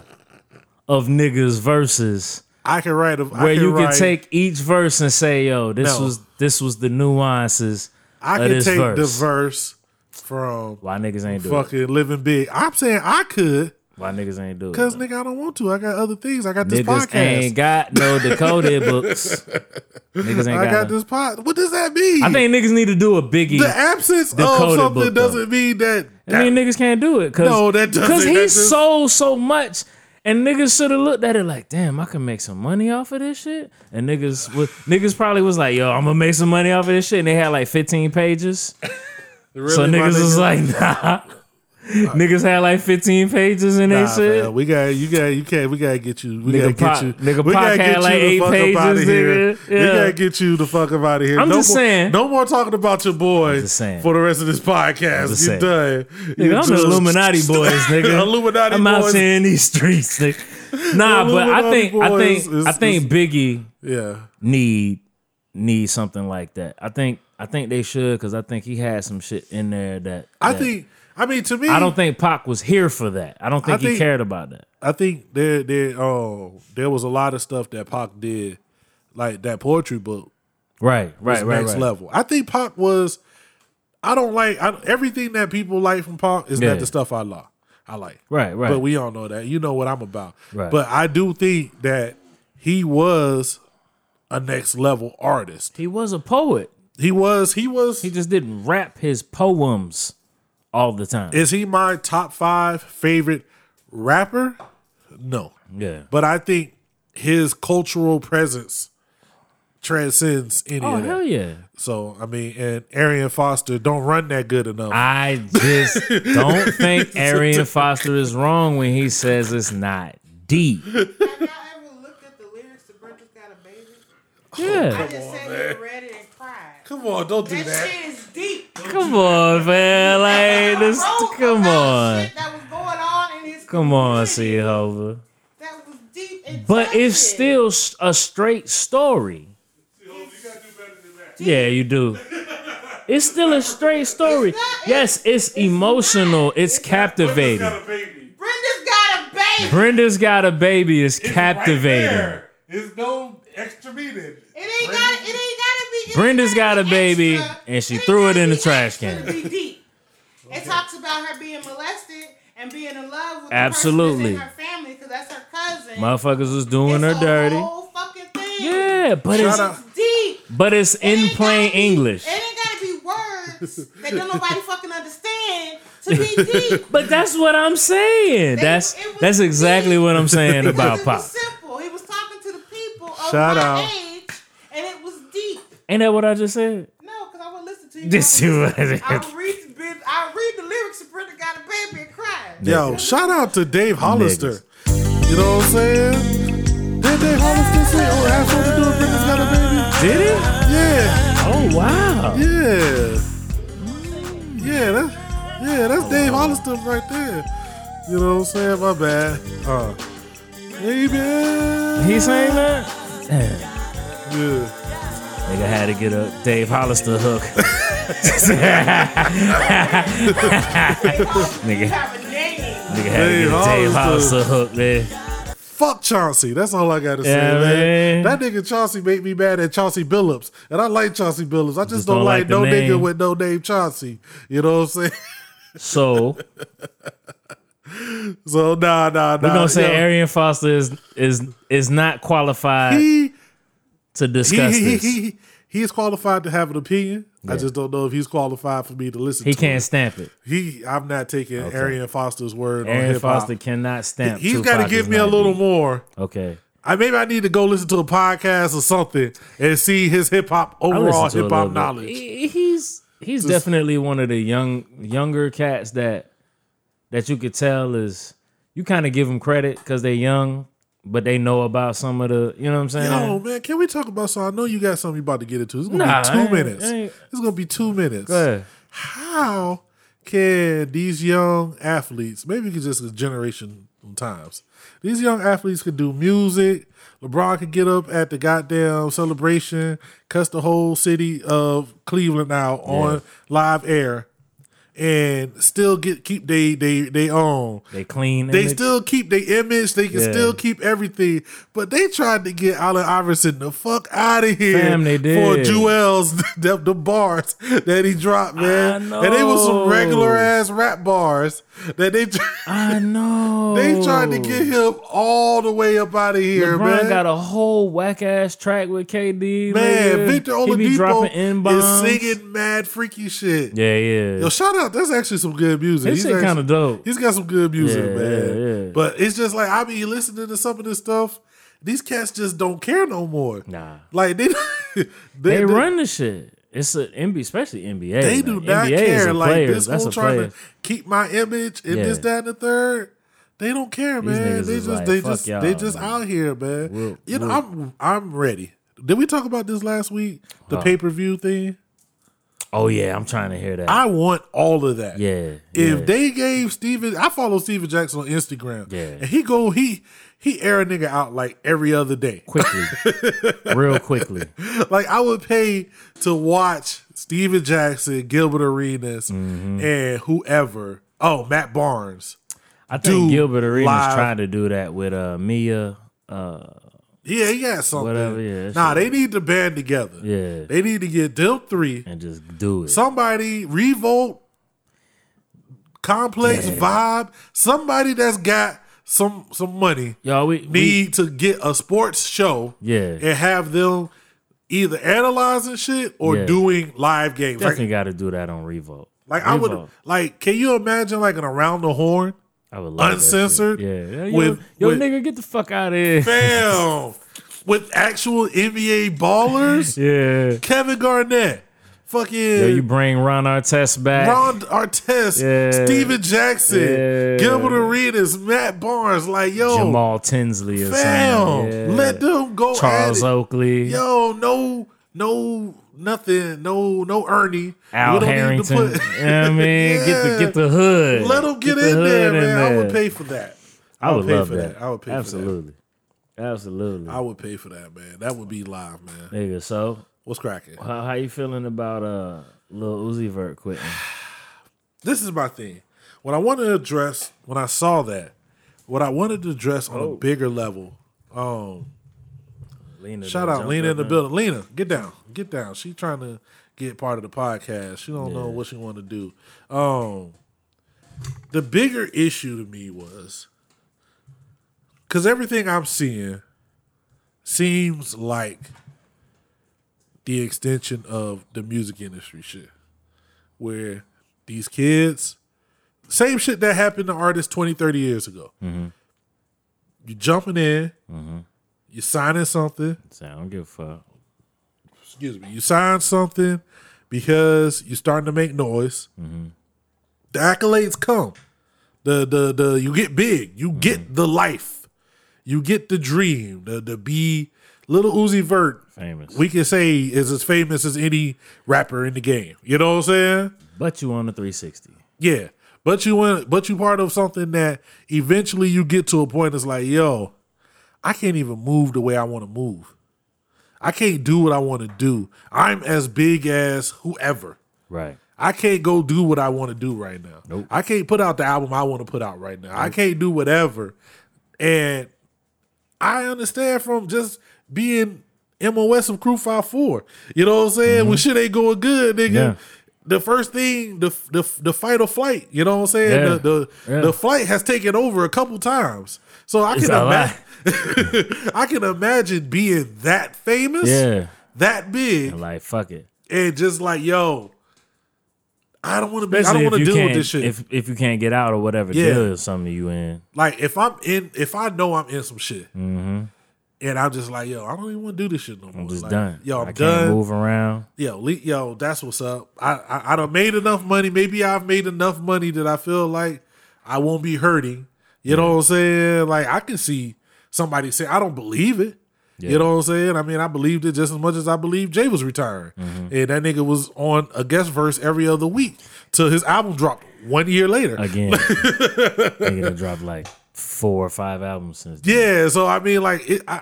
A: of niggas verses
B: I can write a
A: where
B: I can
A: you can
B: write,
A: take each verse and say, "Yo, this
B: No.
A: was this was the nuances."
B: I
A: of
B: can
A: this
B: take
A: verse.
B: the verse from
A: Why niggas ain't do it?
B: fucking living big. I'm saying I could
A: Why niggas ain't do it?
B: because nigga, I don't want to. I got other things. I got this
A: Niggas
B: podcast.
A: ain't got no decoded books. Niggas ain't
B: I
A: got.
B: got
A: no-
B: this pod. What does that mean?
A: I think niggas need to do a biggie.
B: the absence of
A: Dakota
B: something
A: book,
B: doesn't
A: though.
B: mean that.
A: I mean, niggas can't do it because
B: No, that doesn't-
A: he
B: that just-
A: sold so much, and niggas should have looked at it like, damn, I can make some money off of this shit. And niggas was niggas probably was like, yo, I'm gonna make some money off of this shit, and they had like 15 pages.
B: really,
A: so
B: my
A: niggas was
B: nigga?
A: like, nah. Niggas had like 15 pages in they
B: Nah,
A: shit.
B: man, we got you got you can't we gotta get you we
A: Nigga
B: gotta
A: Pac-
B: get you
A: nigga
B: we gotta
A: Pac
B: get
A: had
B: you
A: like
B: the
A: eight
B: fuck up out of
A: pages,
B: here.
A: nigga.
B: We
A: Yeah.
B: gotta get you the fuck up out of here.
A: I'm
B: no
A: just
B: more,
A: saying.
B: No more talking about your boy
A: just saying.
B: for the rest of this podcast. You
A: just saying.
B: done. You
A: Nigga, I'm the
B: just-
A: Illuminati boys, nigga.
B: Illuminati
A: I'm out
B: boys.
A: here in these streets, nigga. Nah,
B: The
A: but I
B: Illuminati
A: think I think
B: boys is-
A: I think Biggie
B: Yeah.
A: need need something like that. I think I think they should because I think he had some shit in there that
B: I
A: that-
B: think I mean to me
A: I don't think Pac was here for that. I don't think he
B: think-
A: cared about that.
B: I think there there oh there was a lot of stuff that Pac did, like that poetry book
A: Right, right,
B: was
A: right,
B: next
A: right.
B: level. I think Pac was I don't like I, everything that people like from Pac is
A: Yeah.
B: not the stuff I like. I like.
A: Right, right.
B: But we all know that. You know what I'm about.
A: Right.
B: But I do think that he was a next level artist.
A: He was a poet.
B: He was he was
A: He just didn't rap his poems all the time.
B: is he my top 5 favorite rapper? No.
A: yeah.
B: But I think his cultural presence transcends any
A: Oh
B: of that.
A: hell yeah!
B: So I mean, and Arian Foster don't run that good enough.
A: I just don't think Arian Foster is wrong when he says it's not deep.
B: Oh,
D: Have y'all ever looked at the lyrics to Brenda's Got a Baby?
A: Yeah,
D: Just say
B: man.
D: and read it and cried.
B: Come on, don't do
D: That
B: that.
D: shit is deep.
A: Come on, man. Like this.
D: Wrote
A: Come
D: about
A: on.
D: Shit that was going on in his
A: Come on,
D: community
A: Seahova.
D: That was deep. And
A: But it's
D: touching.
A: still s- a straight story. Yeah, you do. It's still a straight story. Yes, it's emotional. It's captivating.
G: Got a baby.
D: Brenda's got a baby.
A: Brenda's got a baby is
G: It's Right
A: captivating.
G: there. There's no extra meaning.
D: It ain't got. It ain't gotta be. it
A: Brenda's
D: ain't gotta
A: got
D: be
A: a baby,
D: extra.
A: and she
D: ain't
A: threw it
D: gotta
A: in the
D: be
A: trash
D: extra
A: can.
D: to be deep. It talks about her being molested and being in love with
A: Absolutely.
D: the person that's in her family because that's her cousin.
A: Motherfuckers was doing her
D: It's a
A: dirty.
D: Whole fucking thing.
A: Yeah, but
B: Shout
A: it's
B: out.
D: It's deep.
A: but it's
D: It
A: in
D: ain't
A: plain
D: gotta be-
A: English.
D: It ain't gotta be words that don't nobody fucking understand to be deep.
A: But that's what I'm saying. That's
D: it was
A: that's exactly
D: deep.
A: what I'm saying
D: Because
A: about
D: it
A: pop.
D: was simple. He was talking to the people of
B: Shout
D: my
B: out.
D: age, and it was deep.
A: Ain't that what I just said?
D: No, because I would listen to you.
A: This
D: I
A: you
D: would listen- I would read the bit- I would read the lyrics of Brenda Got a Baby and cry.
B: Yo, shout out to Dave Hollister. You know what I'm saying? Did Dave Hollister say, "Oh, it has something to do with Britney's got a baby"?
A: Did it?
B: Yeah,
A: Oh wow.
B: yeah, yeah. That's yeah, that's Dave Hollister right there. You know what I'm saying? My bad. Uh, baby.
A: He sang that?
B: Yeah.
A: Nigga had to get a Dave Hollister hook.
D: You have a
A: Nigga
D: name.
A: had to
B: Dave
A: get a Dave
B: Hollister.
A: Hollister hook there.
B: Fuck Chauncey. That's all I gotta say,
A: Yeah, man.
B: man. That nigga Chauncey made me mad at Chauncey Billups. And I like Chauncey Billups. I just, don't, like,
A: the
B: no nigga
A: name.
B: with no name Chauncey. You know what I'm saying?
A: So
B: So nah nah nah.
A: we're gonna say
B: yo.
A: Arian Foster is is is not qualified
B: he
A: to
B: he,
A: discuss
B: he,
A: this.
B: he, he he's qualified to have an opinion. I just don't know if he's qualified for me to listen
A: He
B: to
A: can't
B: it.
A: stamp it.
B: he I'm not taking Arian Foster's word on
A: Arian
B: hip hop.
A: Foster cannot stamp.
B: He's
A: Tupac
B: gotta
A: is
B: give me a
A: not
B: little
A: deep.
B: more.
A: Okay.
B: I maybe I need to go listen to a podcast or something and see his hip hop
A: I
B: overall
A: listened to a
B: hip
A: little
B: hop
A: bit.
B: knowledge.
A: He- He's he's definitely one of the young younger cats that that you could tell is you kind of give them credit because they're young, but they know about some of the you know what I'm saying.
B: Yo, Oh, man, can we talk about so I know you got something you about to get into. It's gonna
A: Nah,
B: be
A: I
B: two
A: ain't-
B: minutes.
A: I ain't-
B: It's gonna be two minutes.
A: Go ahead.
B: How can these young athletes, maybe you could just a generation sometimes, these young athletes could do music. LeBron could get up at the goddamn celebration, cuss the whole city of Cleveland out on live air, and still get keep they they they own.
A: They clean.
B: They
A: image.
B: still keep their image. They can
A: Yeah.
B: still keep everything. But they tried to get Allen Iverson the fuck out of here
A: Fam, they
B: for
A: did.
B: Jewel's the, the bars that he dropped, man.
A: I
B: And they was some
A: know.
B: regular ass rap bars that they tr-
A: I know.
B: they tried to get him all the way up out of here,
A: Oh. LeBron
B: man.
A: got a whole whack ass track with KD.
B: man,
A: nigga.
B: Victor
A: He be dropping
B: Oladipo is
A: N-bombs.
B: singing mad freaky shit.
A: Yeah, yeah.
B: Yo, shout out. That's actually some good music.
A: His
B: He's
A: shit
B: actually-
A: kinda dope.
B: He's got some good music,
A: Yeah,
B: man.
A: yeah, yeah.
B: But it's just like I be listening to some of this stuff. These cats just don't care no more.
A: Nah.
B: Like they they,
A: they, run the shit. It's an NBA, especially NBA.
B: They
A: man.
B: do not
A: NBA is
B: care.
A: a
B: Like
A: player.
B: this
A: That's
B: whole
A: a
B: trying
A: player.
B: to keep my image and
A: Yeah.
B: this, that, and the third. They don't care, man.
A: niggas
B: They
A: is
B: just
A: like,
B: they
A: "Fuck
B: just
A: y'all,
B: they just
A: man."
B: out here, man.
A: We'll-
B: you know,
A: we'll-
B: I'm I'm ready. Did we talk about this last week? The pay per view thing.
A: Oh yeah, I'm trying to hear that.
B: I want all of that.
A: yeah.
B: If
A: yeah.
B: they gave Steven, I follow Steven Jackson on Instagram.
A: Yeah.
B: And he go, he he air a nigga out like every other day.
A: quickly, real quickly.
B: like I would pay to watch Steven Jackson, Gilbert Arenas,
A: Mm-hmm.
B: and whoever. Oh, Matt Barnes.
A: I think
B: Do
A: Gilbert Arenas
B: live-
A: tried to do that with uh, Mia. Uh,
B: Yeah, he got something.
A: Whatever, yeah, that
B: nah, they need to band together.
A: Yeah.
B: They need to get them three.
A: and just do it.
B: Somebody revolt, complex vibe. Somebody that's got some some money.
A: Y'all, we, we
B: need to get a sports show
A: Yeah.
B: and have them either analyzing shit or
A: Yeah.
B: doing live games.
A: definitely
B: Like,
A: got to do that on Revolt.
B: like I would
A: Revolt.
B: like can you imagine like an around the horn?
A: I would love that shit.
B: uncensored
A: Yeah, yo,
B: with-
A: yo
B: with-
A: nigga, get the fuck out of here.
B: Bam! with actual NBA ballers?
A: Yeah,
B: Kevin Garnett. Fucking
A: yo, you bring Ron Artest back.
B: Ron Artest,
A: Yeah.
B: Steven Jackson,
A: Yeah.
B: Gilbert Arenas, Matt Barnes, like yo,
A: Jamal Tinsley or
B: fam,
A: something. Yeah.
B: let them go at
A: Charles
B: it.
A: Oakley.
B: Yo, no, no nothing, no no Ernie.
A: Al
B: We don't need to
A: Harrington.
B: put-
A: you know what I mean? Get the get the hood.
B: Let them get,
A: the
B: in there,
A: hood
B: man. I would pay for that.
A: I would
B: pay
A: love
B: for
A: that.
B: that. I would pay for that.
A: Absolutely. Absolutely.
B: I would pay for that, man. That would be live, man.
A: Nigga, so
B: What's cracking?
A: how, how you feeling about uh Lil Uzi Vert quitting?
B: This is my thing. What I wanted to address when I saw that, what I wanted to address
A: Oh.
B: on a bigger level. Um,
A: Lena
B: shout
A: done
B: out
A: jumped
B: Lena
A: up
B: in the
A: in-
B: building. Lena, get down, get down. She trying to get part of the podcast. She don't know what she want to do. Um, the bigger issue to me was because everything I'm seeing seems like the extension of the music industry shit, where these kids, same shit that happened to artists 20, 30 years ago.
A: Mm-hmm.
B: You jumping in, you signing something,
A: Say, I don't give a fuck.
B: excuse me, you sign something because you're starting to make noise. The accolades come. The the the you get big. You get the life. You get the dream. The the be little Uzi Vert.
A: Famous.
B: We can say is as famous as any rapper in the game. You know what I'm saying?
A: But you on the 360.
B: Yeah. But you went but you part of something that eventually you get to a point that's like, yo, I can't even move the way I want to move. I can't do what I want to do. I'm as big as whoever.
A: Right.
B: I can't go do what I want to do right now.
A: Nope.
B: I can't put out the album I want to put out right now. I can't do whatever. And I understand from just being MOS of Crew 54. You know what I'm saying? When shit ain't going good, nigga.
A: Mm-hmm. Yeah.
B: The first thing, the, the the fight or flight, you know what I'm saying?
A: Yeah.
B: The the,
A: Yeah.
B: the flight has taken over a couple times. So I
A: It's
B: can
A: a lot.
B: imagine I can imagine being that famous,
A: Yeah.
B: that big,
A: And like, fuck it.
B: and just like, yo, I don't want to be, I
A: Especially
B: don't want to
A: if you
B: deal with
A: can't,
B: this shit.
A: If if you can't get out or whatever
B: Yeah.
A: deal or something you in.
B: like, if I'm in, if I know I'm in some shit, and I'm just like, yo, I don't even want to do this shit no more.
A: Mm-hmm. I'm just
B: Like,
A: done.
B: Yo, I'm
A: I
B: done.
A: can't move around.
B: Yo, le- yo, that's what's up. I, I I done made enough money. Maybe I've made enough money that I feel like I won't be hurting. You know what I'm saying? Like I can see somebody say, I don't believe it. You know what I'm saying? I mean, I believed it just as much as I believed Jay was retiring.
A: Mm-hmm.
B: And that nigga was on a guest verse every other week till his album dropped one year later.
A: Again. Nigga done dropped like four or five albums since then.
B: Yeah, so I mean, like, it, I,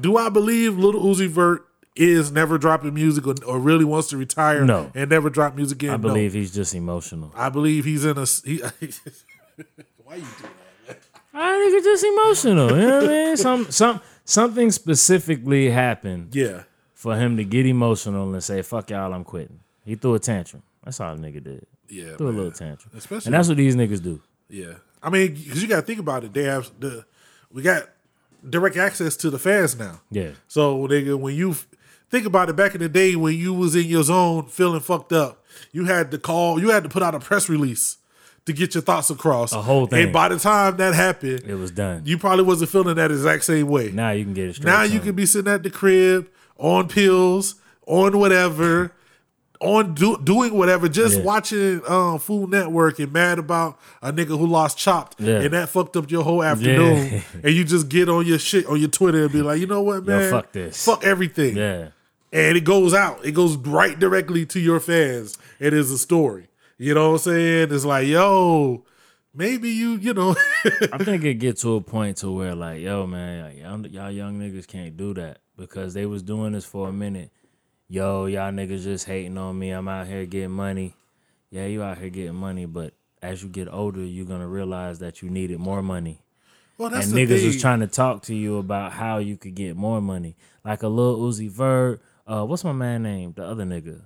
B: do I believe Little Uzi Vert is never dropping music or, or really wants to retire
A: No.
B: and never drop music again?
A: I
B: No.
A: believe he's just emotional.
B: I believe he's in a. s- He, why you do
A: I think it's Ah, just emotional. You know what I mean? Some some something specifically happened
B: Yeah,
A: for him to get emotional and say, "Fuck y'all, I'm quitting." He threw a tantrum. That's all a nigga did.
B: yeah,
A: Threw a
B: man.
A: little tantrum.
B: Especially-
A: and that's what these niggas do.
B: yeah. I mean, because you got to think about it. They have the we got direct access to the fans now.
A: Yeah.
B: So nigga, when you f- think about it, back in the day when you was in your zone feeling fucked up, you had to call, you had to put out a press release to get your thoughts across.
A: A whole thing.
B: And by the time that happened,
A: It was done.
B: you probably wasn't feeling that exact same way.
A: now you can get it straight.
B: Now you
A: son.
B: can be sitting at the crib on pills, on whatever, on do, doing whatever, just
A: Yeah.
B: watching um, Food Network and mad about a nigga who lost Chopped,
A: Yeah.
B: and that fucked up your whole afternoon.
A: Yeah.
B: And you just get on your shit on your Twitter and be like, you know what,
A: Yo,
B: man,
A: fuck this.
B: fuck everything,
A: Yeah.
B: and it goes out. It goes right directly to your fans. It is a story. You know what I'm saying? It's like, yo, maybe you, you know,
A: I think it get to a point to where like, yo, man, like, y'all, y'all young niggas can't do that because they was doing this for a minute. Yo, y'all niggas just hating on me. I'm out here getting money. Yeah, you out here getting money, but as you get older, you're gonna realize that you needed more money.
B: well, that's
A: and
B: the
A: niggas
B: thing.
A: was trying to talk to you about how you could get more money. Like a little Uzi Vert. Uh, what's my man name? The other nigga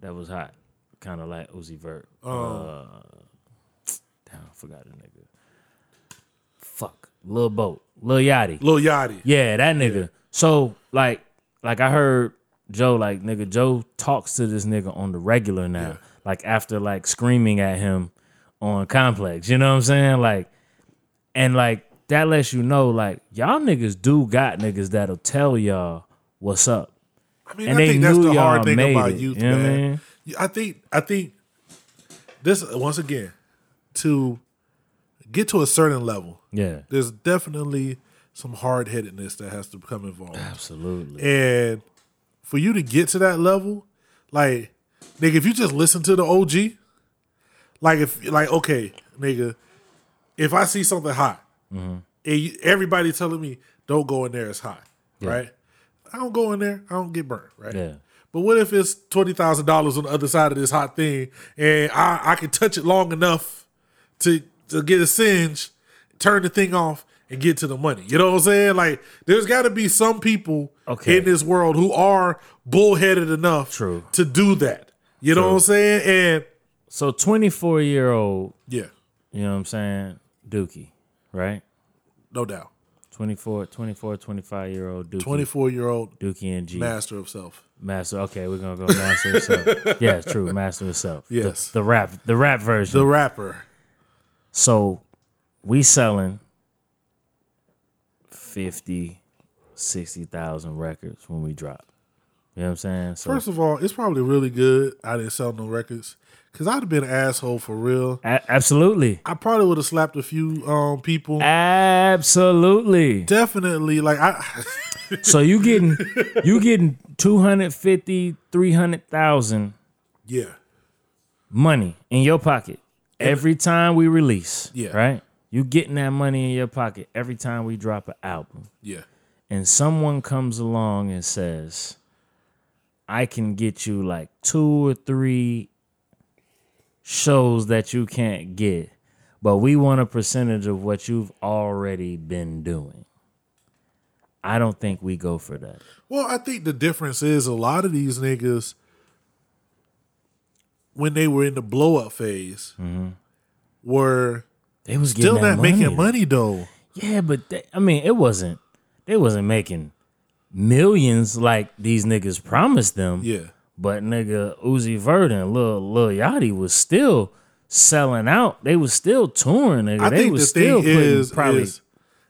A: that was hot, kind of like Uzi Vert.
B: Oh.
A: Uh, damn, I forgot the nigga. Fuck, Lil Boat, Lil Yachty.
B: Lil Yachty.
A: Yeah, that nigga. So like, like I heard Joe, like nigga Joe talks to this nigga on the regular now. Like after like screaming at him on Complex, you know what I'm saying? Like, and like that lets you know, like y'all niggas do got niggas that'll tell y'all what's up.
B: I mean,
A: And
B: I
A: they
B: think that's
A: knew
B: the hard
A: y'all
B: thing
A: made
B: about
A: it,
B: youth,
A: you know what I
B: man.
A: mean?
B: I think I think this once again to get to a certain level.
A: Yeah,
B: There's definitely some hard headedness that has to become involved,
A: absolutely.
B: and for you to get to that level, like nigga, if you just listen to the OG, like if like okay, nigga, if I see something hot,
A: Mm-hmm.
B: and you, everybody telling me don't go in there, it's hot, right? I don't go in there, I don't get burnt, right?
A: Yeah.
B: But what if it's twenty thousand dollars on the other side of this hot thing, and I I can touch it long enough to to get a singe, turn the thing off, and get to the money. You know what I'm saying? Like there's got to be some people
A: Okay.
B: in this world who are bullheaded enough
A: True.
B: to do that. You know what I'm saying? And
A: So 24 year old,
B: yeah,
A: you know what I'm saying, Dookie, right?
B: no doubt.
A: 24, 24, 25 year old Dookie.
B: 24 year old
A: Dookie and G.
B: master of self.
A: Master. Okay, we're gonna go Master of Self. Yeah, it's true. Master of Self. The-
B: Yes.
A: The, rap, the rap version.
B: The rapper.
A: so we selling 50, 60,000 records when we drop. You know what I'm saying? So
B: First of all, it's probably really good I didn't sell no records because I'd have been an asshole for real.
A: a- absolutely.
B: I probably would have slapped a few um people.
A: Absolutely.
B: Definitely, like I,
A: So you getting you getting 250, 300,000
B: yeah,
A: money in your pocket every time we release.
B: Yeah.
A: Right? You getting that money in your pocket every time we drop an album.
B: yeah,
A: And someone comes along and says, I can get you like two or three shows that you can't get, but we want a percentage of what you've already been doing. I don't think we go for that.
B: Well, I think the difference is a lot of these niggas, when they were in the blow up phase, were
A: They was
B: still
A: Mm-hmm. getting that
B: not making
A: though.
B: money though.
A: Yeah, but they, I mean, it wasn't. They wasn't making millions like these niggas promised them.
B: Yeah,
A: But nigga, Uzi Vert and Lil Lil Yachty was still selling out. They was still touring. Nigga.
B: I
A: they
B: think the
A: was
B: thing
A: still putting
B: is
A: probably
B: is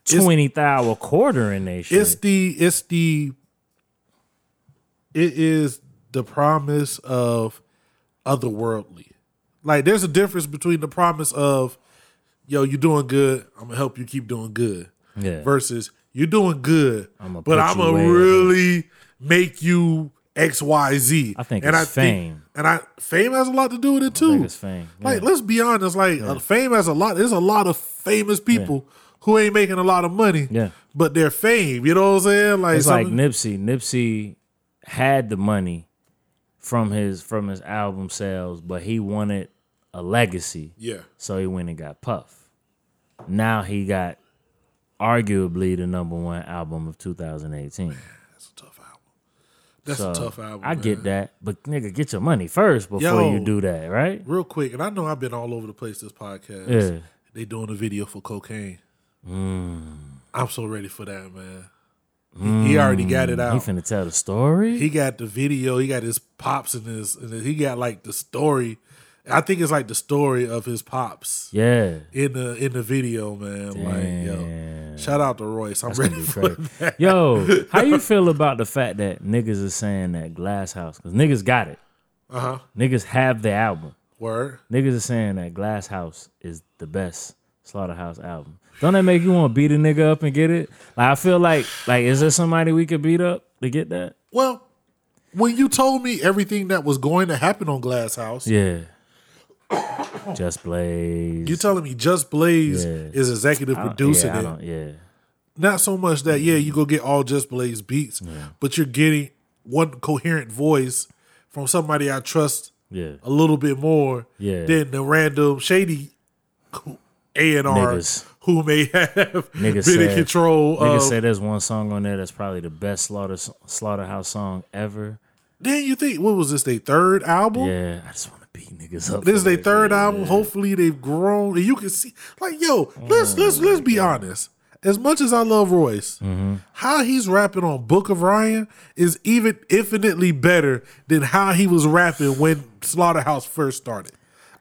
B: it's-
A: twenty thousand a quarter in they shit.
B: it's the it's the it is the promise of otherworldly. Like there's a difference between the promise of yo, you're doing good, I'm gonna help you keep doing good.
A: Yeah.
B: Versus you're doing good,
A: I'ma
B: but
A: put
B: I'm
A: you
B: gonna
A: way
B: really make you XYZ.
A: I think
B: and
A: it's fame.
B: and I fame has a lot to do with it too.
A: think it's fame,
B: Like
A: yeah.
B: let's be honest, like uh, fame has a lot there's a lot of famous people who ain't making a lot of money.
A: Yeah.
B: But their fame, you know what I'm saying? Like,
A: it's like
B: something-
A: Nipsey. Nipsey had the money from his from his album sales, but he wanted a legacy.
B: Yeah.
A: So he went and got Puff. Now he got arguably the number one album of 2018.
B: Tough album. That's
A: So,
B: a tough album.
A: I get
B: man.
A: that, but nigga, get your money first before
B: Yo.
A: you do that, right?
B: Real quick, and I know I've been all over the place this podcast.
A: Yeah. Mm.
B: They doing a video for cocaine. I'm so ready for that, man. He, he already got it
A: Mm. He
B: out.
A: finna tell the story.
B: He got the video. He got his pops in his. And he got like the story. I think it's like the story of his pops
A: yeah.
B: in the in the video, man. Like yo,
A: Damn.
B: shout out to Royce. I'm ready for
A: Crazy. Yo, how you feel about the fact that niggas is saying that Glass House? Because niggas got it.
B: uh huh.
A: Niggas have the album.
B: Word.
A: Niggas is saying that Glass House is the best Slaughterhouse album. Don't that make you want to beat a nigga up and get it? Like I feel like like is there somebody we could beat up to get that?
B: Well, when you told me everything that was going to happen on Glass House,
A: Yeah. Just Blaze.
B: you telling me Just Blaze
A: Yeah.
B: is executive
A: I don't-
B: producing
A: yeah, I
B: it.
A: don't- yeah.
B: Not so much that yeah, you go get all Just Blaze beats, but you're getting one coherent voice from somebody I trust
A: Yeah.
B: a little bit more
A: Yeah.
B: than the random shady A and R
A: Niggas.
B: who may have been
A: Niggas
B: in
A: said-
B: control
A: Niggas
B: of.
A: say there's one song on there that's probably the best slaughter slaughterhouse song ever.
B: Then you think what was this? Their third album.
A: Yeah, I just want to beat niggas up.
B: This is
A: for
B: their
A: it,
B: third
A: man.
B: album. Hopefully they've grown. And you can see like yo,
A: Mm.
B: let's let's let's be honest. As much as I love Royce,
A: Mm-hmm.
B: how he's rapping on Book of Ryan is even infinitely better than how he was rapping when Slaughterhouse first started.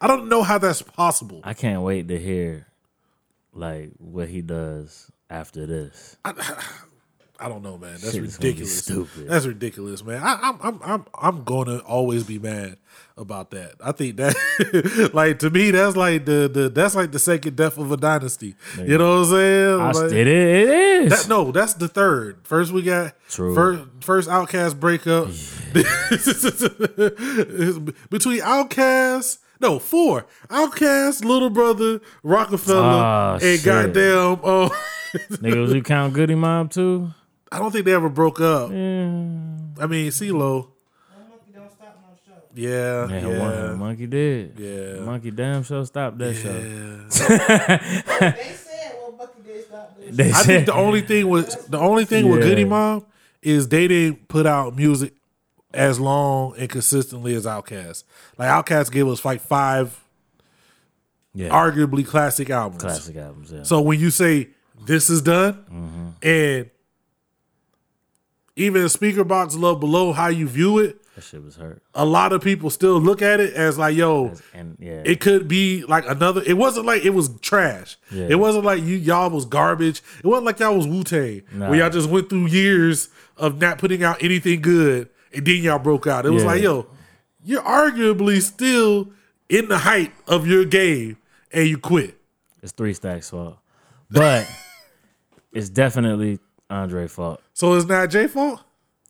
B: I don't know how that's possible.
A: I can't wait to hear like what he does after this.
B: I don't know, man. That's
A: Shit is gonna be
B: ridiculous.
A: stupid.
B: That's ridiculous, man. I, I'm I'm I'm I'm gonna always be mad about that. I think that, like to me, that's like the, the that's like the second death of a dynasty. You know what I'm saying?
A: I,
B: Like-
A: it is. It is.
B: that, no, that's the third. First we got
A: True.
B: First, first Outcast breakup. Between Outcast, no four Outcast, Little Brother, Rockefeller,
A: Ah,
B: and
A: shit.
B: goddamn. Oh,
A: Nigga, was you count Goody Mob too?
B: I don't think they ever broke up. I mean, CeeLo.
D: That monkey don't stop no show.
B: Yeah,
A: Yeah,
B: yeah,
A: One, Monkey did.
B: Yeah.
A: Monkey damn sure stopped that show.
D: They said, well, Bucky did stop this.
A: They
B: I think
A: said,
B: the only thing was the only thing with
A: Yeah.
B: Goody Mom is they didn't put out music as long and consistently as Outkast. Like Outkast gave us like five
A: yeah,
B: arguably classic albums.
A: classic Mm-hmm. albums. Yeah.
B: So when you say this is done, and even speaker box love below how you view it,
A: that shit was hurt.
B: a lot of people still look at it as like, yo,
A: And yeah,
B: it could be like another. It wasn't like it was trash.
A: Yeah.
B: It wasn't like you y'all was garbage. It wasn't like y'all was Wu Tang,
A: Nah.
B: where y'all just went through years of not putting out anything good, and then y'all broke out. It was
A: Yeah.
B: like, yo, you're arguably still in the height of your game, and you quit.
A: it's three stacks fault, but it's definitely Andre fault,
B: So it's not J fault.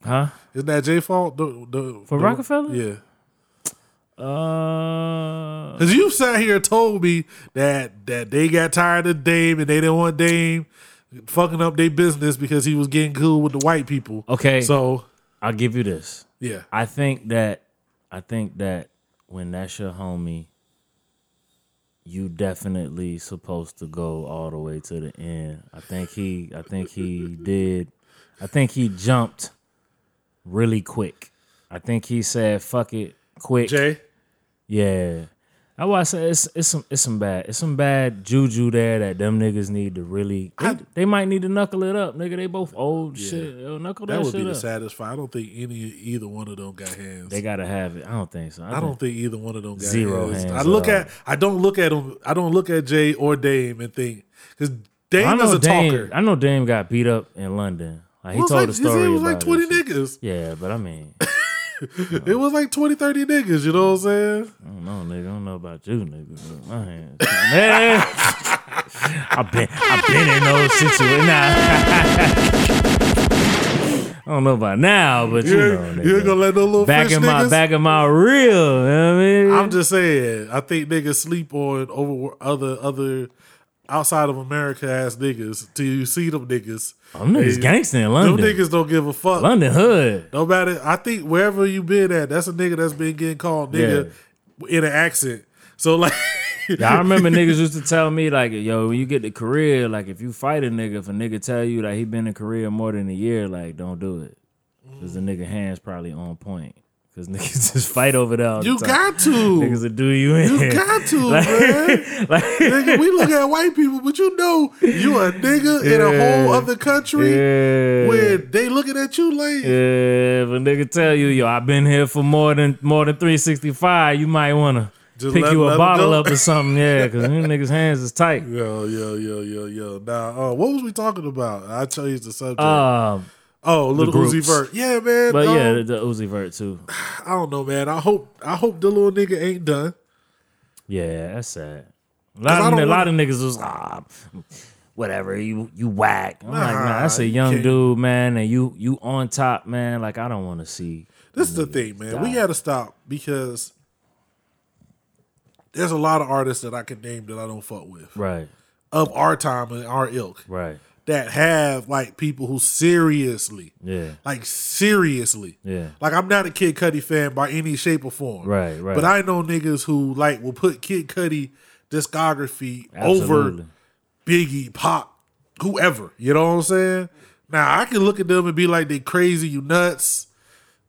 A: huh?
B: Isn't that J fault? The, the,
A: For
B: the-
A: Rockefeller?
B: Yeah.
A: Uh,
B: Cause you sat here and told me that that they got tired of Dame and they didn't want Dame fucking up their business because he was getting cool with the white people.
A: okay. So
B: So
A: I'll give you this.
B: yeah,
A: I think that I think that when that's your homie, you definitely supposed to go all the way to the end. I think he I think he did I think he jumped really quick. I think he said fuck it quick.
B: Jay.
A: Yeah. That's why I said it's it's some it's some bad it's some bad juju there that them niggas need to really they, they might need to knuckle it up, nigga. They both old shit. They'll knuckle that,
B: That would
A: shit
B: be the
A: up.
B: saddest fight. I don't think any either one of them got hands.
A: They gotta have it. I don't think so.
B: I don't think either one of them got
A: Zero
B: hands.
A: hands
B: I
A: at
B: look
A: all.
B: at I don't look at them. I don't look at Jay or Dame and think because
A: I
B: Dame
A: know
B: is a
A: Dame.
B: talker.
A: I know Dame got beat up in London. Like he
B: It was
A: told
B: like,
A: the
B: he said
A: story
B: it was like
A: about
B: 20
A: it.
B: niggas.
A: Yeah, but I mean,
B: It was like 20, 30 niggas, you know what I'm saying?
A: I don't know, nigga. I don't know about you, nigga. but My hands. Man. I've been, I've been in those situations. Nah. I don't know about now, but you
B: You
A: know,
B: ain't,
A: nigga.
B: you ain't gonna let no little
A: back
B: fish
A: in my
B: niggas?
A: back in my real. You know what I mean,
B: I'm just saying. I think niggas sleep on over other other outside of America ass niggas till you see them niggas.
A: Them niggas gangsta in
B: Them
A: London.
B: niggas don't give a fuck.
A: London hood.
B: No matter. I think wherever you been at, that's a nigga that's been getting called nigga in an accent. So like,
A: Yeah, I remember niggas used to tell me like, yo, when you get to Korea, like if you fight a nigga, if a nigga tell you that he been in Korea more than a year, like don't do it, cause the nigga hands probably on point, cause niggas just fight over there. all the
B: you
A: time.
B: got to.
A: niggas will do you in.
B: You got to,
A: Like-
B: man.
A: like,
B: Nigga, we look at white people, but you know you a nigga in a
A: Yeah.
B: whole other country
A: yeah.
B: where they looking at you like
A: Yeah, if a nigga tell you, yo, I've been here for more than more than 365, you might wanna
B: Just
A: pick
B: let-
A: you
B: let
A: a
B: 'em
A: bottle
B: go.
A: up or something, yeah, cause them niggas' hands is tight.
B: Yo, yo, yo, yo, yo. Now, uh, what was we talking about? I changed the subject.
A: Um,
B: oh, little
A: groups.
B: Uzi Vert. Yeah, man.
A: but
B: um,
A: yeah, the, the Uzi Vert too.
B: I don't know, man. I hope I hope the little nigga ain't done.
A: Yeah, that's sad. A
B: I
A: lot, of,
B: don't
A: a lot of niggas was ah, whatever you you whack. I'm like,
B: Nah,
A: man, that's a
B: you
A: young
B: can't.
A: dude, man, and you you on top, man. Like, I don't want to see.
B: This is the thing, man. We
A: die.
B: gotta stop because there's a lot of artists that I can name that I don't fuck with
A: Right,
B: of our time and our ilk
A: right,
B: that have like people who seriously,
A: yeah,
B: like seriously,
A: yeah,
B: Like I'm not a Kid Cudi fan by any shape or form.
A: Right, right.
B: But I know niggas who like will put Kid Cudi discography
A: Absolutely.
B: over Biggie, Pop, whoever. You know what I'm saying? Now I can look at them and be like, they crazy, you nuts.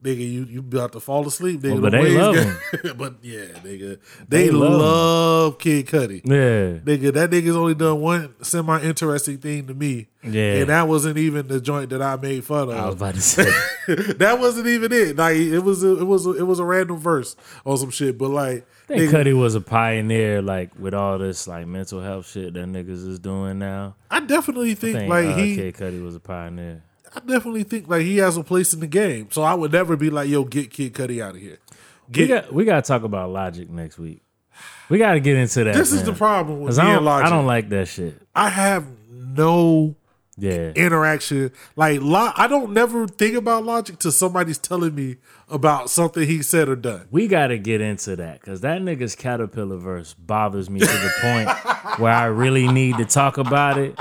B: Nigga, you you about to fall asleep, nigga.
A: Well, but
B: The
A: they
B: waves
A: love
B: got- but yeah, nigga, they,
A: They love
B: love,
A: him.
B: Kid Cudi.
A: yeah.
B: Nigga, that nigga's only done one semi-interesting thing to me,
A: Yeah.
B: and that wasn't even the joint that I made fun of
A: I was about to say,
B: that wasn't even it. Like it was, a, it was, a, it was a random verse or some shit. But like,
A: I think
B: nigga,
A: Cuddy was a pioneer, like with all this like mental health shit that niggas is doing now.
B: I definitely
A: I
B: think,
A: think
B: like
A: uh,
B: he,
A: Kid Cuddy was a pioneer.
B: I definitely think like he has a place in the game. So I would never be like, yo, get Kid Cudi out of here.
A: We
B: Get
A: got we gotta talk about logic next week. We gotta get into that.
B: this is the
A: man.
B: problem
A: 'Cause
B: with me
A: I
B: and
A: don't,
B: Logic.
A: I don't like that shit.
B: I have no
A: Yeah.
B: interaction. Like lo- I don't never think about Logic till somebody's telling me about something he said or done.
A: we gotta get into that because that nigga's caterpillar verse bothers me to the point where I really need to talk about it.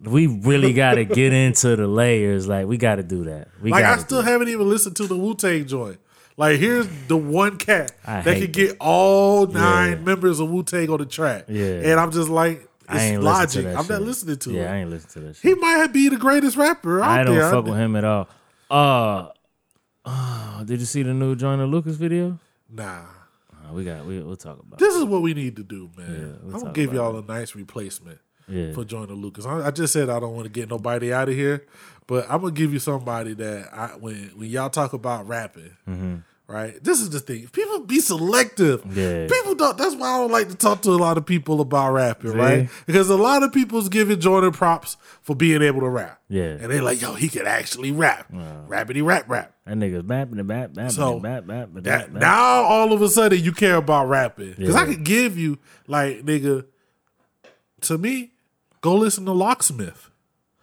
A: We really gotta get into the layers. Like we gotta do that. We
B: Like I
A: gotta.
B: still
A: do
B: haven't even listened to the Wu Tang joint. Like here's the one cat
A: I
B: that
A: hate
B: could get all nine members of Wu Tang on the track.
A: Yeah.
B: and I'm just like, it's
A: I ain't listening
B: Logic.
A: To
B: I'm
A: that
B: not
A: shit.
B: listening to
A: Yeah, I
B: it.
A: ain't listening to that shit.
B: He might be the greatest rapper out
A: I don't
B: there.
A: fuck with him at all. Uh, uh, did you see the new Joyner Lucas video?
B: Nah.
A: Uh, we got. We, we'll talk about. it.
B: This is what we need to do, man.
A: we'll
B: I'm gonna
A: talk
B: give
A: about
B: y'all a nice replacement
A: Yeah.
B: for Joyner Lucas. I, I just said I don't want to get nobody out of here, but I'm gonna give you somebody that I when when y'all talk about rapping,
A: Mm-hmm.
B: right? This is the thing. People be selective.
A: Yeah.
B: People don't. That's why I don't like to talk to a lot of people about rapping, right? Because a lot of people's giving Joyner props for being able to rap.
A: Yeah.
B: and they like, yo, he could actually rap, rappity rap rap.
A: That nigga's bapping and bap, bapping
B: So,
A: and bap, bap, bap,
B: That,
A: bap.
B: now all of a sudden you care about rapping because I
A: Yeah.
B: could give you like nigga. To me, go listen to Locksmith.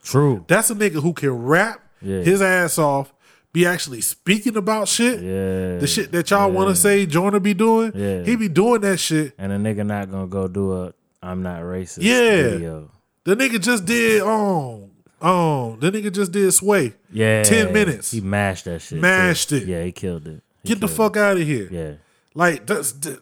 A: True.
B: That's a nigga who can rap
A: Yeah.
B: his ass off, be actually speaking about shit.
A: Yeah.
B: The shit that y'all want to say Joyner be doing,
A: Yeah.
B: he be doing that shit.
A: And a nigga not gonna go do a I'm not racist
B: Yeah.
A: video.
B: The nigga just did um um the nigga just did sway.
A: Yeah.
B: ten minutes.
A: He mashed that shit. too.
B: Mashed it.
A: Yeah, he killed it. He
B: Get the
A: killed
B: fuck out of here.
A: it. Yeah.
B: Like that's the,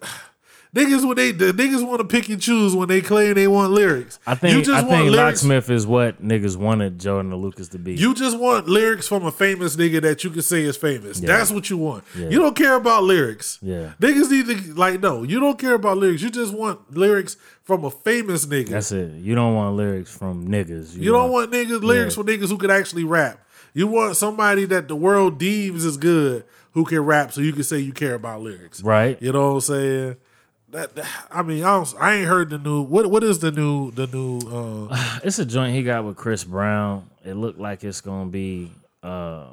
B: niggas when they the niggas want to pick and choose when they claim they want lyrics.
A: I think
B: you just
A: I
B: want
A: think
B: lyrics.
A: Locksmith is what niggas wanted Jordan and Lucas to be.
B: You just want lyrics from a famous nigga that you can say is famous. That's what you want.
A: Yeah.
B: You don't care about lyrics.
A: Yeah.
B: Niggas need to like no, you don't care about lyrics. You just want lyrics from a famous nigga.
A: That's it. You don't want lyrics from niggas.
B: you don't want niggas lyrics from niggas who can actually rap. You want somebody that the world deems is good who can rap so you can say you care about lyrics.
A: Right.
B: You know what I'm saying? That, that- I mean, I, don't, I ain't heard the new what what is the new the new uh
A: It's a joint he got with Chris Brown. It looked like it's gonna be. Uh,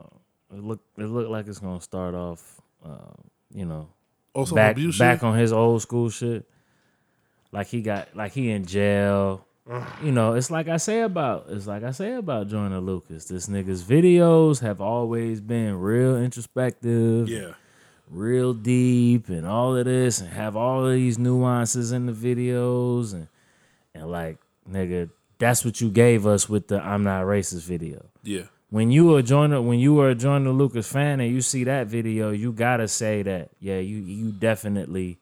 A: it look it looked like it's gonna start off. Uh, you know,
B: also
A: back
B: abuse
A: back on his old school shit. Like he got like he in jail. You know, it's like I say about it's like I say about Joyner Lucas. This nigga's videos have always been real introspective,
B: Yeah.
A: real deep, and all of this, and have all of these nuances in the videos, and and like nigga, that's what you gave us with the "I'm not racist" video
B: Yeah.
A: when you are joining when you are a Jordan Lucas fan and you see that video, you gotta say that yeah, you you definitely,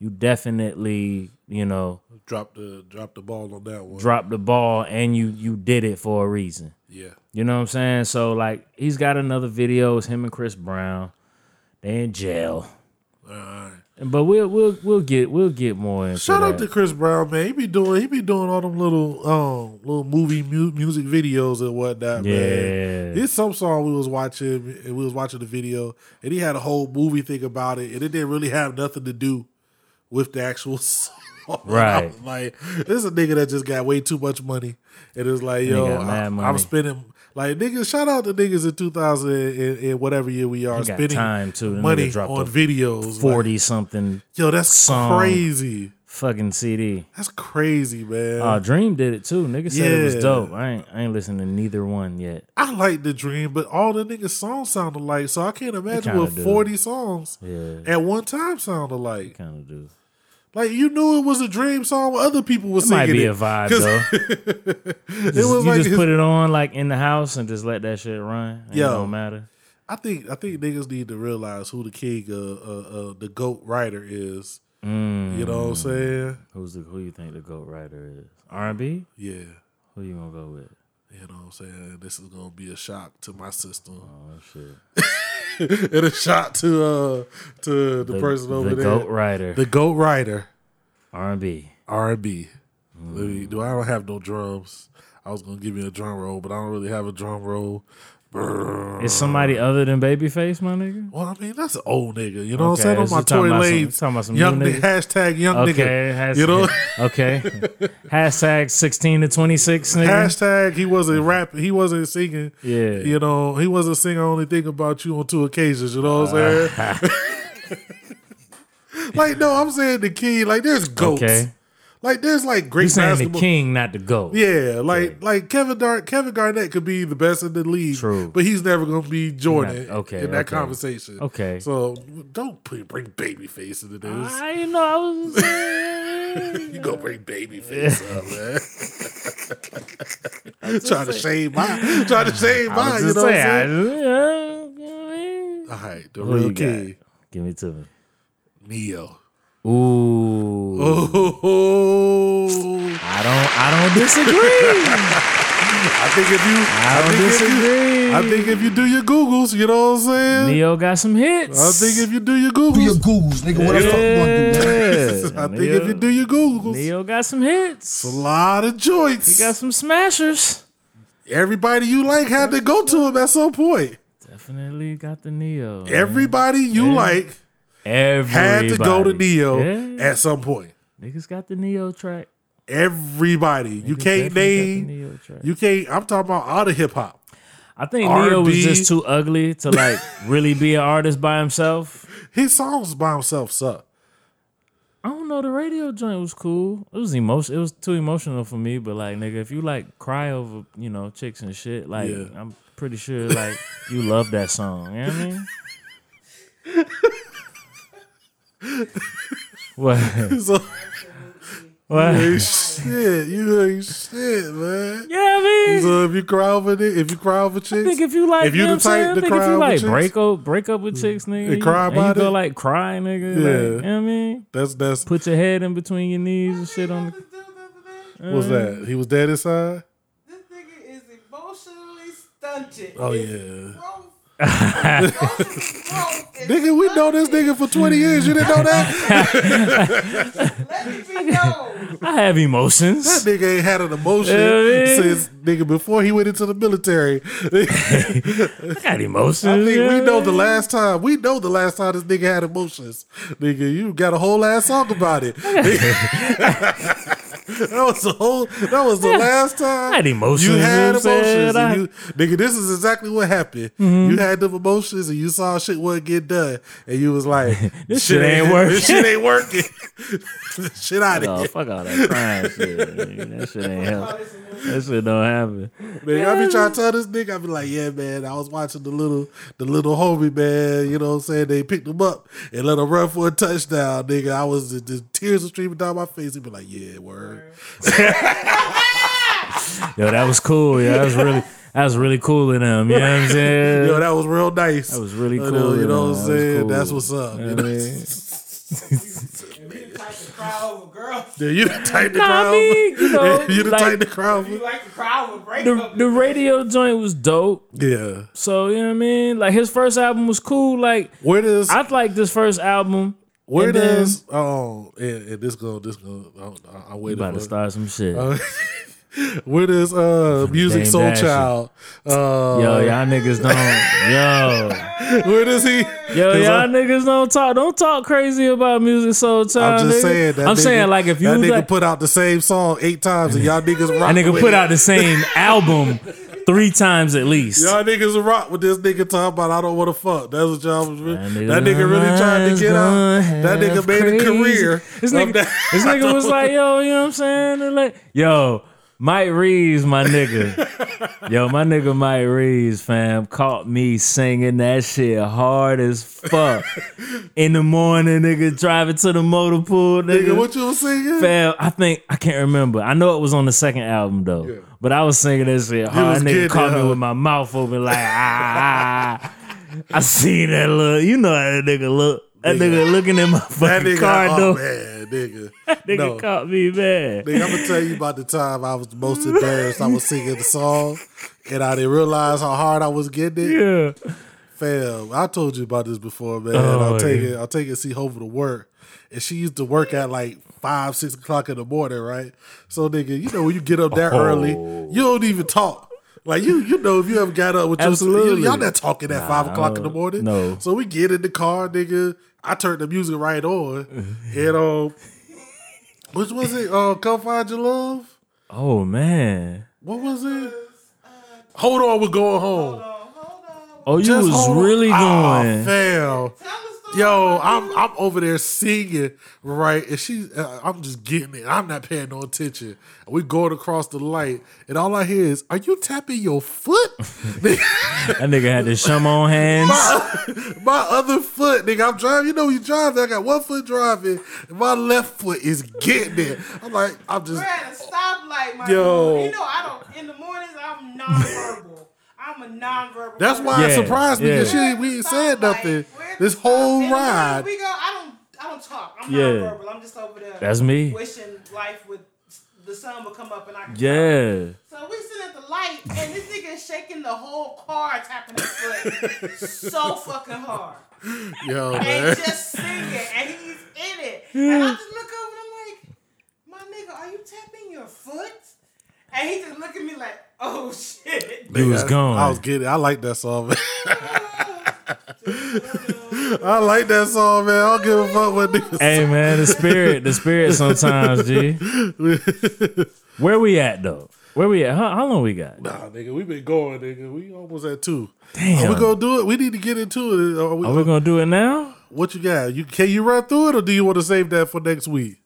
A: you definitely you know
B: Drop the drop the ball on that one.
A: dropped the ball and you you did it for a reason.
B: Yeah.
A: You know what I'm saying? So like he's got another video. It's him and Chris Brown. They in jail. And- But we'll we'll we'll get we'll get more into
B: Shout out
A: that.
B: to Chris Brown, man. He be doing he be doing all them little um little movie mu- music videos and whatnot, man.
A: Yeah.
B: This some song we was watching and we was watching the video and he had a whole movie thing about it and it didn't really have nothing to do with the actual song.
A: Right.
B: I was like this is a nigga that just got way too much money and it's like, yo,
A: got mad
B: I, am
A: money.
B: spending like niggas, shout out to niggas in 2000 and, and whatever year we are
A: He got
B: spending
A: time, too. The
B: money
A: nigga dropped
B: on
A: a
B: videos. Like,
A: forty something
B: yo, that's
A: song.
B: crazy.
A: fucking CD.
B: That's crazy, man.
A: Uh, Dream did it too. Nigga said it was
B: Yeah.
A: dope. I ain't I ain't listened to neither one yet.
B: I like the dream, but all the niggas' songs sound alike, so I can't imagine
A: kinda
B: what
A: do.
B: forty songs
A: Yeah.
B: at one time sound alike.
A: Kind of do.
B: Like you knew it was a dream song, when other people were
A: It
B: singing
A: might be
B: it.
A: a vibe
B: 'Cause
A: though.
B: It was
A: you
B: like
A: just
B: his-
A: put it on like in the house and just let that shit run. It
B: Yo.
A: don't matter.
B: I think I think niggas need to realize who the king of uh, uh, the goat writer is. You know what
A: Mm.
B: I'm saying?
A: Who's the who you think the goat writer is? R and B.
B: Yeah.
A: Who you gonna go with?
B: You know what I'm saying? This is gonna be a shock to my system.
A: Oh shit.
B: and a shock to uh to the, person over
A: the
B: there.
A: goat writer.
B: The goat writer.
A: R and B.
B: R and B.
A: Mm.
B: Do I don't have no drums? I was gonna give you a drum roll, but I don't really have a drum roll.
A: Is
B: Uh,
A: somebody other than Babyface, my nigga?
B: Well, I mean, that's an old nigga. You know
A: Okay,
B: what I'm saying? On
A: so
B: my
A: you talking
B: Tory
A: about some-
B: Lanez.
A: talking about some
B: young
A: new
B: nigga.
A: nigga?
B: Hashtag young
A: Okay,
B: nigga.
A: has-
B: you know?
A: okay. Hashtag sixteen to twenty six, nigga.
B: Hashtag he wasn't rapping, he wasn't singing.
A: Yeah.
B: You know, he wasn't singing I only think about you on two occasions, you know what I'm saying?
A: Uh,
B: like, no, I'm saying the kid, like there's goats.
A: Okay.
B: Like there's like great
A: You saying the
B: basketball.
A: king, not the goat?
B: Yeah, like like Kevin Dar- Kevin Garnett could be the best in the league,
A: True.
B: but he's never going to be Jordan.
A: Not- okay,
B: in that
A: okay.
B: conversation.
A: Okay.
B: so don't put, bring babyface into this.
A: I you know I was.
B: You gonna bring baby face up, man. trying to shave my trying to shave
A: I
B: my,
A: was uh,
B: you
A: just
B: know what I'm
A: saying.
B: saying?
A: I-
B: All right, the
A: Who
B: real
A: you got?
B: kid,
A: Give it to me.
B: Neo.
A: Ooh.
B: Oh,
A: I don't. I don't disagree.
B: I think if you,
A: I
B: I,
A: don't disagree.
B: think if you, I think if you do your Googles, you know what I'm saying.
A: Neo got some hits.
B: I think if you do your Googles,
H: Goose, nigga. What
A: yeah.
B: I think if you do your Googles,
A: Neo got some hits.
B: a lot of joints.
A: He got some smashers.
B: Everybody you like had to go to him at some point.
A: Definitely got the Neo.
B: Everybody you like had
A: Everybody
B: to go to Neo
A: Yeah.
B: at some point.
A: Niggas got the Neo track.
B: Everybody. You
A: Niggas
B: can't
A: definitely got the
B: name.
A: Neo track.
B: You can't. I'm talking about all the hip hop.
A: I think Neo was
B: R&B.
A: just too ugly to like really be an artist by himself.
B: His songs by himself suck.
A: I don't know. The radio joint was cool. It was emotion. It was too emotional for me. But like, nigga, if you like cry over, you know, chicks and shit, like,
B: Yeah.
A: I'm pretty sure like you love that song. You know what I mean? what?
B: So
A: What?
B: hey, shit, you ain't shit, man.
A: Yeah, I mean,
B: So if you cry over it, if you cry over
A: I
B: chicks,
A: think if you like,
B: if you
A: you know
B: the
A: what I'm saying?
B: type to
A: I think if
B: cry
A: you
B: with
A: like
B: chicks-
A: break up, break up with chicks, nigga,
B: And cry
A: you,
B: about
A: and you go
B: it?
A: like cry, nigga. like,
B: Yeah.
A: you know what I mean,
B: that's that's
A: put your head in between your knees and shit on the.
B: what's that? He was dead inside.
D: This nigga is emotionally stunted.
B: Oh
D: His
B: yeah,
D: growth- emotional growth is
B: nigga, we know this nigga for twenty years. You didn't know that.
D: Let me be known.
A: I have emotions.
B: That nigga ain't had an emotion
A: Yeah, man.
B: since nigga before he went into the military.
A: I got emotions.
B: I think we
A: yeah.
B: know the last time. We know the last time this nigga had emotions. Nigga, you got a whole ass song about it. that was the whole. That was the last time.
A: I had emotions,
B: You
A: you
B: had
A: know what I'm
B: emotions.
A: saying? I- Mm-hmm.
B: and you, nigga, this is exactly what happened. You had them emotions, and you saw shit wouldn't get done, and you was like,
A: This shit ain't working."
B: This shit ain't working. This shit out of
A: Oh,
B: here.
A: fuck all that crying shit. nigga. That shit ain't help. That shit don't happen.
B: Nigga, I be trying to tell this nigga, I be like, yeah, man, I was watching the little the little homie, man, you know what I'm saying? They picked him up and let him run for a touchdown, nigga. I was the, the tears were streaming down my face. He be like, yeah, word.
A: Yo, that was cool. Yeah, that was really, that was really cool in them. You know what I'm saying?
B: Yo, that was real nice.
A: that was really
B: You know-
A: cool.
B: You know what I'm
A: man. That was cool.
B: saying? That's what's up. You,
A: You know
B: know?
A: what I mean?
D: You the type to cry over girls.
B: Yeah, you the type to
A: Nah, I
B: cry
A: mean, you know,
B: over. You the
A: like-
B: type to cry
D: You
B: over.
D: like to cry over
A: The,
D: breakup.
A: the radio joint was dope.
B: Yeah.
A: So, you know what I mean? Like, his first album was cool. Like,
B: Where does
A: I like this first album.
B: where
A: and then-
B: does oh and, and this go this go I, I, I waited
A: About
B: for
A: to
B: it.
A: start some shit.
B: Oh. where does uh music
A: Dame
B: soul
A: Dash.
B: child uh
A: yo, y'all niggas don't. Yo.
B: where does he
A: Yo,
B: 'Cause
A: y'all
B: I-
A: niggas don't talk. Don't talk crazy about music soul child.
B: I'm just
A: nigga.
B: saying that.
A: I'm
B: nigga-
A: saying like if you
B: that nigga
A: like,
B: put out the same song eight times and y'all niggas rock.
A: that nigga
B: with
A: put
B: it.
A: out the same album three times at least.
B: Y'all niggas rock with this nigga talking about I don't want to fuck. That's what y'all was really.
A: That
B: That
A: nigga
B: nigga, really trying to get out.
A: gonna
B: That nigga
A: have
B: made
A: crazy-
B: a career.
A: This
B: of
A: nigga,
B: that.
A: this nigga was like, yo, you know what I'm saying? And Like, yo, Mike Reeves, my nigga. yo, my nigga Mike Reeves, fam, caught me singing that shit hard as fuck. In the morning, nigga, driving to the motor pool, nigga.
B: nigga, what you was singing?
A: Fam, I think I can't remember. I know it was on the second album though. But I was singing that shit hard.
B: was
A: Nigga
B: getting
A: caught
B: it,
A: me
B: huh?
A: with my mouth open like ah. ah, ah. I seen that look. You know how that nigga look. That nigga, looking at my
B: That
A: fucking
B: nigga,
A: car
B: oh
A: door.
B: man, nigga.
A: Nigga
B: no.
A: caught me man.
B: Nigga, I'm gonna tell you about the time I was the most embarrassed. I was singing the song, and I didn't realize how hard I was getting it.
A: Yeah.
B: Fam, I told you about this before, man.
A: Oh,
B: I'll take
A: yeah.
B: it. I'll take it. See Hova to work, and she used to work at like five,
A: Oh.
B: six o'clock in the morning, right? So, nigga, you know when you get up that early, you don't even talk. Like you, you know, if you ever got up with your
A: Absolutely.
B: y'all not talking at five
A: Nah,
B: o'clock in the morning.
A: no.
B: So we get in the car, nigga. I turned the music right on, and um, which was it? Uh, come find your love.
A: Oh man.
B: What was it? Hold on, we're going home.
A: Oh, you
B: Just
A: was
B: hold on.
A: really
B: Ah,
A: going.
B: fam.
D: Tell the story.
B: Yo, I'm I'm over there singing, right? And she, uh, I'm just getting it. I'm not paying no attention. We going across the light, and all I hear is, "Are you tapping your foot?"
A: that nigga had the shum on hands.
B: my, my other foot, nigga. I'm driving. You know, you driving. I got one foot driving, and my left foot is getting it. I'm like, I'm just.
D: We're at a stoplight, my
B: Yo.
D: dude. You know, I don't. In the mornings, I'm nonverbal. I'm a nonverbal.
B: That's
D: person.
B: why it
A: Yeah,
B: surprised me.
A: yeah.
B: Cause she ain't, we ain't said nothing
D: We're at the
B: this
D: stop-
B: whole
D: and where
B: ride.
D: We go. I don't. I don't talk. I'm
A: Yeah.
D: nonverbal. I'm just over there.
A: That's me.
D: Wishing life would the sun would come up and I could.
A: Yeah.
D: So we sit at the light and this nigga is shaking the whole car, tapping his foot so fucking hard
B: Yo, man.
D: and just singing, and he's in it. And I just look over and I'm like, my nigga, are you tapping your foot? And he just look at me like, oh shit.
A: You was
B: I-
A: gone.
B: I was getting. I like that song. Man. I like that song, man. I don't give a fuck what niggas.
A: hey man, the spirit, the spirit sometimes, G. Where we at though? Where we at? How, how long we got?
B: Nah, nigga, we been going, nigga. We almost at two.
A: Damn.
B: Are Oh, we gonna do it? We need to get into it. Are we-
A: Are we gonna do it now?
B: what you got? You can you run through it, or do you want to save that for next week?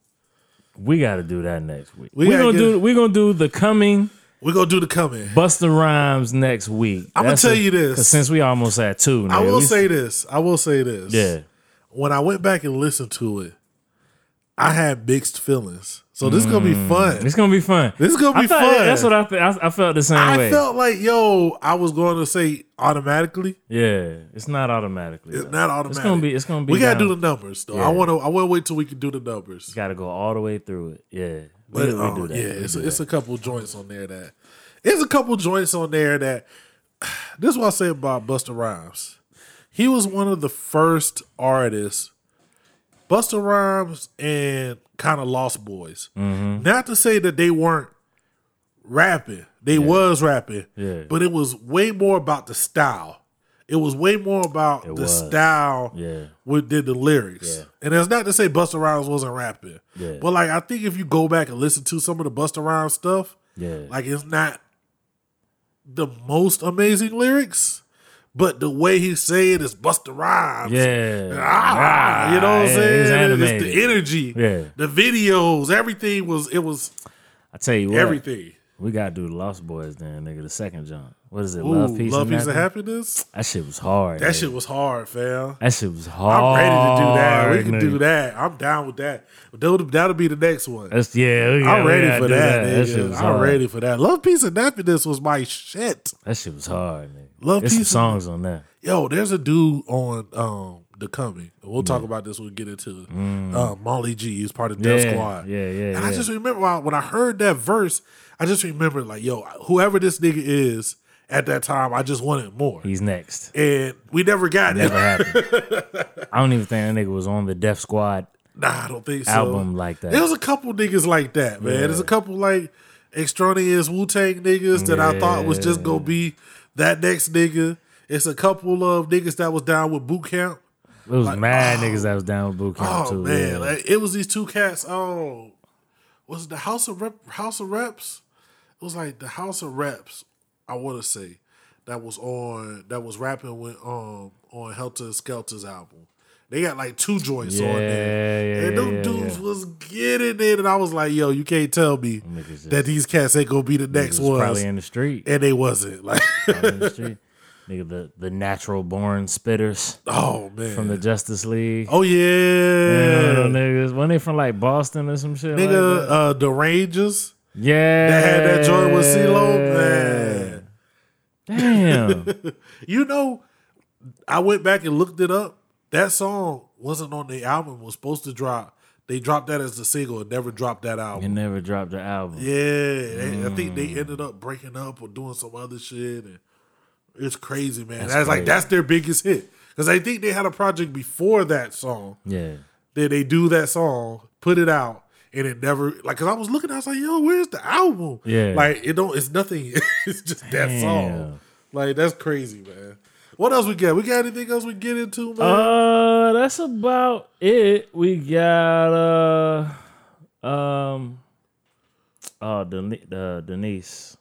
A: We gotta do that next week.
B: We
A: We are
B: gotta
A: gonna
B: get-
A: do we gonna do the coming
B: We're gonna do the coming.
A: Buster Rhymes next week.
B: I'ma
A: That's
B: tell
A: a-
B: you this.
A: 'cause Since we almost at two,
B: I
A: nigga,
B: will
A: we-
B: say this. I will say this.
A: Yeah.
B: When I went back and listened to it, I had mixed feelings. So this is gonna be fun.
A: It's gonna be fun.
B: This is gonna
A: Mm. I
B: be
A: thought-
B: fun.
A: That's what I, fe- I I felt the same
B: I
A: way.
B: felt like, yo, I was going to say automatically.
A: yeah, it's not automatically.
B: It's
A: though.
B: not automatic.
A: It's gonna be. It's gonna be.
B: We gotta
A: down-
B: do the numbers though.
A: Yeah.
B: I wanna. I wanna wait till we can do the numbers.
A: Gotta go all the way through it. Yeah,
B: But
A: we, we
B: um,
A: do that.
B: yeah,
A: We
B: it's,
A: do
B: it's
A: that.
B: a couple joints on there that. There's a couple joints on there that. This is what I say about Buster Rhymes. He was one of the first artists. Buster Rhymes and kind of Lost Boys.
A: Mm-hmm.
B: Not to say that they weren't rapping. They was rapping.
A: Yeah.
B: But it was way more about the style. It was way more about the
A: was.
B: style
A: Yeah.
B: with did the lyrics.
A: Yeah.
B: And that's not to say Buster Rhymes wasn't rapping.
A: Yeah.
B: But like I think if you go back and listen to some of the Buster Rhymes stuff,
A: yeah.
B: like it's not the most amazing lyrics, but the way he say it is Buster Rhymes.
A: Yeah.
B: Ah, you know what I'm
A: Yeah,
B: saying?
A: it's
B: It's,
A: animated.
B: the energy.
A: Yeah.
B: The videos, everything was it was
A: I tell you what,
B: everything.
A: we gotta do the Lost Boys then, nigga. The second jump. What is it?
B: Ooh,
A: love, peace, and
B: and
A: Happy-
B: happiness.
A: That shit was hard.
B: That
A: nigga.
B: shit was hard, fam.
A: That shit was hard.
B: I'm ready to do that. We can
A: nigga.
B: do that. I'm down with that. That'll, that'll be the next one.
A: That's yeah. we gotta-
B: I'm
A: we
B: ready
A: gotta
B: for
A: do
B: that,
A: That, shit
B: nigga.
A: was
B: I'm
A: hard.
B: ready for that. Love, peace, and happiness was my shit.
A: That shit was hard. Nigga.
B: Love,
A: There's some
B: Peace, and-
A: songs on that.
B: Yo, there's a dude on um the coming. We'll
A: Mm.
B: talk about this. when we get into it. Uh, Molly G. He's part of Death
A: Yeah,
B: Squad.
A: yeah, yeah,
B: And I
A: yeah.
B: just remember I- when I heard that verse, I just remember like, yo, whoever this nigga is at that time, I just wanted more,
A: He's next.
B: and we never got
A: Never
B: it.
A: happened. I don't even think that nigga was on the Death Squad
B: Nah, I don't think so.
A: album like that.
B: There was a couple niggas like that, man. There's a couple like extraneous Wu Tang niggas that I thought was just gonna be that next nigga. It's a couple of niggas that was down with boot camp.
A: It was mad niggas that was down with boot camp
B: Oh
A: too.
B: man,
A: yeah.
B: Like, it was these two cats. Oh, was it the House of Rep, House of Reps? It was like the House of Reps. I want to say that was on that was rapping with um on Helter Skelter's album. They got like two joints on there,
A: Yeah, yeah,
B: and them
A: yeah,
B: dudes
A: yeah.
B: was getting it. And I was like, "Yo, you can't tell me
A: Niggas
B: that
A: just-
B: these cats ain't gonna be the
A: Niggas
B: next
A: was
B: ones."
A: probably in the street.
B: and they wasn't like,
A: Probably in the street. Nigga, the, the natural born spitters
B: oh man,
A: from the Justice League.
B: oh
A: Yeah, them
B: yeah,
A: niggas. When they from like Boston or some shit? like
B: nigga,
A: that?
B: uh, the Rangers.
A: yeah.
B: that had that joint with CeeLo, man.
A: Damn.
B: You know, I went back and looked it up. That song wasn't on the album. Was supposed to drop. They dropped that as the single. and Mm. never dropped that
A: they
B: album.
A: never dropped the album.
B: Yeah, they- I think they ended up breaking up or doing some other shit. And it's crazy, man. That's, like
A: crazy.
B: that's their biggest hit because I think they had a project before that song.
A: Yeah.
B: Then they do that song, put it out, and it never like because I was looking, I was like, yo, where's the album?
A: Yeah.
B: like it don't, it's nothing. it's just that song.
A: Damn.
B: Like that's crazy, man. What else we got? We got anything else we get into, man?
A: Uh, that's about it. We got uh, um, oh, Den- uh, Denise,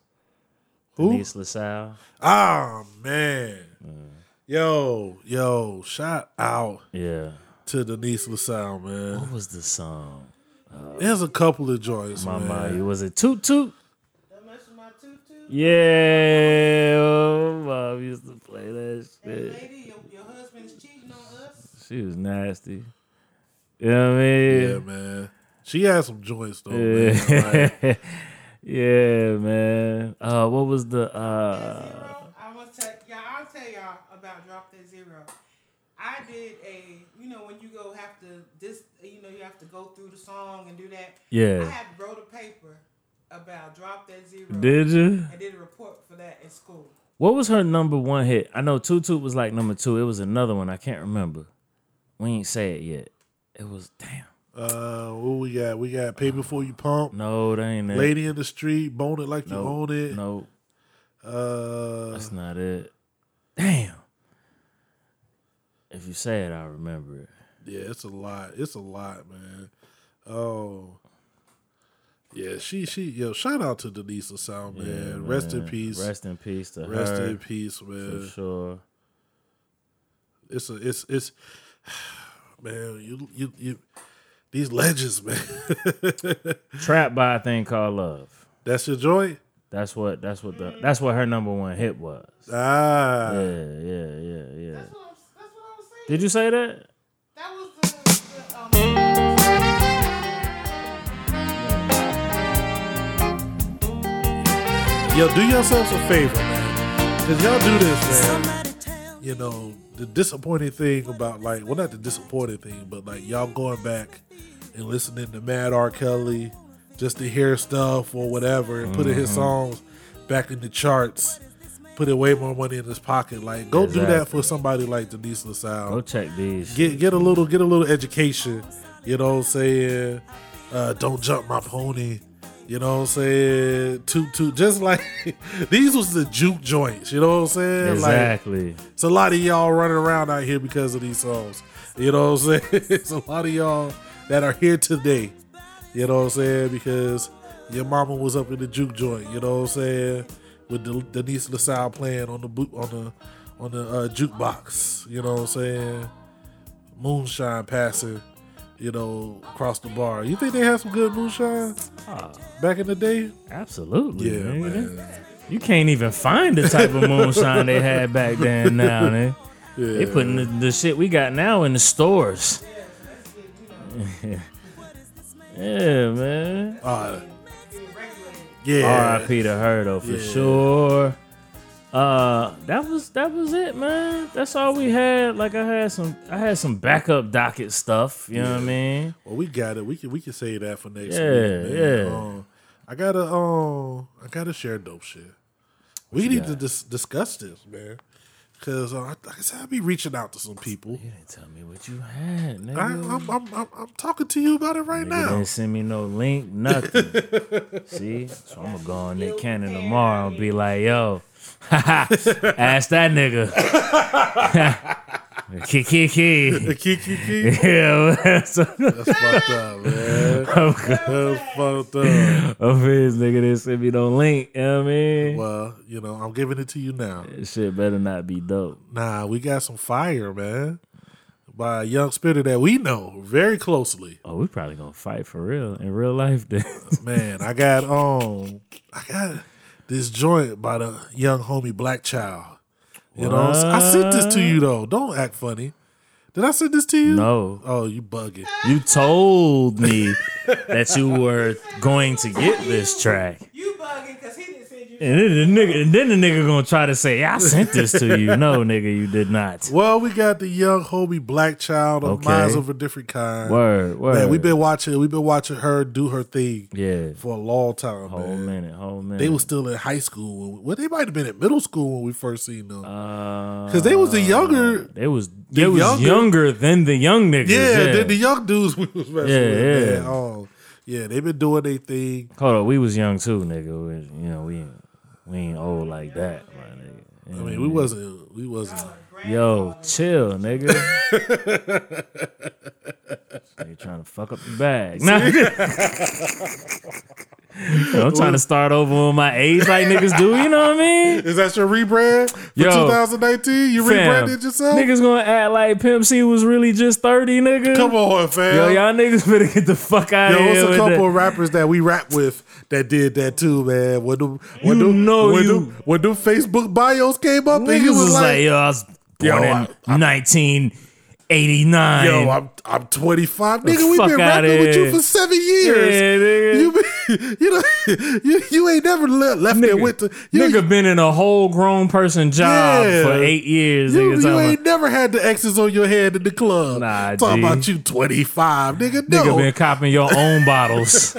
B: Who?
A: Denise Uh. LaSalle.
B: Ah man. Yo, yo, shout out
A: Yeah,
B: to Denise LaSalle, man.
A: what was the song?
B: There's a couple of joints,
A: My
B: man.
A: mind, was it Toot Toot?
D: That much of my tutu.
A: Yeah, oh, mom used to play that
D: Hey,
A: shit.
D: lady, your, your husband is cheating on us.
A: She was nasty. You know what I mean?
B: Yeah, man. She had some joints though, man. Like,
A: Yeah, yeah, man. Uh, what was the uh?
D: zero. I must tell y'all. I'll tell y'all about drop that zero. I did a. You know when you go have to this. You know you have to go through the song and do that.
A: Yeah.
D: I had wrote a paper about drop that zero.
A: Did you?
D: I did a report for that in school.
A: What was her number one hit? I know Toot Toot was like number two. It was another one I can't remember. We ain't say it yet. It was damn.
B: uh, what we got? We got Pay Before You Pump,
A: No, that ain't it.
B: Lady in the Street, Bone It Like You
A: no,
B: Own It.
A: No,
B: Uh,
A: that's not it. Damn. If you say it, I remember it.
B: yeah, it's a lot. It's a lot, man. Oh. Yeah, she she yo, shout out to Denise LaSalle, man. Rest in
A: Man,
B: peace. Rest,
A: Rest in peace to her.
B: in peace, man.
A: For sure.
B: it's a, it's it's man you you you these legends man
A: Trapped by a thing called love.
B: that's your joint
A: That's what. That's what the. That's what her number one hit was.
B: ah
A: Yeah, yeah, yeah, yeah.
D: That's what, I'm, that's what I was saying.
A: Did you say that?
D: That was the, the um.
B: yo do yourselves a favor man because y'all do this man you know, the disappointing thing about like, well, not the disappointing thing, but like y'all going back and listening to Mad R. Kelly just to hear stuff or whatever and putting his songs back in the charts, putting way more money in his pocket. Like, go do that for somebody like Denise LaSalle.
A: Go check these.
B: get get a little get a little education. You know what I'm saying? Uh, don't jump my pony. You know what I'm saying? Toot toot. Just like these was the juke joints. You know what I'm saying? Like
A: exactly.
B: it's a lot of y'all running around out here because of these songs. You know what I'm saying? It's a lot of y'all that are here today. You know what I'm saying? Because your mama was up in the juke joint. You know what I'm saying? With the Denise LaSalle playing on the boot on the on the uh, jukebox. You know what I'm saying? Moonshine passing. You know, across the bar. You think they had some good moonshine back in the day?
A: Absolutely.
B: Yeah,
A: nigga.
B: man.
A: You can't even find the type of moonshine they had back then now, man. They putting the, the shit we got now in the stores. yeah, man.
B: Uh, yeah.
A: R.I.P. to her though, for sure. Uh, that was that was it, man. That's all we had. Like I had some, I had some backup docket stuff. You know what I mean?
B: Well, we got it. We can we can say that for next
A: Yeah,
B: week. man.
A: yeah.
B: Um, I gotta um, I gotta share dope shit. We need to dis- discuss this, man. Cause uh, I- like I said, I be reaching out to some people.
A: You didn't tell me what you had, nigga.
B: I, I'm, I'm, I'm I'm talking to you about it right
A: Nigga
B: now.
A: didn't send me no link, nothing. See? So I'm gonna go on Nick Cannon tomorrow and be like, yo, ask that nigga. Kiki. Kiki.
B: The Kiki Kiki,
A: Yeah, man. so
B: that's fucked up, man. That's fucked up.
A: of his nigga didn't send me no link. You know what I mean?
B: Well, you know, I'm giving it to you now.
A: This shit better not be dope.
B: Nah, we got some fire, man. By a young spitter that we know very closely.
A: Oh, we probably gonna fight for real in real life then.
B: Man, I got um, I got this joint by the young homie Black Child. You know, what I'm saying? I sent this to you though. Don't act funny. Did I send this to you?
A: no.
B: Oh, you bugging.
A: You told me that you were going to get this track.
D: You bugging because he didn't send you.
A: And then the nigga, and then the nigga gonna try to say, "Yeah, I sent this to you." No, nigga, you did not.
B: Well, we got the young homie Black Child on
A: Okay.
B: Minds of a Different Kind.
A: Word, word.
B: Man, we've been watching. We've been watching her do her thing
A: yeah, Oh,
B: for a long time,
A: whole
B: man.
A: minute, whole minute.
B: They were still in high school. when- Well, they might have been in middle school when we first seen them,
A: because
B: because they was the
A: Uh,
B: younger.
A: they was they was
B: younger-
A: younger than the young niggas.
B: Yeah,
A: Yeah,
B: Then the young dudes we was messing
A: Yeah,
B: with.
A: yeah.
B: Man. Um, Yeah, they've been doing their thing.
A: Hold on, we was young too, nigga. We, you know, we ain't, we ain't old like that, my nigga. You know
B: I
A: what
B: mean, we wasn't we wasn't
A: Yo, chill, nigga. They trying to fuck up the bag. Nah. I'm trying to start over on my age like niggas do. You know what I mean?
B: Is that your rebrand for
A: Yo.
B: 2019? You
A: Fam,
B: rebranded yourself?
A: Niggas gonna act like Pimp C was really just 30, nigga.
B: Come on, fam.
A: Yo, y'all niggas better get the fuck out
B: Yo,
A: of here.
B: it's a
A: with
B: couple
A: that.
B: of rappers that we rap with that did that too, man. When them, when
A: You
B: them,
A: know
B: when
A: you-
B: them, when them Facebook bios came up, and he
A: Niggas
B: was like,
A: yo, I was born
B: Yo,
A: in
B: I-
A: 1989.
B: "Yo, I'm I'm 25, nigga. We've
A: fuck
B: been
A: outta
B: rapping with you
A: here.
B: for seven
A: yeah,
B: years.
A: nigga.
B: You been, you know, you, you ain't never le- left it
A: Nigga,
B: with the you,
A: nigga been in a whole grown person job
B: Yeah.
A: for eight years.
B: You,
A: nigga,
B: you
A: talking
B: ain't never had the X's on your head in the club.
A: Nah,
B: Talking
A: G.
B: about you 25, nigga.
A: about,
B: No,
A: nigga been copping your own bottles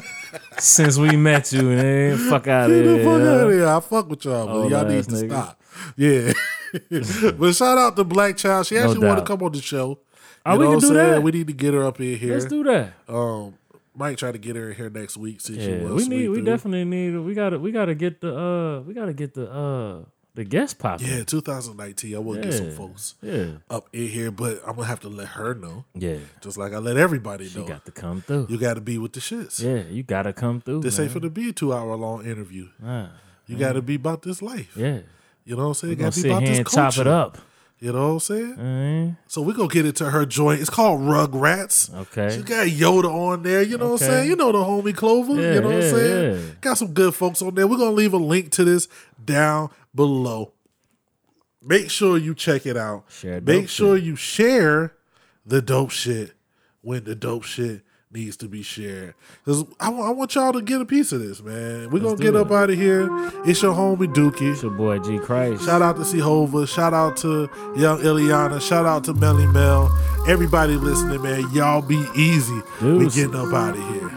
A: since we met you, nigga. Fuck out of
B: Get the
A: here.
B: fuck out
A: yo.
B: of here. I fuck with y'all, but
A: Old
B: y'all
A: ass
B: need to
A: niggas.
B: stop. Yeah. but shout out to Black Child. She actually want to
A: doubt.
B: come on the show.
A: Oh,
B: You
A: we
B: know
A: can
B: what I'm
A: do
B: saying?
A: that.
B: We need to get her up in here.
A: Let's do that.
B: Um, might try to get her in here next week since she
A: Yeah,
B: was.
A: we need.
B: sweet
A: We
B: through.
A: definitely need. We gotta. We gotta get the. Uh, we gotta get the. Uh, the guest popping.
B: Yeah, 2019. I will get some
A: Yeah.
B: folks
A: yeah,
B: up in here, but I'm gonna have to let her know,
A: yeah.
B: just like I let everybody
A: You
B: know.
A: got to come through.
B: you got to be with the shits.
A: yeah, you gotta come through.
B: This
A: man.
B: ain't for to be a two hour long interview.
A: Nah,
B: You got to be about this life.
A: yeah.
B: You know what I'm saying?
A: Gonna
B: Got to
A: sit
B: be
A: here
B: about this
A: and chop it
B: culture.
A: up.
B: You know what I'm saying?
A: Mhm.
B: So we're gonna get into her joint. It's called Rugrats.
A: Okay.
B: She got Yoda on there, you know what I'm
A: Okay.
B: saying? You know the homie Clover, you
A: Yeah,
B: know what I'm
A: yeah,
B: saying?
A: yeah.
B: Got some good folks on there. We're gonna leave a link to this down below. Make sure you check it out.
A: Share dope
B: Make sure you share the dope shit when the dope shit needs to be shared. Cause I wa- I want y'all to get a piece of this, man. We're gonna
A: do
B: get
A: it.
B: up out of here. It's your homie Dookie.
A: It's your boy G Christ.
B: Shout out to Sehova. Shout out to Young Ileana. Shout out to Melly Mel. Everybody listening, man. Y'all be easy. We
A: Deuces.
B: getting up out of here.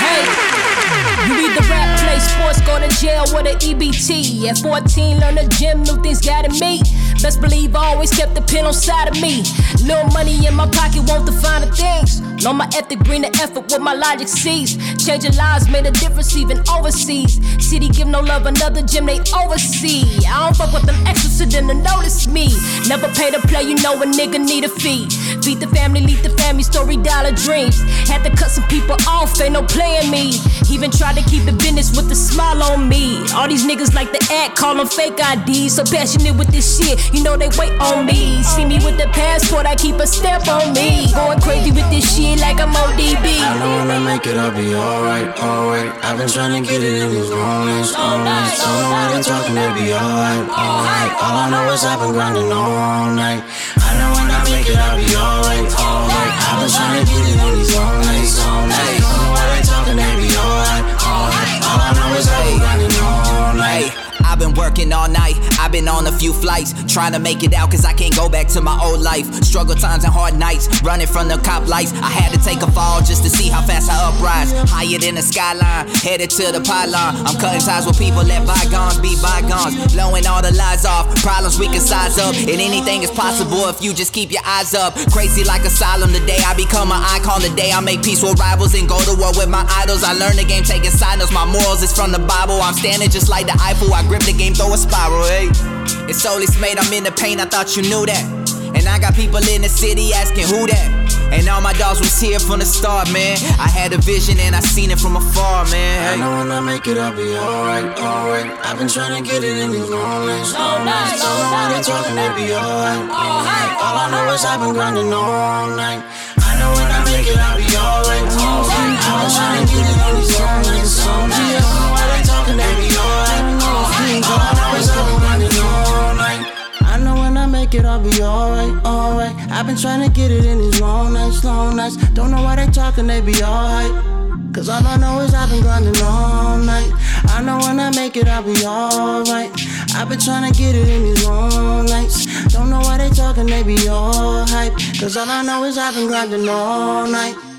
H: Hey, you either rap, play sports, go to jail with an EBT. At 14, learn the gym, new things got to meet. Best believe I always kept the pen on side of me. Little money in my pocket won't define the things. Know my ethic, bring the effort what my logic sees. Changing lives made a difference even overseas. City give no love, another gym they oversee. I don't fuck with them extras, so them to notice me. Never pay to play, you know a nigga need a fee. Feed the family, lead the family, story dollar dreams. Had to cut some people off, ain't no playing me. Even tried to keep the business with a smile on me. All these niggas like to act, call them fake IDs. So passionate with this shit, you know they wait on me. See me with the passport, I keep a stamp on me. Going crazy with this shit like I'm on DB.
I: I know when I make it, I'll be alright, alright. I've been trying to get it in these mornings, alright. So no when they talking, they be alright, alright. All I know is I've been grinding all night. I know when I make it, I'll be alright, alright. I've been trying to get it in these mornings, alright. So no when they talking, they be alright, alright. All I know is I've been grinding all night.
J: I've been working all night, I've been on a few flights, trying to make it out cause I can't go back to my old life. Struggle times and hard nights, running from the cop lights. I had to take a fall just to see how fast I uprise. Higher than the skyline, headed to the pylon. I'm cutting ties with people, let bygones be bygones. Blowing all the lies off, problems we can size up. And anything is possible if you just keep your eyes up. Crazy like asylum, the day I become an icon, the day I make peace with rivals and go to war with my idols. I learned the game taking signals, my morals is from the Bible. I'm standing just like the Eiffel, I grip the game, throw a spiral, hey. It's solely made, I'm in the pain, I thought you knew that. And I got people in the city asking who that. And all my dogs was here from the start, man. I had a vision and I seen it from afar, man.
I: I
J: Hey.
I: know when I make it, I'll be alright, alright. I've been trying to get it in these mornings, alright. So no when they talking, they be alright, alright. All I know is I've been grinding all night. I know when I make it, I'll be alright, alright. I've been trying to get it in these mornings, alright. So no when they talking, they be alright, alright. All I know is I've been grinding all night. I know when I make it, I'll be alright, alright. I've been trying to get it in these long nights, long nights. Don't know why they talking, they be alright. Cause all I know is I've been grinding all night. I know when I make it, I'll be alright. I've been trying to get it in these long nights. Don't know why they talking, they be all hype. Cause all I know is I've been grinding all night.